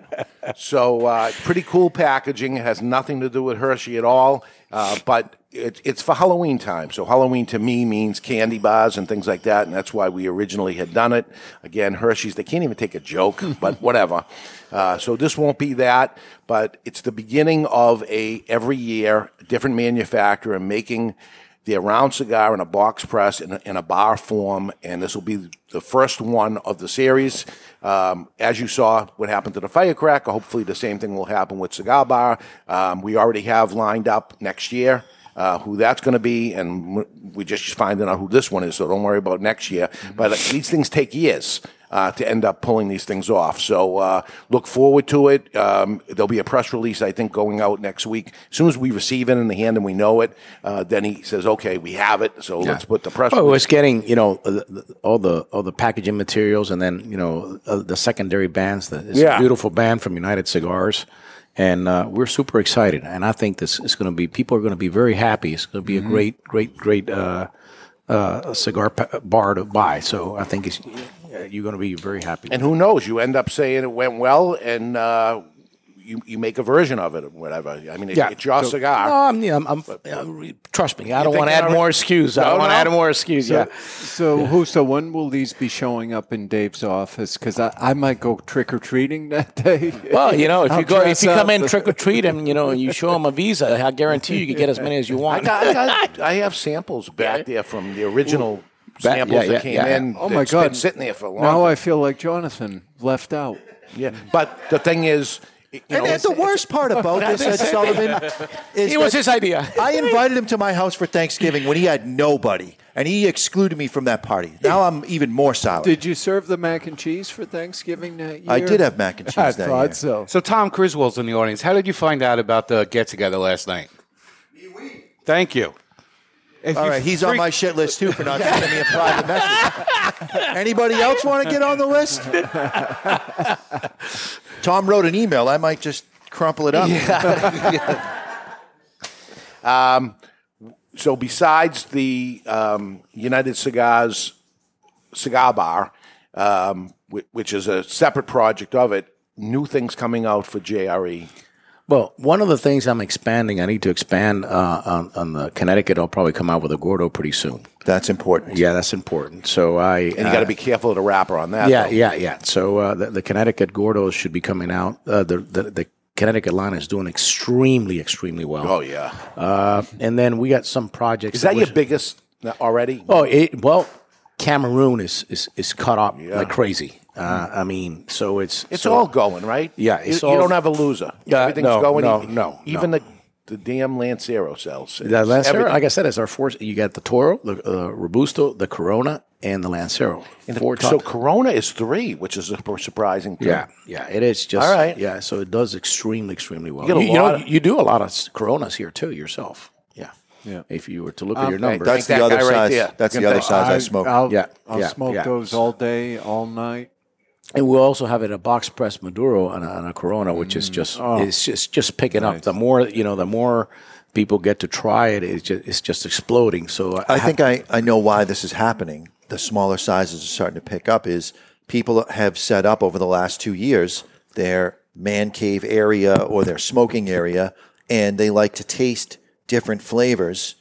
[SPEAKER 2] So uh, pretty cool packaging. It has nothing to do with Hershey at all, uh, but it, it's for Halloween time. So Halloween to me means candy bars and things like that, and that's why we originally had done it. Again, Hershey's they can't even take a
[SPEAKER 3] (laughs)
[SPEAKER 2] joke, but whatever. Uh, so this won't be that, but it's the beginning of a every year different manufacturer making the round cigar in a box press in a, in a bar form, and this will be the first one of the series. Um, as you saw, what happened to the firecracker. Hopefully, the same thing will happen with cigar bar. Um, we already have lined up next year. Uh, who that's going to be, and w- we just finding out who this one is. So don't worry about next year. But uh, these things take years. uh, to end up pulling these things off. So uh, look forward to it. Um, there'll be a press release, I think, going out next week. As soon as we receive it in the hand and we know it, uh, then he says, "Okay, we have it." So
[SPEAKER 10] Yeah.
[SPEAKER 2] let's put the press.
[SPEAKER 10] Oh,
[SPEAKER 2] release.
[SPEAKER 10] it's getting you know uh, the- the- all the all the packaging materials, and then you know uh, the secondary bands. The, it's
[SPEAKER 2] Yeah.
[SPEAKER 10] a beautiful band from United Cigars, and uh, we're super excited. And I think this is going to be people are going to be very happy. It's going to be
[SPEAKER 8] Mhm.
[SPEAKER 10] a great, great, great uh, uh, cigar pa- bar to buy. So I think it's, you're going to be very happy.
[SPEAKER 2] And who knows? You end up saying it went well, and uh, you you make a version of it, or whatever. I mean, it, it's your
[SPEAKER 10] So-
[SPEAKER 2] cigar.
[SPEAKER 10] No, I'm, yeah, I'm, I'm, uh, re- trust me, I don't
[SPEAKER 2] think
[SPEAKER 10] want to
[SPEAKER 2] I
[SPEAKER 10] add
[SPEAKER 2] already-
[SPEAKER 10] more SKUs. I
[SPEAKER 2] No,
[SPEAKER 10] don't want to
[SPEAKER 2] no.
[SPEAKER 10] add more SKUs.
[SPEAKER 4] So,
[SPEAKER 10] yeah.
[SPEAKER 4] So, Husto, when will these be showing up in Dave's office? Because I, I might go trick or treating that (laughs) day.
[SPEAKER 10] Well, you know, if
[SPEAKER 4] I'll
[SPEAKER 10] you go, if
[SPEAKER 4] dress
[SPEAKER 10] you come in
[SPEAKER 4] up.
[SPEAKER 10] trick or treat him, you know, and you show him a visa, I guarantee you, you get as many as you
[SPEAKER 2] I,
[SPEAKER 10] want.
[SPEAKER 2] got, I, got, I have samples back there from the original
[SPEAKER 10] Back-
[SPEAKER 2] samples
[SPEAKER 10] yeah, yeah,
[SPEAKER 2] that came
[SPEAKER 10] yeah.
[SPEAKER 2] in.
[SPEAKER 4] Oh my
[SPEAKER 2] that's been
[SPEAKER 4] God!
[SPEAKER 2] sitting there for a long.
[SPEAKER 4] Now
[SPEAKER 2] time.
[SPEAKER 4] I feel like Jonathan left out.
[SPEAKER 2] Yeah, but the thing is, you
[SPEAKER 3] And
[SPEAKER 2] know,
[SPEAKER 3] that's the worst part about this, Ed
[SPEAKER 4] (laughs)
[SPEAKER 3] Sullivan, is
[SPEAKER 10] It was
[SPEAKER 3] that
[SPEAKER 10] his idea.
[SPEAKER 3] I invited him to my house for Thanksgiving when he had nobody, and he excluded me from that party. Now I'm even more sour.
[SPEAKER 4] Did you serve the mac and cheese for Thanksgiving that year?
[SPEAKER 3] I did have mac and cheese
[SPEAKER 4] I
[SPEAKER 3] that
[SPEAKER 4] thought
[SPEAKER 3] year.
[SPEAKER 4] so.
[SPEAKER 5] So Tom Criswell's in the audience. How did you find out about the get together last night? Thank you. If
[SPEAKER 3] All
[SPEAKER 5] you
[SPEAKER 3] right, he's on
[SPEAKER 5] freak-
[SPEAKER 3] my shit list too for not sending me a private message.
[SPEAKER 5] (laughs)
[SPEAKER 3] Anybody else want to get on the list? Tom wrote an email. I might just crumple it up. (laughs)
[SPEAKER 2] Um, so besides the um, United Cigars cigar bar, um, whi- which is a separate project of it, new things coming out for E. JRE.
[SPEAKER 10] Well, one of the things I'm expanding, I need to expand uh, on, on the Connecticut. I'll probably come out with a Gordo pretty soon.
[SPEAKER 3] That's important.
[SPEAKER 10] Yeah, that's important. So I uh,
[SPEAKER 2] And you got to be careful of the wrapper on that.
[SPEAKER 10] yeah,
[SPEAKER 2] though.
[SPEAKER 10] yeah, yeah. So uh, the, the Connecticut Gordos should be coming out. Uh, the, the the Connecticut line is doing extremely, extremely well.
[SPEAKER 2] Oh, yeah.
[SPEAKER 10] Uh, and then we got some projects.
[SPEAKER 2] Is that
[SPEAKER 10] we-
[SPEAKER 2] your biggest uh, already?
[SPEAKER 10] Oh, it, well, Cameroon is is, is caught up like crazy. Uh, I mean, so it's
[SPEAKER 2] It's
[SPEAKER 10] so-
[SPEAKER 2] all going, right?
[SPEAKER 10] Yeah,
[SPEAKER 2] you,
[SPEAKER 10] it's
[SPEAKER 2] you
[SPEAKER 10] all-
[SPEAKER 2] don't have a loser.
[SPEAKER 10] Yeah,
[SPEAKER 2] everything's
[SPEAKER 10] no,
[SPEAKER 2] going.
[SPEAKER 10] no,
[SPEAKER 2] e-
[SPEAKER 10] no,
[SPEAKER 2] even the the damn Lancero sells.
[SPEAKER 10] The Lancero,
[SPEAKER 2] Everything.
[SPEAKER 10] like I said, it's our four. You got the Toro, the uh, Robusto, the Corona, and the Lancero.
[SPEAKER 2] And the-
[SPEAKER 10] Four
[SPEAKER 2] so
[SPEAKER 10] top-
[SPEAKER 2] Corona is three, which is a pr- surprising. thing.
[SPEAKER 10] yeah, yeah, it is just
[SPEAKER 2] All right.
[SPEAKER 10] Yeah, so it does extremely, extremely well.
[SPEAKER 2] You get a
[SPEAKER 10] know,
[SPEAKER 2] lot of-
[SPEAKER 10] you do a lot of s- Coronas here too yourself. Yeah,
[SPEAKER 4] yeah.
[SPEAKER 10] If you were to look
[SPEAKER 4] Um,
[SPEAKER 10] at your numbers,
[SPEAKER 4] That's the other size- that's the other size I smoke. I'll-
[SPEAKER 10] yeah,
[SPEAKER 4] I'll
[SPEAKER 10] yeah,
[SPEAKER 4] smoke
[SPEAKER 10] yeah.
[SPEAKER 4] those all day, all night.
[SPEAKER 10] And we also have it a box press Maduro and a, and a Corona, which is just
[SPEAKER 4] Oh.
[SPEAKER 10] it's just just picking up. The more you know, the more people get to try it. It's just, it's just exploding. So
[SPEAKER 3] I think I, I know why this is happening. The smaller sizes are starting to pick up is people have set up over the last two years their man cave area or their smoking area, and they like to taste different flavors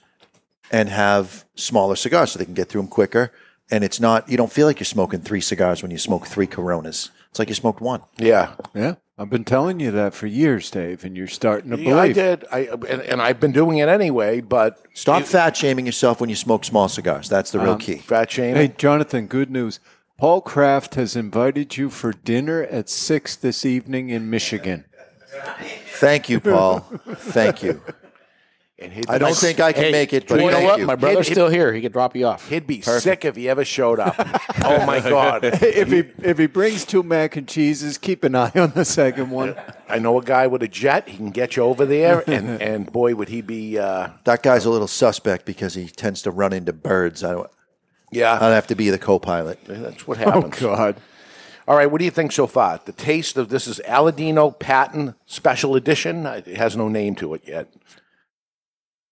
[SPEAKER 3] and have smaller cigars so they can get through them quicker. And it's not you don't feel like you're smoking three cigars when you smoke three Coronas. It's like you smoked one.
[SPEAKER 2] Yeah,
[SPEAKER 4] yeah. I've been telling you that for years, Dave, and you're starting to believe.
[SPEAKER 2] Yeah, I did. I and, and I've been doing it anyway. But
[SPEAKER 3] stop fat shaming yourself when you smoke small cigars. That's the real
[SPEAKER 4] Um,
[SPEAKER 3] key.
[SPEAKER 2] Fat shaming.
[SPEAKER 4] Hey, Jonathan, good news. Paul Kraft has invited you for dinner at six this evening in Michigan.
[SPEAKER 3] Thank you, Paul. Thank you. I don't think I can make it, but
[SPEAKER 10] you know
[SPEAKER 3] thank
[SPEAKER 10] what?
[SPEAKER 3] you.
[SPEAKER 10] My brother's
[SPEAKER 3] He'd-
[SPEAKER 10] still here. He could drop you off.
[SPEAKER 2] He'd be sick if he ever showed up. (laughs) oh my god!
[SPEAKER 4] (laughs) if he if he brings two mac and cheeses, keep an eye on the second one.
[SPEAKER 2] I know a guy with a jet. He can get you over there,
[SPEAKER 4] (laughs)
[SPEAKER 2] and and boy, would he be. Uh,
[SPEAKER 3] That guy's a little suspect because he tends to run into birds. I don't.
[SPEAKER 2] Yeah.
[SPEAKER 3] I'd have to be the co-pilot.
[SPEAKER 2] That's what
[SPEAKER 10] Oh,
[SPEAKER 2] happens.
[SPEAKER 4] Uh, oh, God!
[SPEAKER 2] All right, what do you think so far? The taste of this is Aladino Patent Special Edition. It has no name to it yet.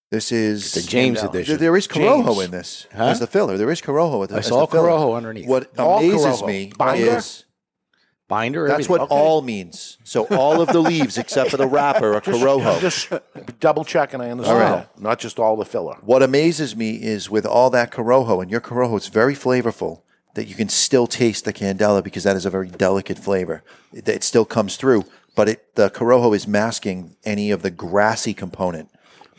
[SPEAKER 3] This is
[SPEAKER 2] The James edition.
[SPEAKER 3] There is Corojo
[SPEAKER 2] James.
[SPEAKER 3] in this
[SPEAKER 2] Huh?
[SPEAKER 3] as the filler. There is Corojo. With
[SPEAKER 10] I saw
[SPEAKER 3] the filler.
[SPEAKER 10] Corojo underneath.
[SPEAKER 3] What
[SPEAKER 10] All
[SPEAKER 3] amazes
[SPEAKER 10] Corojo.
[SPEAKER 3] me
[SPEAKER 10] Binder?
[SPEAKER 3] is
[SPEAKER 10] Binder.
[SPEAKER 3] That's what
[SPEAKER 10] everything.
[SPEAKER 3] all means. So all of the leaves except for the wrapper are
[SPEAKER 2] Just-
[SPEAKER 3] Corojo.
[SPEAKER 2] Just double check, and I understand
[SPEAKER 3] All right.
[SPEAKER 2] that. Not just all the filler.
[SPEAKER 3] What amazes me is with all that Corojo, and your Corojo is very flavorful, that you can still taste the Candela because that is a very delicate flavor. It, it still comes through, but it, the Corojo is masking any of the grassy component.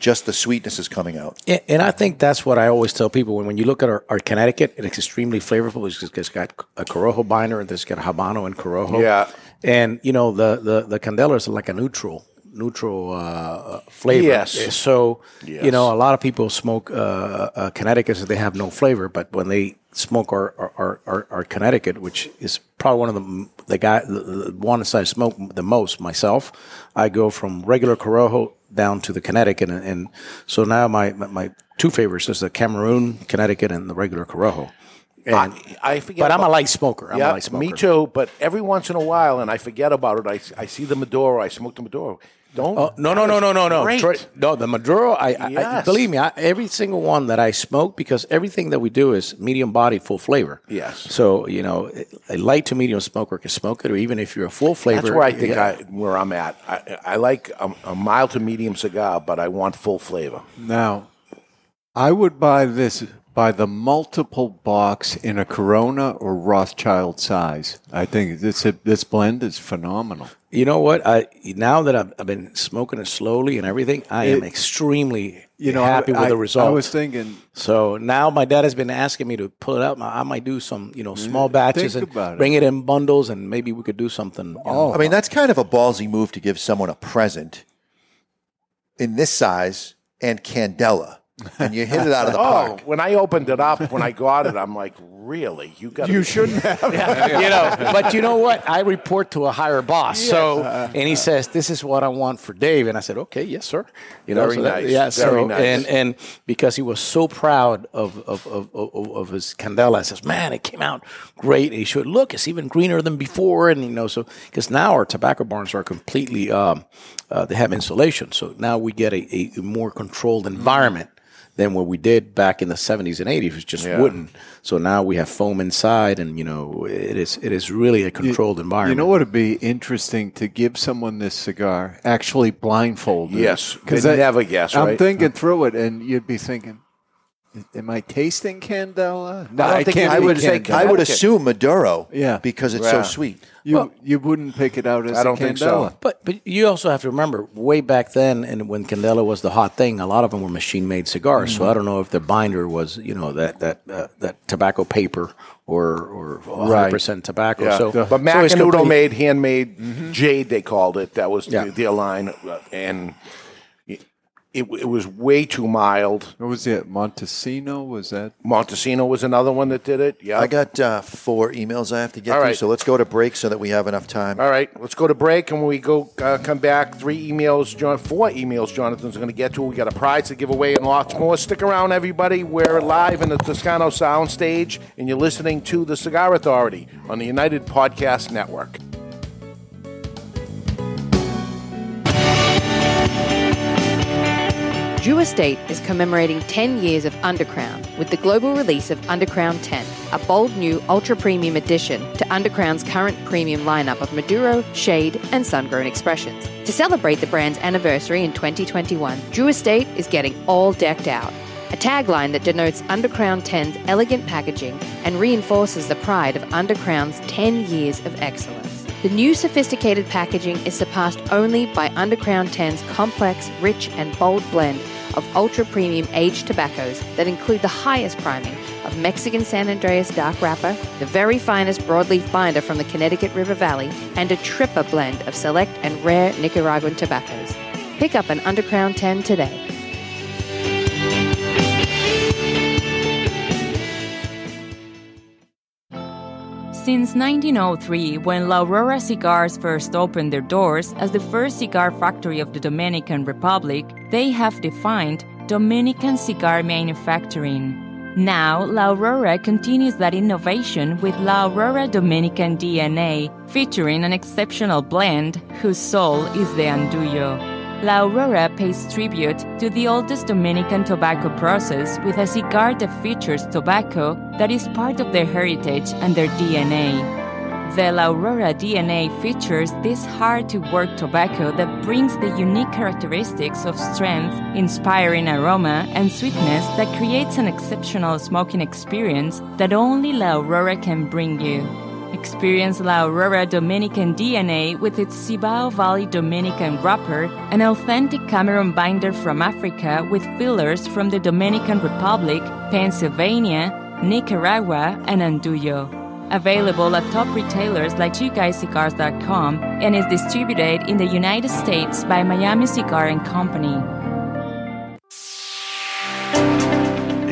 [SPEAKER 3] Just the sweetness is coming out.
[SPEAKER 10] Yeah, and I think that's what I always tell people when, when you look at our, our Connecticut, it's extremely flavorful. It's, just- it's got a Corojo binder, and it's got Habano and Corojo.
[SPEAKER 2] Yeah.
[SPEAKER 10] and you know the the the Candela is like a neutral neutral uh, uh, flavor.
[SPEAKER 4] Yes.
[SPEAKER 10] So you
[SPEAKER 4] Yes.
[SPEAKER 10] know, a lot of people smoke uh, uh, Connecticut, so they have no flavor. But when they smoke our our, our, our, our Connecticut, which is probably one of the m- the guy the, the one that I smoke the most myself, I go from regular Corojo down to the Connecticut, and, and so now my my- my two favorites is the Cameroon Connecticut and the regular Corojo. And
[SPEAKER 2] I forget.
[SPEAKER 10] But I'm
[SPEAKER 2] about-
[SPEAKER 10] a light smoker. I'm a
[SPEAKER 2] Yeah,
[SPEAKER 10] light smoker.
[SPEAKER 2] Me too. But every once in a while, and I forget about it. I, s- I see the Maduro. I smoke the Maduro. Don't.
[SPEAKER 10] Oh, no, no, no, no, no, no.
[SPEAKER 2] Great.
[SPEAKER 10] Troy- no, the Maduro. I, I- I
[SPEAKER 2] Yes.
[SPEAKER 10] believe me. I, every single one that I smoke, because everything that we do is medium body, full flavor.
[SPEAKER 2] Yes.
[SPEAKER 10] So you know, a light to medium smoker can smoke it, or even if you're a full flavor.
[SPEAKER 2] That's where I think
[SPEAKER 10] yeah.
[SPEAKER 2] I where I'm at. I, I like a, a mild to medium cigar, but I want full flavor.
[SPEAKER 4] Now, I would buy this by the multiple box in a Corona or Rothschild size. I think this this blend is phenomenal.
[SPEAKER 10] You know what? I now that I've, I've been smoking it slowly and everything, I am
[SPEAKER 4] It-
[SPEAKER 10] extremely
[SPEAKER 4] You know,
[SPEAKER 10] happy
[SPEAKER 4] I-
[SPEAKER 10] with
[SPEAKER 4] I-
[SPEAKER 10] the result.
[SPEAKER 4] I was thinking
[SPEAKER 10] So now my dad has been asking me to pull it out. I might do some, you know, small batches
[SPEAKER 3] think
[SPEAKER 10] and
[SPEAKER 3] about it.
[SPEAKER 10] bring it in bundles, and maybe we could do something.
[SPEAKER 3] Oh. I mean, that's kind of a ballsy move to give someone a present in this size and Candela. And you hit it out of (laughs) the
[SPEAKER 2] oh,
[SPEAKER 3] park.
[SPEAKER 2] when I opened it up, when I got it, I'm like, really? You got?
[SPEAKER 10] You shouldn't (laughs)
[SPEAKER 2] have.
[SPEAKER 10] you know, but you know what? I report to a higher boss.
[SPEAKER 2] Yes.
[SPEAKER 10] So, and he says, "This is what I want for Dave," and I said, "Okay, yes, sir." You know,
[SPEAKER 2] Very
[SPEAKER 10] so that-
[SPEAKER 2] nice.
[SPEAKER 10] yeah. So,
[SPEAKER 2] Very nice.
[SPEAKER 10] and and because he was so proud of of of, of, of his candela, I says, "Man, it came out great." And he showed, "Look, it's even greener than before." And you know, so because now our tobacco barns are completely um, uh, they have insulation, so now we get a, a more controlled environment than what we did back in the 70s and 80s it was just
[SPEAKER 4] Yeah.
[SPEAKER 10] wooden so now we have foam inside and you know it is it is really a controlled environment
[SPEAKER 4] You know what would be interesting to give someone this cigar actually blindfolded?
[SPEAKER 2] Yes, they'd
[SPEAKER 4] I-
[SPEAKER 2] never guess,
[SPEAKER 4] I'm
[SPEAKER 2] right?
[SPEAKER 4] thinking through it, and you'd be thinking, "Am I tasting Candela?"
[SPEAKER 3] I, don't think I
[SPEAKER 4] be
[SPEAKER 3] would say
[SPEAKER 4] Candela.
[SPEAKER 3] I would assume Maduro.
[SPEAKER 4] Yeah.
[SPEAKER 3] because it's
[SPEAKER 4] Yeah.
[SPEAKER 3] so sweet.
[SPEAKER 4] You you wouldn't pick it out as a Candela.
[SPEAKER 10] But but you also have to remember, way back then, and when Candela was the hot thing, a lot of them were machine-made cigars. So
[SPEAKER 4] Mhm.
[SPEAKER 10] I don't know if their binder was, you know, that that uh, that tobacco paper or or 100 percent tobacco.
[SPEAKER 2] Yeah.
[SPEAKER 10] So,
[SPEAKER 2] but
[SPEAKER 10] so it's
[SPEAKER 2] Macanudo
[SPEAKER 10] complete- Mm-hmm.
[SPEAKER 2] made handmade jade. They called it. That was
[SPEAKER 10] Yeah.
[SPEAKER 2] the, their line, uh, and it, it, it was way too mild.
[SPEAKER 4] What was it? Montesino was that?
[SPEAKER 2] Montesino was another one that did it. Yeah,
[SPEAKER 3] I got uh, four emails I have to get
[SPEAKER 2] All
[SPEAKER 3] through,
[SPEAKER 2] right.
[SPEAKER 3] so let's go to break so that we have enough time.
[SPEAKER 2] All right, let's go to break, and when we go uh, come back, three emails, John, four emails. Jonathan's going to get to. We got a prize to give away and lots more. Stick around, everybody. We're live in the Toscano Soundstage, and you're listening to the Cigar Authority on the United Podcast Network.
[SPEAKER 15] Drew Estate is commemorating 10 years of Undercrown with the global release of Undercrown 10, a bold new ultra premium addition to Undercrown's current premium lineup of Maduro, Shade, and Sungrown Expressions. To celebrate the brand's anniversary in 2021, Drew Estate is getting all decked out. A tagline that denotes Undercrown 10's elegant packaging and reinforces the pride of Undercrown's 10 years of excellence. The new sophisticated packaging is surpassed only by Undercrown 10's complex, rich, and bold blend of ultra premium aged tobaccos that include the highest priming of Mexican San Andreas dark wrapper, the very finest broadleaf binder from the Connecticut River Valley, and a tripper blend of select and rare Nicaraguan tobaccos. Pick up an Undercrown 10 today.
[SPEAKER 16] Since 1903, when La Aurora Cigars first opened their doors as the first cigar factory of the Dominican Republic, they have defined Dominican cigar manufacturing. Now, La Aurora continues that innovation with La Aurora Dominican DNA, featuring an exceptional blend whose soul is the Andullo. La Aurora pays tribute to the oldest Dominican tobacco process with a cigar that features tobacco that is part of their heritage and their DNA. The La Aurora DNA features this hard to work tobacco that brings the unique characteristics of strength, inspiring aroma, and sweetness that creates an exceptional smoking experience that only La Aurora can bring you. Experience La Aurora Dominican DNA with its Cibao Valley Dominican wrapper, an authentic Cameroon binder from Africa with fillers from the Dominican Republic, Pennsylvania, Nicaragua, and Andullo. available at top retailers like 2GuysCigars.com and is distributed in the United States by Miami Cigar and Company.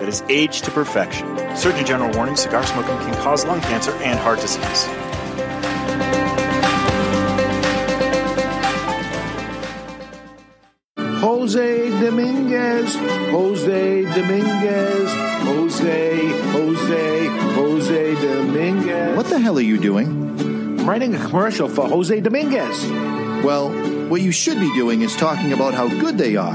[SPEAKER 7] that is aged to perfection. Surgeon General warning cigar smoking can cause lung cancer and heart disease.
[SPEAKER 17] Jose Dominguez, Jose Dominguez, Jose, Jose, Jose Dominguez.
[SPEAKER 3] What the hell are you doing?
[SPEAKER 17] I'm writing a commercial for Jose Dominguez.
[SPEAKER 3] Well, what you should be doing is talking about how good they are.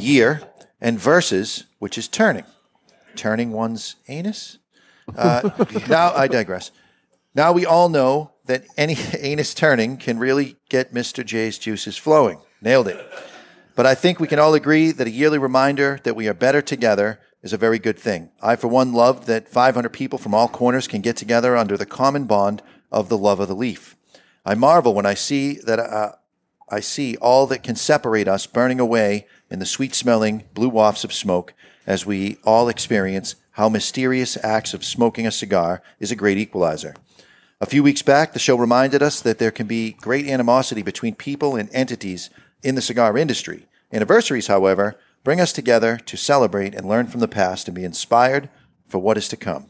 [SPEAKER 3] year, and versus, which is turning. Turning one's anus? Uh, (laughs) now I digress. Now we all know that any (laughs) anus turning can really get Mr. J's juices flowing. Nailed it. But I think we can all agree that a yearly reminder that we are better together is a very good thing. I, for one, love that 500 people from all corners can get together under the common bond of the love of the leaf. I marvel when I see that uh, I see all that can separate us burning away in the sweet smelling blue wafts of smoke as we all experience how mysterious acts of smoking a cigar is a great equalizer. A few weeks back, the show reminded us that there can be great animosity between people and entities in the cigar industry. Anniversaries, however, bring us together to celebrate and learn from the past and be inspired for what is to come.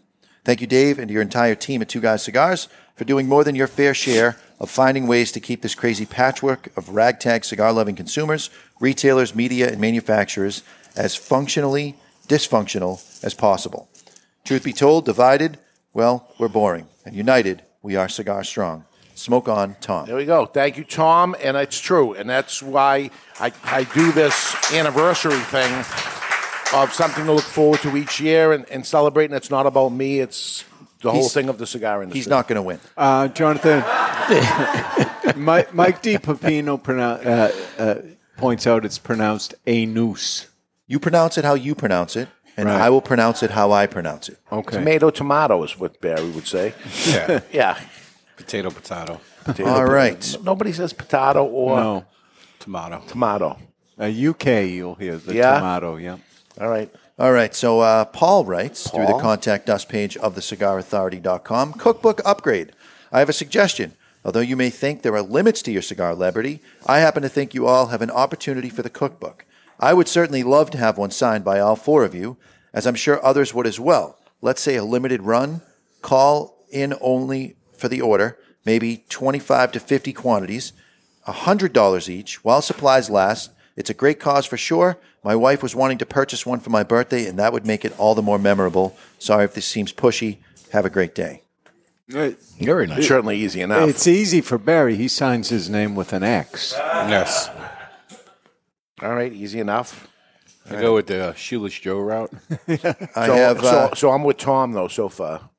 [SPEAKER 3] Thank you, Dave, and to your entire team at Two Guys Cigars for doing more than your fair share of finding ways to keep this crazy patchwork of ragtag cigar loving consumers, retailers, media, and manufacturers as functionally dysfunctional as possible. Truth be told, divided, well, we're boring. And united, we are cigar strong. Smoke on, Tom.
[SPEAKER 2] There we go. Thank you, Tom. And it's true. And that's why I, I do this anniversary thing of something to look forward to each year and, and celebrate. And it's not about me, it's the whole
[SPEAKER 4] He's-
[SPEAKER 2] thing of the cigar industry.
[SPEAKER 3] He's not going to win.
[SPEAKER 4] Uh, Jonathan, (laughs) Mike, Mike D. Papino pronoun- uh, uh, points out it's pronounced anus.
[SPEAKER 3] You pronounce it how you pronounce it, and I will pronounce it how I pronounce it.
[SPEAKER 4] Okay.
[SPEAKER 2] Tomato, tomato is what Barry would say. (laughs)
[SPEAKER 3] Yeah.
[SPEAKER 2] yeah.
[SPEAKER 5] Potato, potato.
[SPEAKER 2] Potato,
[SPEAKER 3] All
[SPEAKER 2] but
[SPEAKER 3] right.
[SPEAKER 2] Nobody says potato or
[SPEAKER 4] No.
[SPEAKER 5] Tomato.
[SPEAKER 2] Tomato.
[SPEAKER 4] Uh, UK, you'll hear the
[SPEAKER 3] Yeah?
[SPEAKER 4] tomato, yeah.
[SPEAKER 2] All right.
[SPEAKER 3] All right. So uh, Paul writes through
[SPEAKER 4] Paul?
[SPEAKER 3] the contact us page of thecigarauthority.com cookbook upgrade. I have a suggestion. Although you may think there are limits to your cigar liberty, I happen to think you all have an opportunity for the cookbook. I would certainly love to have one signed by all four of you, as I'm sure others would as well. Let's say a limited run, call in only for the order, maybe 25 to 50 quantities. $100 each while supplies last. It's a great cause for sure. My wife was wanting to purchase one for my birthday, and that would make it all the more memorable. Sorry if this seems pushy. Have a great day.
[SPEAKER 4] Very
[SPEAKER 3] nice. Certainly easy enough.
[SPEAKER 4] It's easy for Barry. He signs his name with an X.
[SPEAKER 5] Yes.
[SPEAKER 3] e-
[SPEAKER 2] All right, easy enough.
[SPEAKER 5] I go with the shoeless
[SPEAKER 2] (laughs)
[SPEAKER 5] Joe route.
[SPEAKER 3] I
[SPEAKER 2] so,
[SPEAKER 3] have,
[SPEAKER 2] so,
[SPEAKER 3] uh,
[SPEAKER 2] so I'm with Tom, though, so far.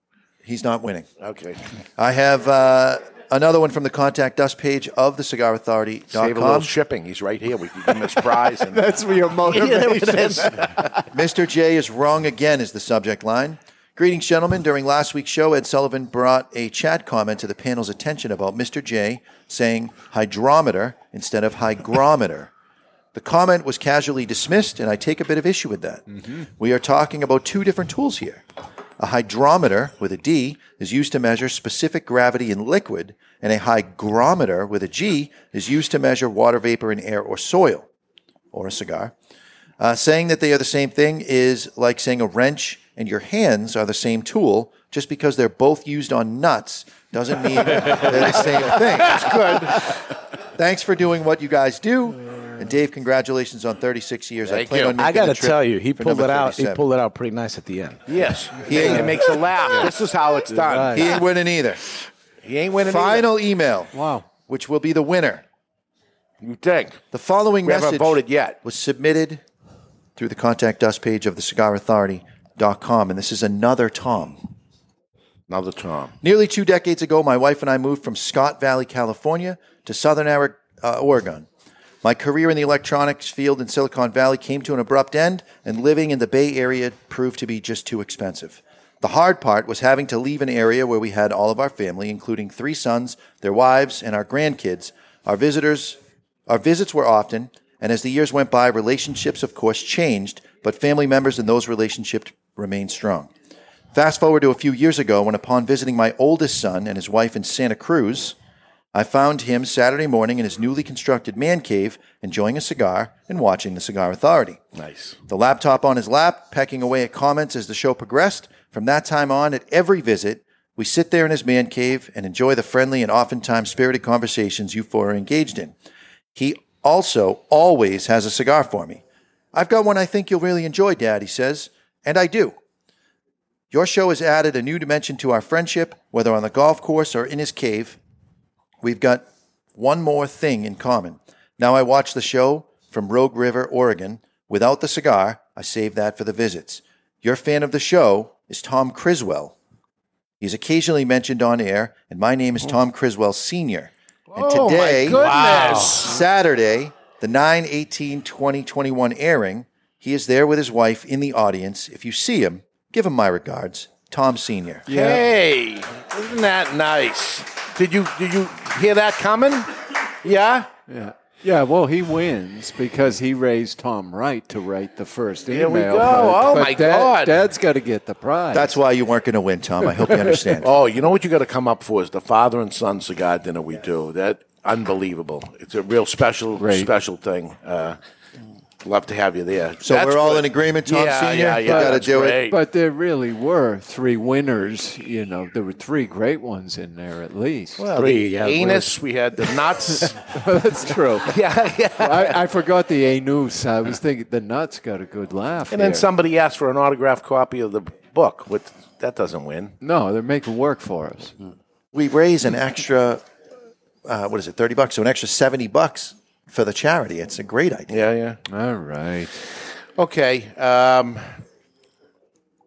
[SPEAKER 3] He's not winning.
[SPEAKER 2] Okay.
[SPEAKER 3] I have uh, another one from the contact us page of the
[SPEAKER 2] Save a little
[SPEAKER 3] thecigarauthority.com.
[SPEAKER 2] shipping. He's right here. We can give him his prize.
[SPEAKER 4] (laughs)
[SPEAKER 2] And
[SPEAKER 4] That's
[SPEAKER 3] (laughs)
[SPEAKER 4] where your
[SPEAKER 2] motivation is.
[SPEAKER 3] Mr. J is wrong again, is the subject line. Greetings, gentlemen. During last week's show, Ed Sullivan brought a chat comment to the panel's attention about Mr. J saying hydrometer instead of hygrometer. the comment was casually dismissed, and I take a bit of issue with that. We are talking about two different tools here. A hydrometer with a D is used to measure specific gravity in liquid, and a hygrometer with a G is used to measure water vapor in air or soil, or a cigar. Uh, saying that they are the same thing is like saying a wrench and your hands are the same tool. Just because they're both used on nuts doesn't mean they're the same thing.
[SPEAKER 2] (laughs)
[SPEAKER 3] It's good. Thanks for doing what you guys do. And Dave, congratulations on 36 years. I plan on making
[SPEAKER 1] I got
[SPEAKER 3] the
[SPEAKER 1] to
[SPEAKER 3] trip
[SPEAKER 1] tell you, he
[SPEAKER 3] for
[SPEAKER 1] pulled
[SPEAKER 3] number
[SPEAKER 1] it out. He
[SPEAKER 3] 37.
[SPEAKER 1] pulled it out pretty nice at the end.
[SPEAKER 2] Yes.
[SPEAKER 3] He
[SPEAKER 2] He
[SPEAKER 3] ain't-
[SPEAKER 2] makes a laugh. This is how it's done.
[SPEAKER 3] He ain't winning either.
[SPEAKER 2] He ain't winning
[SPEAKER 3] Final email.
[SPEAKER 4] Wow.
[SPEAKER 3] Which will be the winner.
[SPEAKER 2] You think?
[SPEAKER 3] The following
[SPEAKER 2] We haven't
[SPEAKER 3] message
[SPEAKER 2] voted yet.
[SPEAKER 3] was submitted through the contact us page of thecigarauthority.com. And this is another Tom.
[SPEAKER 2] Another Tom.
[SPEAKER 3] Nearly two decades ago, my wife and I moved from Scott Valley, California to southern Ari- uh, Oregon. My career in the electronics field in Silicon Valley came to an abrupt end, and living in the Bay Area proved to be just too expensive. The hard part was having to leave an area where we had all of our family, including three sons, their wives, and our grandkids. Our visitors, our visits were often, and as the years went by, relationships, of course, changed, but family members in those relationships remained strong. Fast forward to a few years ago when, upon visiting my oldest son and his wife in Santa Cruz, I found him Saturday morning in his newly constructed man cave, enjoying a cigar and watching the Cigar Authority.
[SPEAKER 10] Nice.
[SPEAKER 3] The laptop on his lap, pecking away at comments as the show progressed. From that time on, at every visit, we sit there in his man cave and enjoy the friendly and oftentimes spirited conversations you four are engaged in. He also always has a cigar for me. I've got one I think you'll really enjoy, Dad, he says, and I do. Your show has added a new dimension to our friendship, whether on the golf course or in his cave. We've got one more thing in common. Now I watch the show from Rogue River, Oregon. Without the cigar, I save that for the visits. Your fan of the show is Tom Criswell. He's occasionally mentioned on air, and my name is Tom Criswell Sr. And
[SPEAKER 2] Hmm. Oh, my
[SPEAKER 3] today,
[SPEAKER 2] goodness. Wow.
[SPEAKER 3] Saturday, the 9 18 2021 airing, he is there with his wife in the audience. If you see him, give him my regards. Tom Sr.
[SPEAKER 2] Hey, isn't that nice? Did you did you hear that coming? Yeah.
[SPEAKER 4] Yeah. Yeah, well, he wins because he raised Tom Wright to write the first email.
[SPEAKER 2] There we go.
[SPEAKER 4] But-
[SPEAKER 2] Oh,
[SPEAKER 4] but
[SPEAKER 2] my
[SPEAKER 4] Dad-
[SPEAKER 2] God.
[SPEAKER 4] Dad's got to get the prize.
[SPEAKER 3] That's why you weren't going to win, Tom. I hope you understand.
[SPEAKER 2] (laughs) oh, you know what you got to come up for is the father and son cigar dinner we do. That unbelievable. It's a real special special thing. Uh, love to have you there.
[SPEAKER 3] So
[SPEAKER 2] That's
[SPEAKER 3] we're all
[SPEAKER 2] good.
[SPEAKER 3] in agreement, Tom
[SPEAKER 2] yeah,
[SPEAKER 3] Senior?
[SPEAKER 2] Yeah,
[SPEAKER 3] You
[SPEAKER 2] yeah,
[SPEAKER 3] gotta
[SPEAKER 2] that's
[SPEAKER 3] do it.
[SPEAKER 2] great.
[SPEAKER 4] But there really were three winners. You know, there were three great ones in there at least.
[SPEAKER 2] Well, Three, Uh, the yeah, anus, we had the nuts.
[SPEAKER 4] well, (laughs) that's true.
[SPEAKER 2] (laughs) yeah, yeah.
[SPEAKER 4] I, I forgot the anus. I was thinking the nuts got a good laugh.
[SPEAKER 2] And then
[SPEAKER 4] there.
[SPEAKER 2] somebody asked for an autographed copy of the book. Which that doesn't win.
[SPEAKER 4] (laughs) No, they're making work for us.
[SPEAKER 3] we raise an extra uh, what is it 30 bucks so an extra 70 bucks for the charity it's a great idea
[SPEAKER 2] yeah
[SPEAKER 4] yeah all right
[SPEAKER 2] Okay. Um,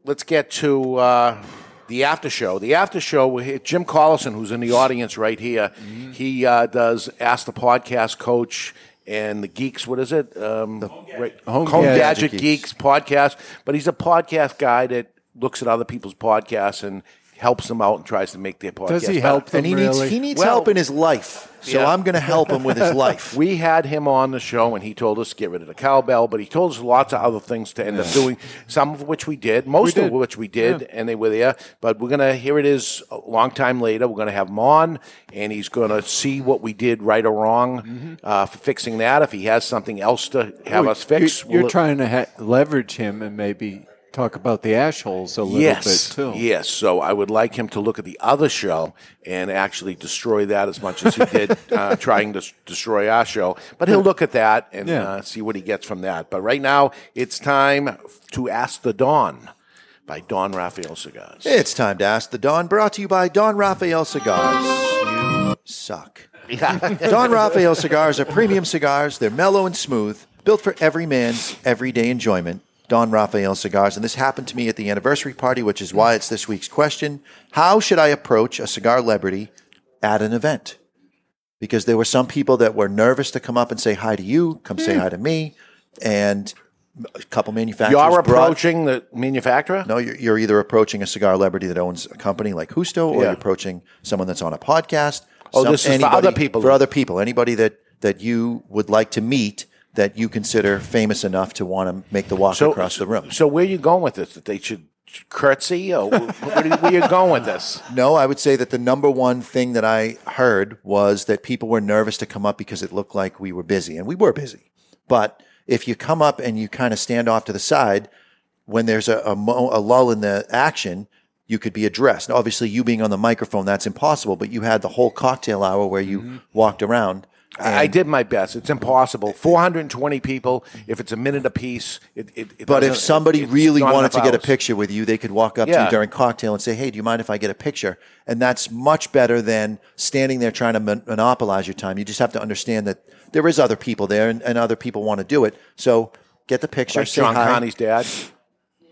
[SPEAKER 2] let's get to uh, the after show. The after show, we're here- Jim Collison, who's in the audience right here,
[SPEAKER 4] Mm-hmm.
[SPEAKER 2] he uh, does Ask the Podcast Coach and the Geeks. What is it? Um, the right,
[SPEAKER 4] Home
[SPEAKER 2] Home
[SPEAKER 4] Gadget
[SPEAKER 2] Gadget
[SPEAKER 4] Geeks.
[SPEAKER 2] Geeks podcast. But he's a podcast guy that looks at other people's podcasts and helps them out and tries to make their podcast.
[SPEAKER 4] Does he
[SPEAKER 2] better.
[SPEAKER 4] help them
[SPEAKER 3] and he needs he needs help in his life so
[SPEAKER 2] Yeah.
[SPEAKER 3] i'm going to help
[SPEAKER 4] (laughs)
[SPEAKER 3] him with his
[SPEAKER 2] (laughs)
[SPEAKER 3] life
[SPEAKER 2] We had him on the show, and he told us to get rid of the cowbell, but he told us lots of other things to end up
[SPEAKER 3] Yeah.
[SPEAKER 2] doing. Some of which we did, most
[SPEAKER 3] We
[SPEAKER 2] of
[SPEAKER 3] did.
[SPEAKER 2] which we did,
[SPEAKER 3] Yeah.
[SPEAKER 2] and they were there. But we're gonna here it is a long time later. We're gonna have him on, and he's gonna see what we did right or wrong
[SPEAKER 3] Mm-hmm.
[SPEAKER 2] uh, for fixing that. If he has something else to have
[SPEAKER 4] Well,
[SPEAKER 2] us fix,
[SPEAKER 4] You're, you're
[SPEAKER 2] we'll-
[SPEAKER 4] trying to ha- leverage him and maybe talk about the ash holes a little
[SPEAKER 2] yes,
[SPEAKER 4] bit too.
[SPEAKER 2] Yes. So I would like him to look at the other show and actually destroy that as much as he
[SPEAKER 3] (laughs)
[SPEAKER 2] did uh, trying to s- destroy our show. But he'll look at that and
[SPEAKER 4] Yeah.
[SPEAKER 2] uh, see what he gets from that. But right now, it's time to ask the Dawn by Don Raphael Cigars. (laughs)
[SPEAKER 3] it's time to ask the don brought to you by don raphael cigars you suck Don Raphael cigars are premium cigars. They're mellow and smooth, built for every man's everyday enjoyment. Don Raphael cigars. And this happened to me at the anniversary party, which is why it's this week's question. How should I approach a cigar celebrity at an event? Because there were some people that were nervous to come up and say hi to you, come say hi to me. And a couple manufacturers.
[SPEAKER 2] You're
[SPEAKER 3] brought-
[SPEAKER 2] approaching the manufacturer?
[SPEAKER 3] no, you're, you're either approaching a cigar celebrity that owns a company like Husto, or
[SPEAKER 2] Yeah.
[SPEAKER 3] you're approaching someone that's on a podcast.
[SPEAKER 2] Oh, this is for other people.
[SPEAKER 3] For other people, anybody that that you would like to meet that you consider famous enough to want to make the walk
[SPEAKER 2] So-
[SPEAKER 3] across the room.
[SPEAKER 2] So where are you going with this? That they should curtsy? Or where are you- where are you going with this?
[SPEAKER 3] (laughs) No, I would say that the number one thing that I heard was that people were nervous to come up because it looked like we were busy, and we were busy. But if you come up and you kind of stand off to the side, when there's a, a, mo- a lull in the action, you could be addressed. Now, obviously, you being on the microphone, that's impossible, but you had the whole cocktail hour where you
[SPEAKER 2] Mm-hmm.
[SPEAKER 3] walked around.
[SPEAKER 2] I I did my best. It's impossible. 420 people. If it's a minute apiece, it. it, it
[SPEAKER 3] But if
[SPEAKER 2] doesn't-
[SPEAKER 3] somebody
[SPEAKER 2] it's
[SPEAKER 3] really
[SPEAKER 2] not
[SPEAKER 3] wanted
[SPEAKER 2] enough
[SPEAKER 3] to get a
[SPEAKER 2] hours.
[SPEAKER 3] picture with you, they could walk up to
[SPEAKER 2] Yeah.
[SPEAKER 3] you during cocktail and say, "Hey, do you mind if I get a picture?" And that's much better than standing there trying to mon- monopolize your time. You just have to understand that there is other people there, and, and other people want to do it. So get the picture.
[SPEAKER 2] Like
[SPEAKER 3] say
[SPEAKER 2] John
[SPEAKER 3] hi.
[SPEAKER 2] Connie's dad.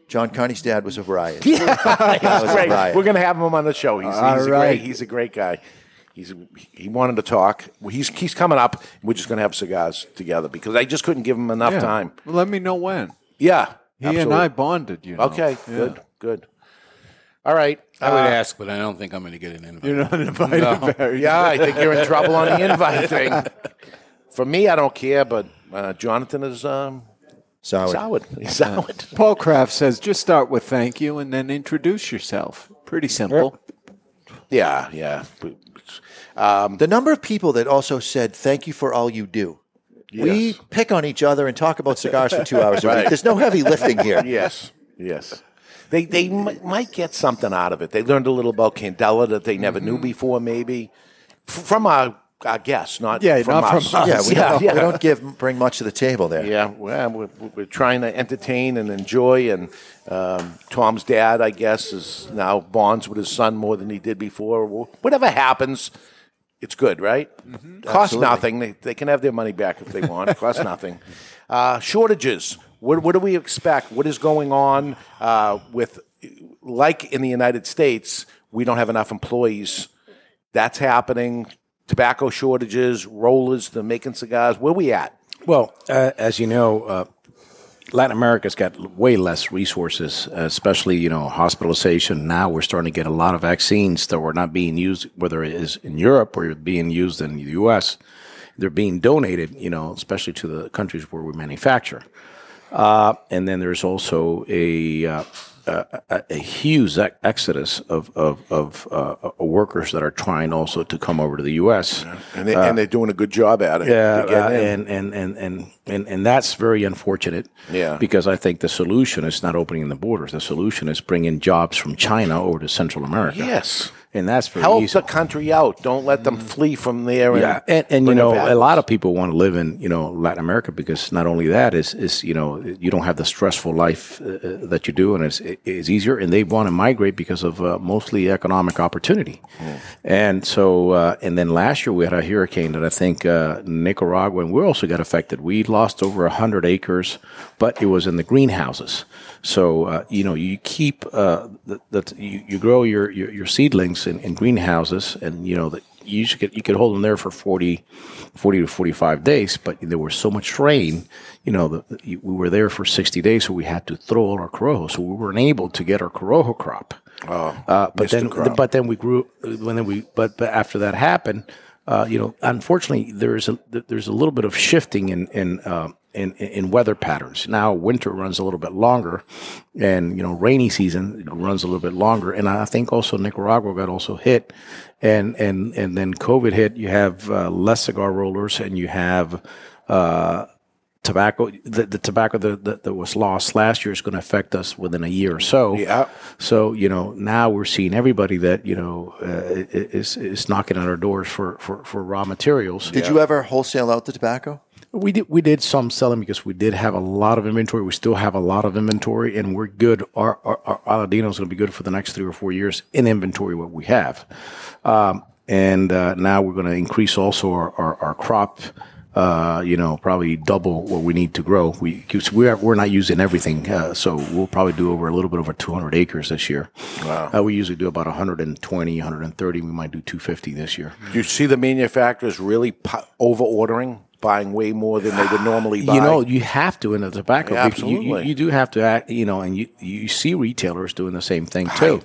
[SPEAKER 3] John Connie's dad was a
[SPEAKER 2] (laughs)
[SPEAKER 3] riot.
[SPEAKER 2] Yeah,
[SPEAKER 3] (laughs) That
[SPEAKER 2] he's
[SPEAKER 3] was a
[SPEAKER 2] great.
[SPEAKER 3] riot.
[SPEAKER 2] We're going to have him on the show. He's,
[SPEAKER 3] All
[SPEAKER 2] he's, a
[SPEAKER 3] right.
[SPEAKER 2] great, he's a great guy. He's, he wanted to talk. He's, he's coming up. We're just going to have cigars together because I just couldn't give him enough
[SPEAKER 4] Yeah.
[SPEAKER 2] time.
[SPEAKER 4] Well, let me know when.
[SPEAKER 2] Yeah.
[SPEAKER 4] He and I bonded, you know.
[SPEAKER 2] Okay,
[SPEAKER 4] Yeah.
[SPEAKER 2] good, good. All right.
[SPEAKER 5] I would
[SPEAKER 2] uh,
[SPEAKER 5] ask, but I don't think I'm going to get an invite.
[SPEAKER 4] You're not invited, Barry.
[SPEAKER 2] Yeah, I think you're in trouble on the invite thing.
[SPEAKER 4] (laughs)
[SPEAKER 2] For me, I don't care, but uh, Jonathan is um,
[SPEAKER 3] soured.
[SPEAKER 2] Soured. (laughs) He's soured.
[SPEAKER 4] (laughs) Paul Kraft says just start with thank you and then introduce yourself. Pretty simple.
[SPEAKER 2] Yeah, yeah. Um,
[SPEAKER 3] the number of people that also said thank you for all you do. We pick on each other and talk about cigars for two hours a week.
[SPEAKER 2] Right.
[SPEAKER 3] There's no heavy lifting here.
[SPEAKER 2] (laughs) Yes, yes. They they m- might get something out of it. They learned a little about Candela that they never
[SPEAKER 3] Mm-hmm.
[SPEAKER 2] knew before, maybe F- from our, our guests, not
[SPEAKER 3] Yeah,
[SPEAKER 2] from
[SPEAKER 3] not
[SPEAKER 2] us.
[SPEAKER 3] from us. (laughs) Yeah, we don't- we don't
[SPEAKER 2] give
[SPEAKER 3] bring much to the table there.
[SPEAKER 2] Yeah, well, we're, we're trying to entertain and enjoy. And um, Tom's dad, I guess, is now bonds with his son more than he did before. Wh- Whatever happens, it's good, right? Costs
[SPEAKER 3] Mm-hmm. Absolutely.
[SPEAKER 2] nothing. They, they can have their money back if they want. Costs
[SPEAKER 3] (laughs)
[SPEAKER 2] nothing. Uh, shortages. What, what do we expect? What is going on uh, with, like in the United States, we don't have enough employees. That's happening. Tobacco shortages, rollers, they're making cigars. Where we at?
[SPEAKER 10] Well, uh, as you know, uh, Latin America's got l- way less resources, uh, especially you know hospitalization. Now we're starting to get a lot of vaccines that were not being used, whether it is in Europe or being used in the U.S. They're being donated, you know, especially to the countries where we manufacture. Uh, and then there's also a uh, a, a- a huge ex- exodus of of, of uh, uh, workers that are trying also to come over to the U.S.
[SPEAKER 2] And, they,
[SPEAKER 10] Uh,
[SPEAKER 2] and they're doing a good job at it.
[SPEAKER 10] yeah,
[SPEAKER 2] They're getting
[SPEAKER 10] uh,
[SPEAKER 2] in.
[SPEAKER 10] and, and, and, and, and, and that's very unfortunate.
[SPEAKER 2] Yeah.
[SPEAKER 10] Because I think the solution is not opening the borders. The solution is bringing jobs from China over to Central America.
[SPEAKER 2] Yes.
[SPEAKER 10] And that's very
[SPEAKER 2] Help
[SPEAKER 10] easy.
[SPEAKER 2] the country out. Don't let them flee from there. And
[SPEAKER 10] Mm. Yeah, and, and you
[SPEAKER 2] bring it
[SPEAKER 10] know,
[SPEAKER 2] back.
[SPEAKER 10] a lot of people want to live in you know Latin America because not only that is is you know you don't have the stressful life uh, uh, that you do, and it's it's easier, and they want to migrate because of uh, mostly economic opportunity, and so uh, and then last year we had a hurricane that I think uh, Nicaragua and we also got affected. We lost over hundred acres, but it was in the greenhouses. So uh, you know you keep uh, the, the, you, you grow your your, your seedlings in, in greenhouses, and you know that you should get, you could hold them there for 40, 40 to 45 days, but there was so much rain, you know, the, the- you- we were there for 60 days, so we had to throw out our corojo. So we weren't able to get our corojo crop.
[SPEAKER 2] Oh,
[SPEAKER 10] uh, but
[SPEAKER 2] missed
[SPEAKER 10] then,
[SPEAKER 2] the crop.
[SPEAKER 10] but then we grew, when then we, but, but after that happened, uh, you know, unfortunately there's a, there's a little bit of shifting in, in, uh, in, in weather patterns now winter runs a little bit longer and you know rainy season runs a little bit longer and i think also nicaragua got also hit and and and then COVID hit. You have uh, less cigar rollers, and you have uh, tobacco. The, the tobacco that, that, that was lost last year is going to affect us within a year or so.
[SPEAKER 2] Yeah.
[SPEAKER 10] So you know now we're seeing everybody that you know uh, i- is is knocking on our doors for for, for raw materials.
[SPEAKER 3] Did you ever wholesale out the tobacco?
[SPEAKER 10] We did we did some selling because we did have a lot of inventory. We still have a lot of inventory, and we're good. Our our, our Aladino is going to be good for the next three or four years in inventory what we have, um, and uh, now we're going to increase also our our, our crop. Uh, you know, probably double what we need to grow. We 'cause we're we're not using everything, uh, so we'll probably do over a little bit over 200 acres this year. Wow. Uh, we usually do about 120, 130. We might do 250 this year.
[SPEAKER 2] Do you see the manufacturers really pu- over ordering, buying way more than they would normally
[SPEAKER 10] (sighs)
[SPEAKER 2] buy?
[SPEAKER 10] You know, you have to in the tobacco.
[SPEAKER 2] Yeah,
[SPEAKER 10] because you- You,
[SPEAKER 2] absolutely.
[SPEAKER 10] you do have to act, you know, and you, you see retailers doing the same thing too.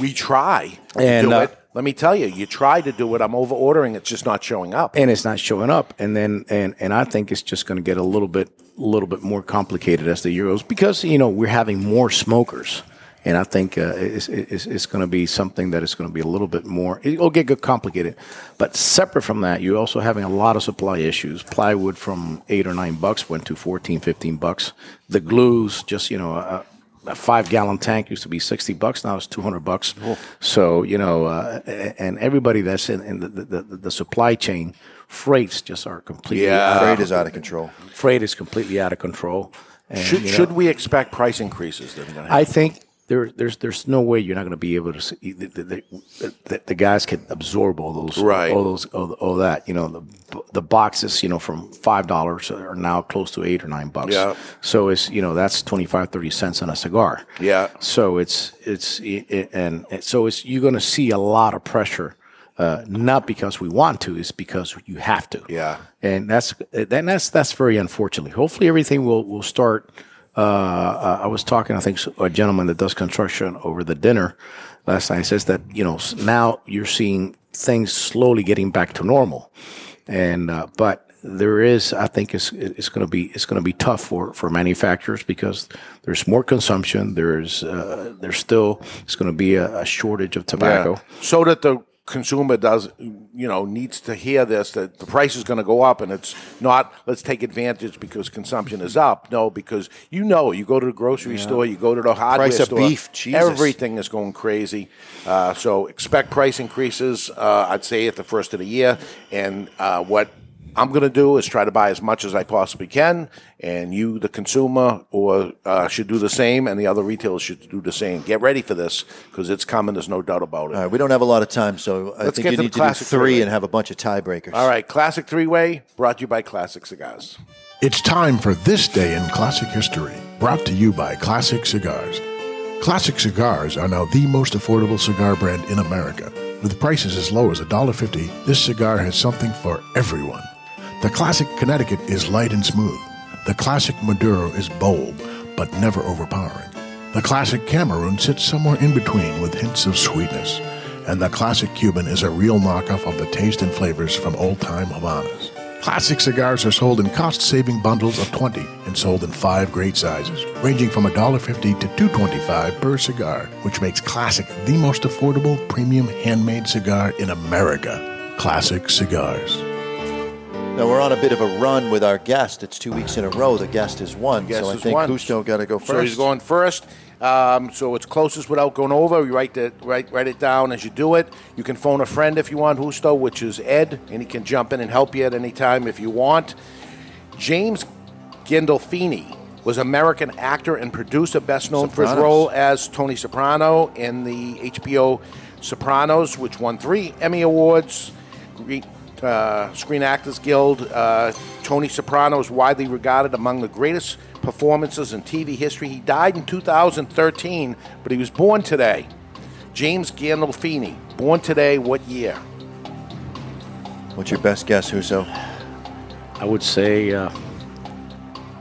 [SPEAKER 2] we try
[SPEAKER 10] And,
[SPEAKER 2] to do
[SPEAKER 10] uh,
[SPEAKER 2] it. Let me tell you, you try to do it. I'm over ordering. It's just not showing up.
[SPEAKER 10] And it's not showing up. And then, and, and I think it's just going to get a little bit, little bit more complicated as the year goes because, you know, we're having more smokers. And I think uh, it's, it's, it's going to be something that is going to be a little bit more, it'll get good complicated. But separate from that, you're also having a lot of supply issues. Plywood from eight or nine bucks went to 14, 15 bucks. The glues, just, you know, uh, a five gallon tank used to be 60 bucks now it's 200 bucks so you know uh, a- and everybody that's in, in the, the, the, the supply chain freights just are completely
[SPEAKER 3] Yeah.
[SPEAKER 10] out
[SPEAKER 3] Freight is out of control.
[SPEAKER 10] freight is completely out of control and,
[SPEAKER 2] should,
[SPEAKER 10] you know,
[SPEAKER 2] should we expect price increases? That are gonna
[SPEAKER 10] i think there, there's there's no way you're not going to be able to see the, the, the, the, the guys can absorb all those
[SPEAKER 2] Right.
[SPEAKER 10] all those all, all that you know the, the boxes you know from five dollars are now close to eight or nine bucks
[SPEAKER 2] Yeah.
[SPEAKER 10] so it's you know that's 25 30 cents on a cigar
[SPEAKER 2] yeah.
[SPEAKER 10] so it's it's it, and and so it's you're going to see a lot of pressure uh, not because we want to, it's because you have to.
[SPEAKER 2] Yeah,
[SPEAKER 10] and that's then that's that's very unfortunately. Hopefully, everything will will start. Uh, uh, I was talking, I think, to a gentleman that does construction over the dinner last night. He says that you know s- now you're seeing things slowly getting back to normal, and uh, but there is, I think, it's it's going to be it's going to be tough for for manufacturers because there's more consumption. There's uh, there's still it's going to be a, a shortage of tobacco.
[SPEAKER 2] Yeah. So that the consumer does, you know, needs to hear this that the price is going to go up, and it's not. Let's take advantage because consumption is up. No, because you know, you go to the grocery
[SPEAKER 3] Yeah.
[SPEAKER 2] store, you go to the hardware
[SPEAKER 3] Price of
[SPEAKER 2] store,
[SPEAKER 3] beef, Jesus.
[SPEAKER 2] everything is going crazy. Uh, so expect price increases. Uh, I'd say at the first of the year, and uh, what. I'm going to do is try to buy as much as I possibly can, and you, the consumer, or uh, should do the same, and the other retailers should do the same. Get ready for this because it's coming. There's no doubt about it.
[SPEAKER 3] All right, we don't have a lot of time, so I
[SPEAKER 2] Let's
[SPEAKER 3] think
[SPEAKER 2] get
[SPEAKER 3] you
[SPEAKER 2] to
[SPEAKER 3] need
[SPEAKER 2] the
[SPEAKER 3] to do
[SPEAKER 2] classic
[SPEAKER 3] three
[SPEAKER 2] three.
[SPEAKER 3] and have a bunch of tiebreakers.
[SPEAKER 2] All right, Classic Three Way, brought to you by Classic Cigars.
[SPEAKER 14] It's time for This Day in Classic History, brought to you by Classic Cigars. Classic Cigars are now the most affordable cigar brand in America. With prices as low as $1.50, this cigar has something for everyone. The Classic Connecticut is light and smooth. The Classic Maduro is bold, but never overpowering. The Classic Cameroon sits somewhere in between with hints of sweetness. And the Classic Cuban is a real knockoff of the taste and flavors from old time Havanas. Classic cigars are sold in cost saving bundles of 20 and sold in five great sizes, ranging from $1.50 to $2.25 per cigar, which makes Classic the most affordable premium handmade cigar in America. Classic Cigars.
[SPEAKER 3] Now we're on a bit of a run with our guest. It's two weeks in a row. The guest is one,
[SPEAKER 2] Guest
[SPEAKER 3] so I
[SPEAKER 2] is
[SPEAKER 3] think
[SPEAKER 2] one.
[SPEAKER 3] Gusto got to go first.
[SPEAKER 2] So he's going first. Um, so it's closest without going over. You write that, write, write it down as you do it. You can phone a friend if you want, Husto, which is Ed, and he can jump in and help you at any time if you want. James Gandolfini was American actor and producer, best known for his
[SPEAKER 3] Sopranos.
[SPEAKER 2] role as Tony Soprano in the HBO Sopranos, which won three Emmy Awards. Gre- Uh, Screen Actors Guild. Uh, Tony Soprano is widely regarded among the greatest performances in TV history. He died in 2013, but he was born today. James Gandolfini, born today, what year?
[SPEAKER 3] What's your best guess, Huso?
[SPEAKER 10] I would say uh,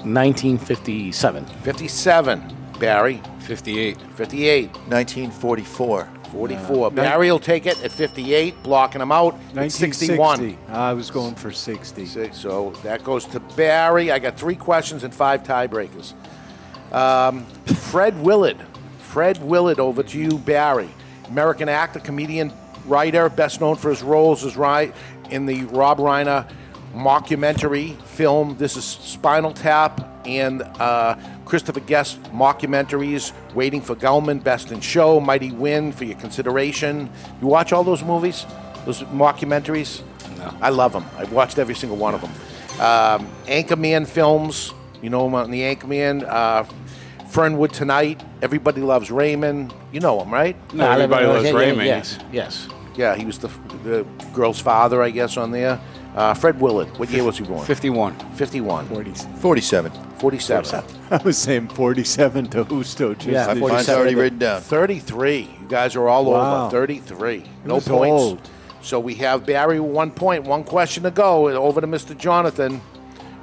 [SPEAKER 10] 1957.
[SPEAKER 2] 57. Barry?
[SPEAKER 10] 58.
[SPEAKER 2] 58.
[SPEAKER 3] 1944.
[SPEAKER 2] 44. Barry will take it at 58, blocking him out. It's 61.
[SPEAKER 4] 1960. I was going for 60.
[SPEAKER 2] Six, So that goes to Barry. I got three questions and five tiebreakers. Um, Fred Willard. Fred Willard, over to you, Barry. American actor, comedian, writer, best known for his roles as right in the Rob Reiner mockumentary film. This is Spinal Tap and uh, Christopher Guest mockumentaries. Waiting for Gelman, Best in Show, Mighty Win for your consideration. You watch all those movies, those mockumentaries. No. I love them. I've watched every single one of them. Um, Anchorman films. You know him on the Anchorman. Uh, Fernwood Tonight. Everybody loves Raymond. You know him, right?
[SPEAKER 1] No, Everybody Loves Yeah, yeah, Raymond. yes,
[SPEAKER 10] yes.
[SPEAKER 2] Yeah, he was the, the girl's father, I guess, on there. Uh, Fred Willard. What year was he born?
[SPEAKER 5] 51.
[SPEAKER 2] 51.
[SPEAKER 3] 47.
[SPEAKER 2] 47.
[SPEAKER 4] (laughs) I was saying 47 to Husto. Just
[SPEAKER 2] Yeah,
[SPEAKER 4] this-
[SPEAKER 2] 47. 33. You guys are all
[SPEAKER 4] Wow.
[SPEAKER 2] over. 33. No
[SPEAKER 4] was
[SPEAKER 2] points.
[SPEAKER 4] old.
[SPEAKER 2] So we have Barry with one point, one question to go. Over to Mr. Jonathan.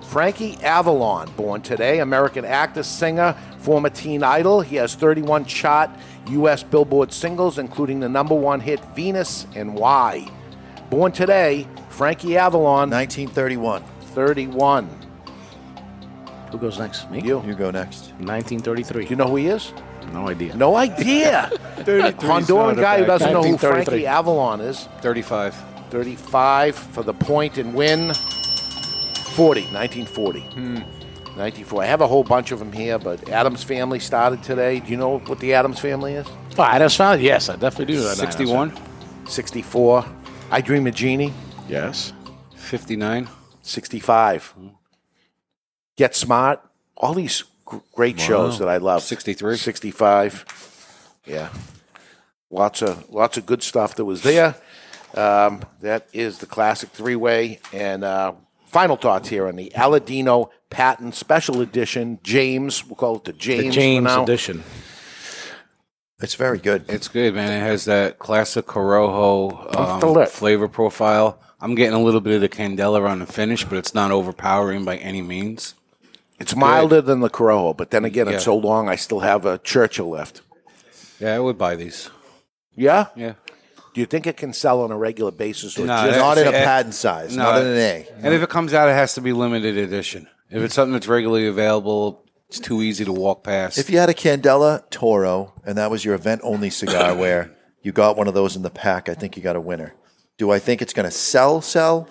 [SPEAKER 2] Frankie Avalon, born today, American actor, singer, former teen idol. He has 31 chart U.S. Billboard singles, including the number one hit Venus and Why. Born today, Frankie Avalon.
[SPEAKER 3] 1931.
[SPEAKER 2] 31.
[SPEAKER 10] Who goes next? Me?
[SPEAKER 2] You.
[SPEAKER 3] You go next.
[SPEAKER 10] 1933. Do
[SPEAKER 2] you know who he is?
[SPEAKER 10] No idea.
[SPEAKER 2] No
[SPEAKER 3] (laughs)
[SPEAKER 2] idea. Honduran guy who doesn't know who
[SPEAKER 10] 1933.
[SPEAKER 2] Frankie Avalon is.
[SPEAKER 5] 35.
[SPEAKER 2] 35 for the point and win. 40, 1940. 94. I have a whole bunch of them here, but Adams Family started today. Do you know what the Adams Family is?
[SPEAKER 10] Oh, Adam's Family? Yes, I definitely do. know Adam's
[SPEAKER 5] 61?
[SPEAKER 2] 64. I Dream of Jeannie.
[SPEAKER 10] Yes.
[SPEAKER 5] 59.
[SPEAKER 2] 65. Get Smart. All these gr- great shows
[SPEAKER 5] Wow.
[SPEAKER 2] that I love.
[SPEAKER 5] 63.
[SPEAKER 2] 65. Yeah. Lots of lots of good stuff that was there. Um, that is the classic three way. And uh, final thoughts here on the Aladino Patent Special Edition. James, we'll call it the James.
[SPEAKER 10] The
[SPEAKER 2] for
[SPEAKER 10] James
[SPEAKER 2] now.
[SPEAKER 10] edition.
[SPEAKER 3] It's very good.
[SPEAKER 5] It's good, man. It has that classic Corojo
[SPEAKER 3] Off the
[SPEAKER 5] um,
[SPEAKER 3] lip.
[SPEAKER 5] flavor profile. I'm getting a little bit of the Candela on the finish, but it's not overpowering by any means.
[SPEAKER 2] It's milder than the Corojo, but then again,
[SPEAKER 5] Yeah.
[SPEAKER 2] it's so long I still have a Churchill left.
[SPEAKER 5] Yeah, I would buy these.
[SPEAKER 2] Yeah?
[SPEAKER 5] Yeah.
[SPEAKER 2] Do you think it can sell on a regular basis or
[SPEAKER 5] No,
[SPEAKER 2] just
[SPEAKER 5] that's- eh, no,
[SPEAKER 2] A?
[SPEAKER 5] And if it comes out, it has to be limited edition. If it's something that's regularly available, it's too easy to walk past.
[SPEAKER 3] If you had a Candela Toro and that was your event
[SPEAKER 2] (coughs)
[SPEAKER 3] only cigar where you got one of those in the pack, I think you got a winner. Do I think it's going to sell? Sell?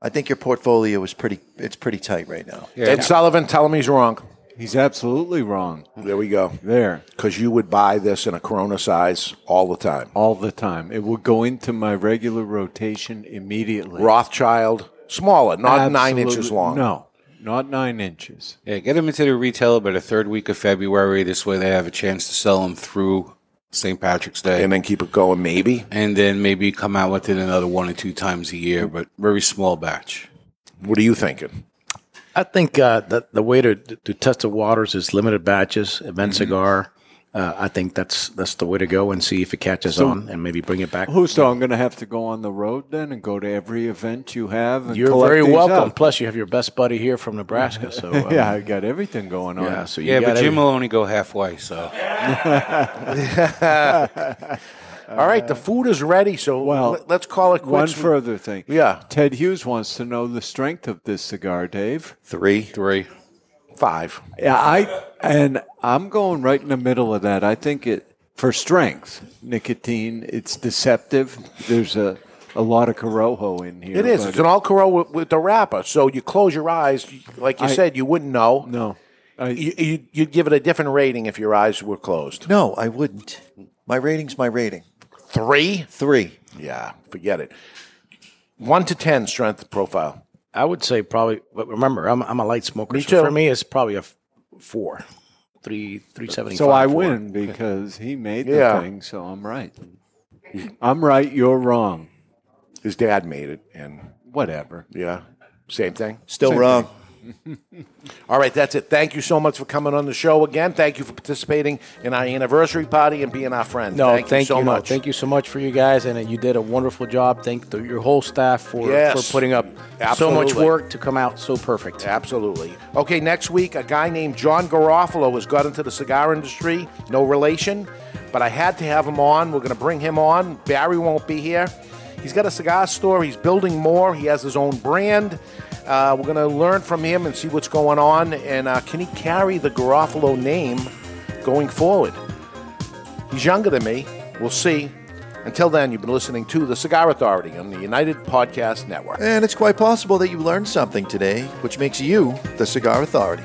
[SPEAKER 3] I think your portfolio is pretty. It's pretty tight right now.
[SPEAKER 2] Ed Sullivan, tell him he's wrong.
[SPEAKER 4] He's absolutely wrong.
[SPEAKER 2] There we go.
[SPEAKER 4] There.
[SPEAKER 2] Because you would buy this in a Corona size all the time.
[SPEAKER 4] All the time. It would go into my regular rotation immediately.
[SPEAKER 2] Rothschild, smaller, not nine inches long.
[SPEAKER 4] No, not nine inches.
[SPEAKER 5] Yeah, get them into the retailer by the third week of February. This way, they have a chance to sell them through St. Patrick's Day,
[SPEAKER 2] and then keep it going, maybe.
[SPEAKER 5] And then maybe come out with it another one or two times a year, but very small batch.
[SPEAKER 2] What are you thinking?
[SPEAKER 10] I think uh, that the way to to test the waters is limited batches, event cigar. Uh, I think that's that's the way to go and see if it catches
[SPEAKER 4] So-
[SPEAKER 10] on and maybe bring it back.
[SPEAKER 4] Husto, I'm going to have to go on the road then and go to every event you have. And
[SPEAKER 10] You're
[SPEAKER 4] collect
[SPEAKER 10] very
[SPEAKER 4] these
[SPEAKER 10] welcome.
[SPEAKER 4] up.
[SPEAKER 10] Plus, you have your best buddy here from Nebraska.
[SPEAKER 4] (laughs)
[SPEAKER 10] So uh,
[SPEAKER 4] yeah, I got everything going on.
[SPEAKER 10] Yeah, so you
[SPEAKER 5] yeah, but
[SPEAKER 10] gotta-
[SPEAKER 5] Jim will only go
[SPEAKER 2] (laughs)
[SPEAKER 5] halfway, so.
[SPEAKER 2] All right, the food is ready, so
[SPEAKER 4] well,
[SPEAKER 2] let- let's call it quits.
[SPEAKER 4] One further thing.
[SPEAKER 2] Yeah.
[SPEAKER 4] Ted Hughes wants to know the strength of this cigar, Dave.
[SPEAKER 3] Three.
[SPEAKER 5] Three.
[SPEAKER 2] Five.
[SPEAKER 4] Yeah, I and I'm going right in the middle of that. I think it for strength, nicotine, it's deceptive. There's a, a lot of corojo in here.
[SPEAKER 2] It is.
[SPEAKER 4] but
[SPEAKER 2] It's an all Coro with, with the wrapper. So you close your eyes, you- like you
[SPEAKER 4] I-
[SPEAKER 2] said, you wouldn't know.
[SPEAKER 4] No.
[SPEAKER 2] you, you, you'd give it a different rating if your eyes were closed.
[SPEAKER 3] No, I wouldn't. My rating's my rating.
[SPEAKER 2] Three?
[SPEAKER 3] Three.
[SPEAKER 2] Yeah, forget it. One to ten strength profile.
[SPEAKER 10] I would say probably. But remember, I'm I'm a light smoker.
[SPEAKER 4] Me
[SPEAKER 10] so
[SPEAKER 4] too.
[SPEAKER 10] for me, it's probably a f- four, three, three seventy.
[SPEAKER 4] So I win because he made
[SPEAKER 10] Yeah.
[SPEAKER 4] the thing, so I'm right. I'm right, you're wrong.
[SPEAKER 2] His dad made it and
[SPEAKER 4] whatever.
[SPEAKER 2] Yeah. Same thing. (laughs)
[SPEAKER 3] Still
[SPEAKER 2] Same
[SPEAKER 3] wrong.
[SPEAKER 2] thing. All right, that's it. Thank you so much for coming on the show again. Thank you for participating in our anniversary party and being our friend.
[SPEAKER 10] No,
[SPEAKER 2] thank, you so
[SPEAKER 10] no,
[SPEAKER 2] much.
[SPEAKER 10] thank you so much for you guys, and uh, you did a wonderful job. Thank the, your whole staff for
[SPEAKER 2] Yes.
[SPEAKER 10] for putting up so much
[SPEAKER 2] Absolutely.
[SPEAKER 10] work to come out so perfect.
[SPEAKER 2] Absolutely. Okay, next week, a guy named John Garofalo has got into the cigar industry. No relation, but I had to have him on. We're going to bring him on. Barry won't be here. He's got a cigar store. He's building more. He has his own brand. Uh, we're going to learn from him and see what's going on. And uh, can he carry the Garofalo name going forward? He's younger than me. We'll see. Until then, you've been listening to The Cigar Authority on the United Podcast Network.
[SPEAKER 3] And it's quite possible that you learned something today, which makes you the cigar authority.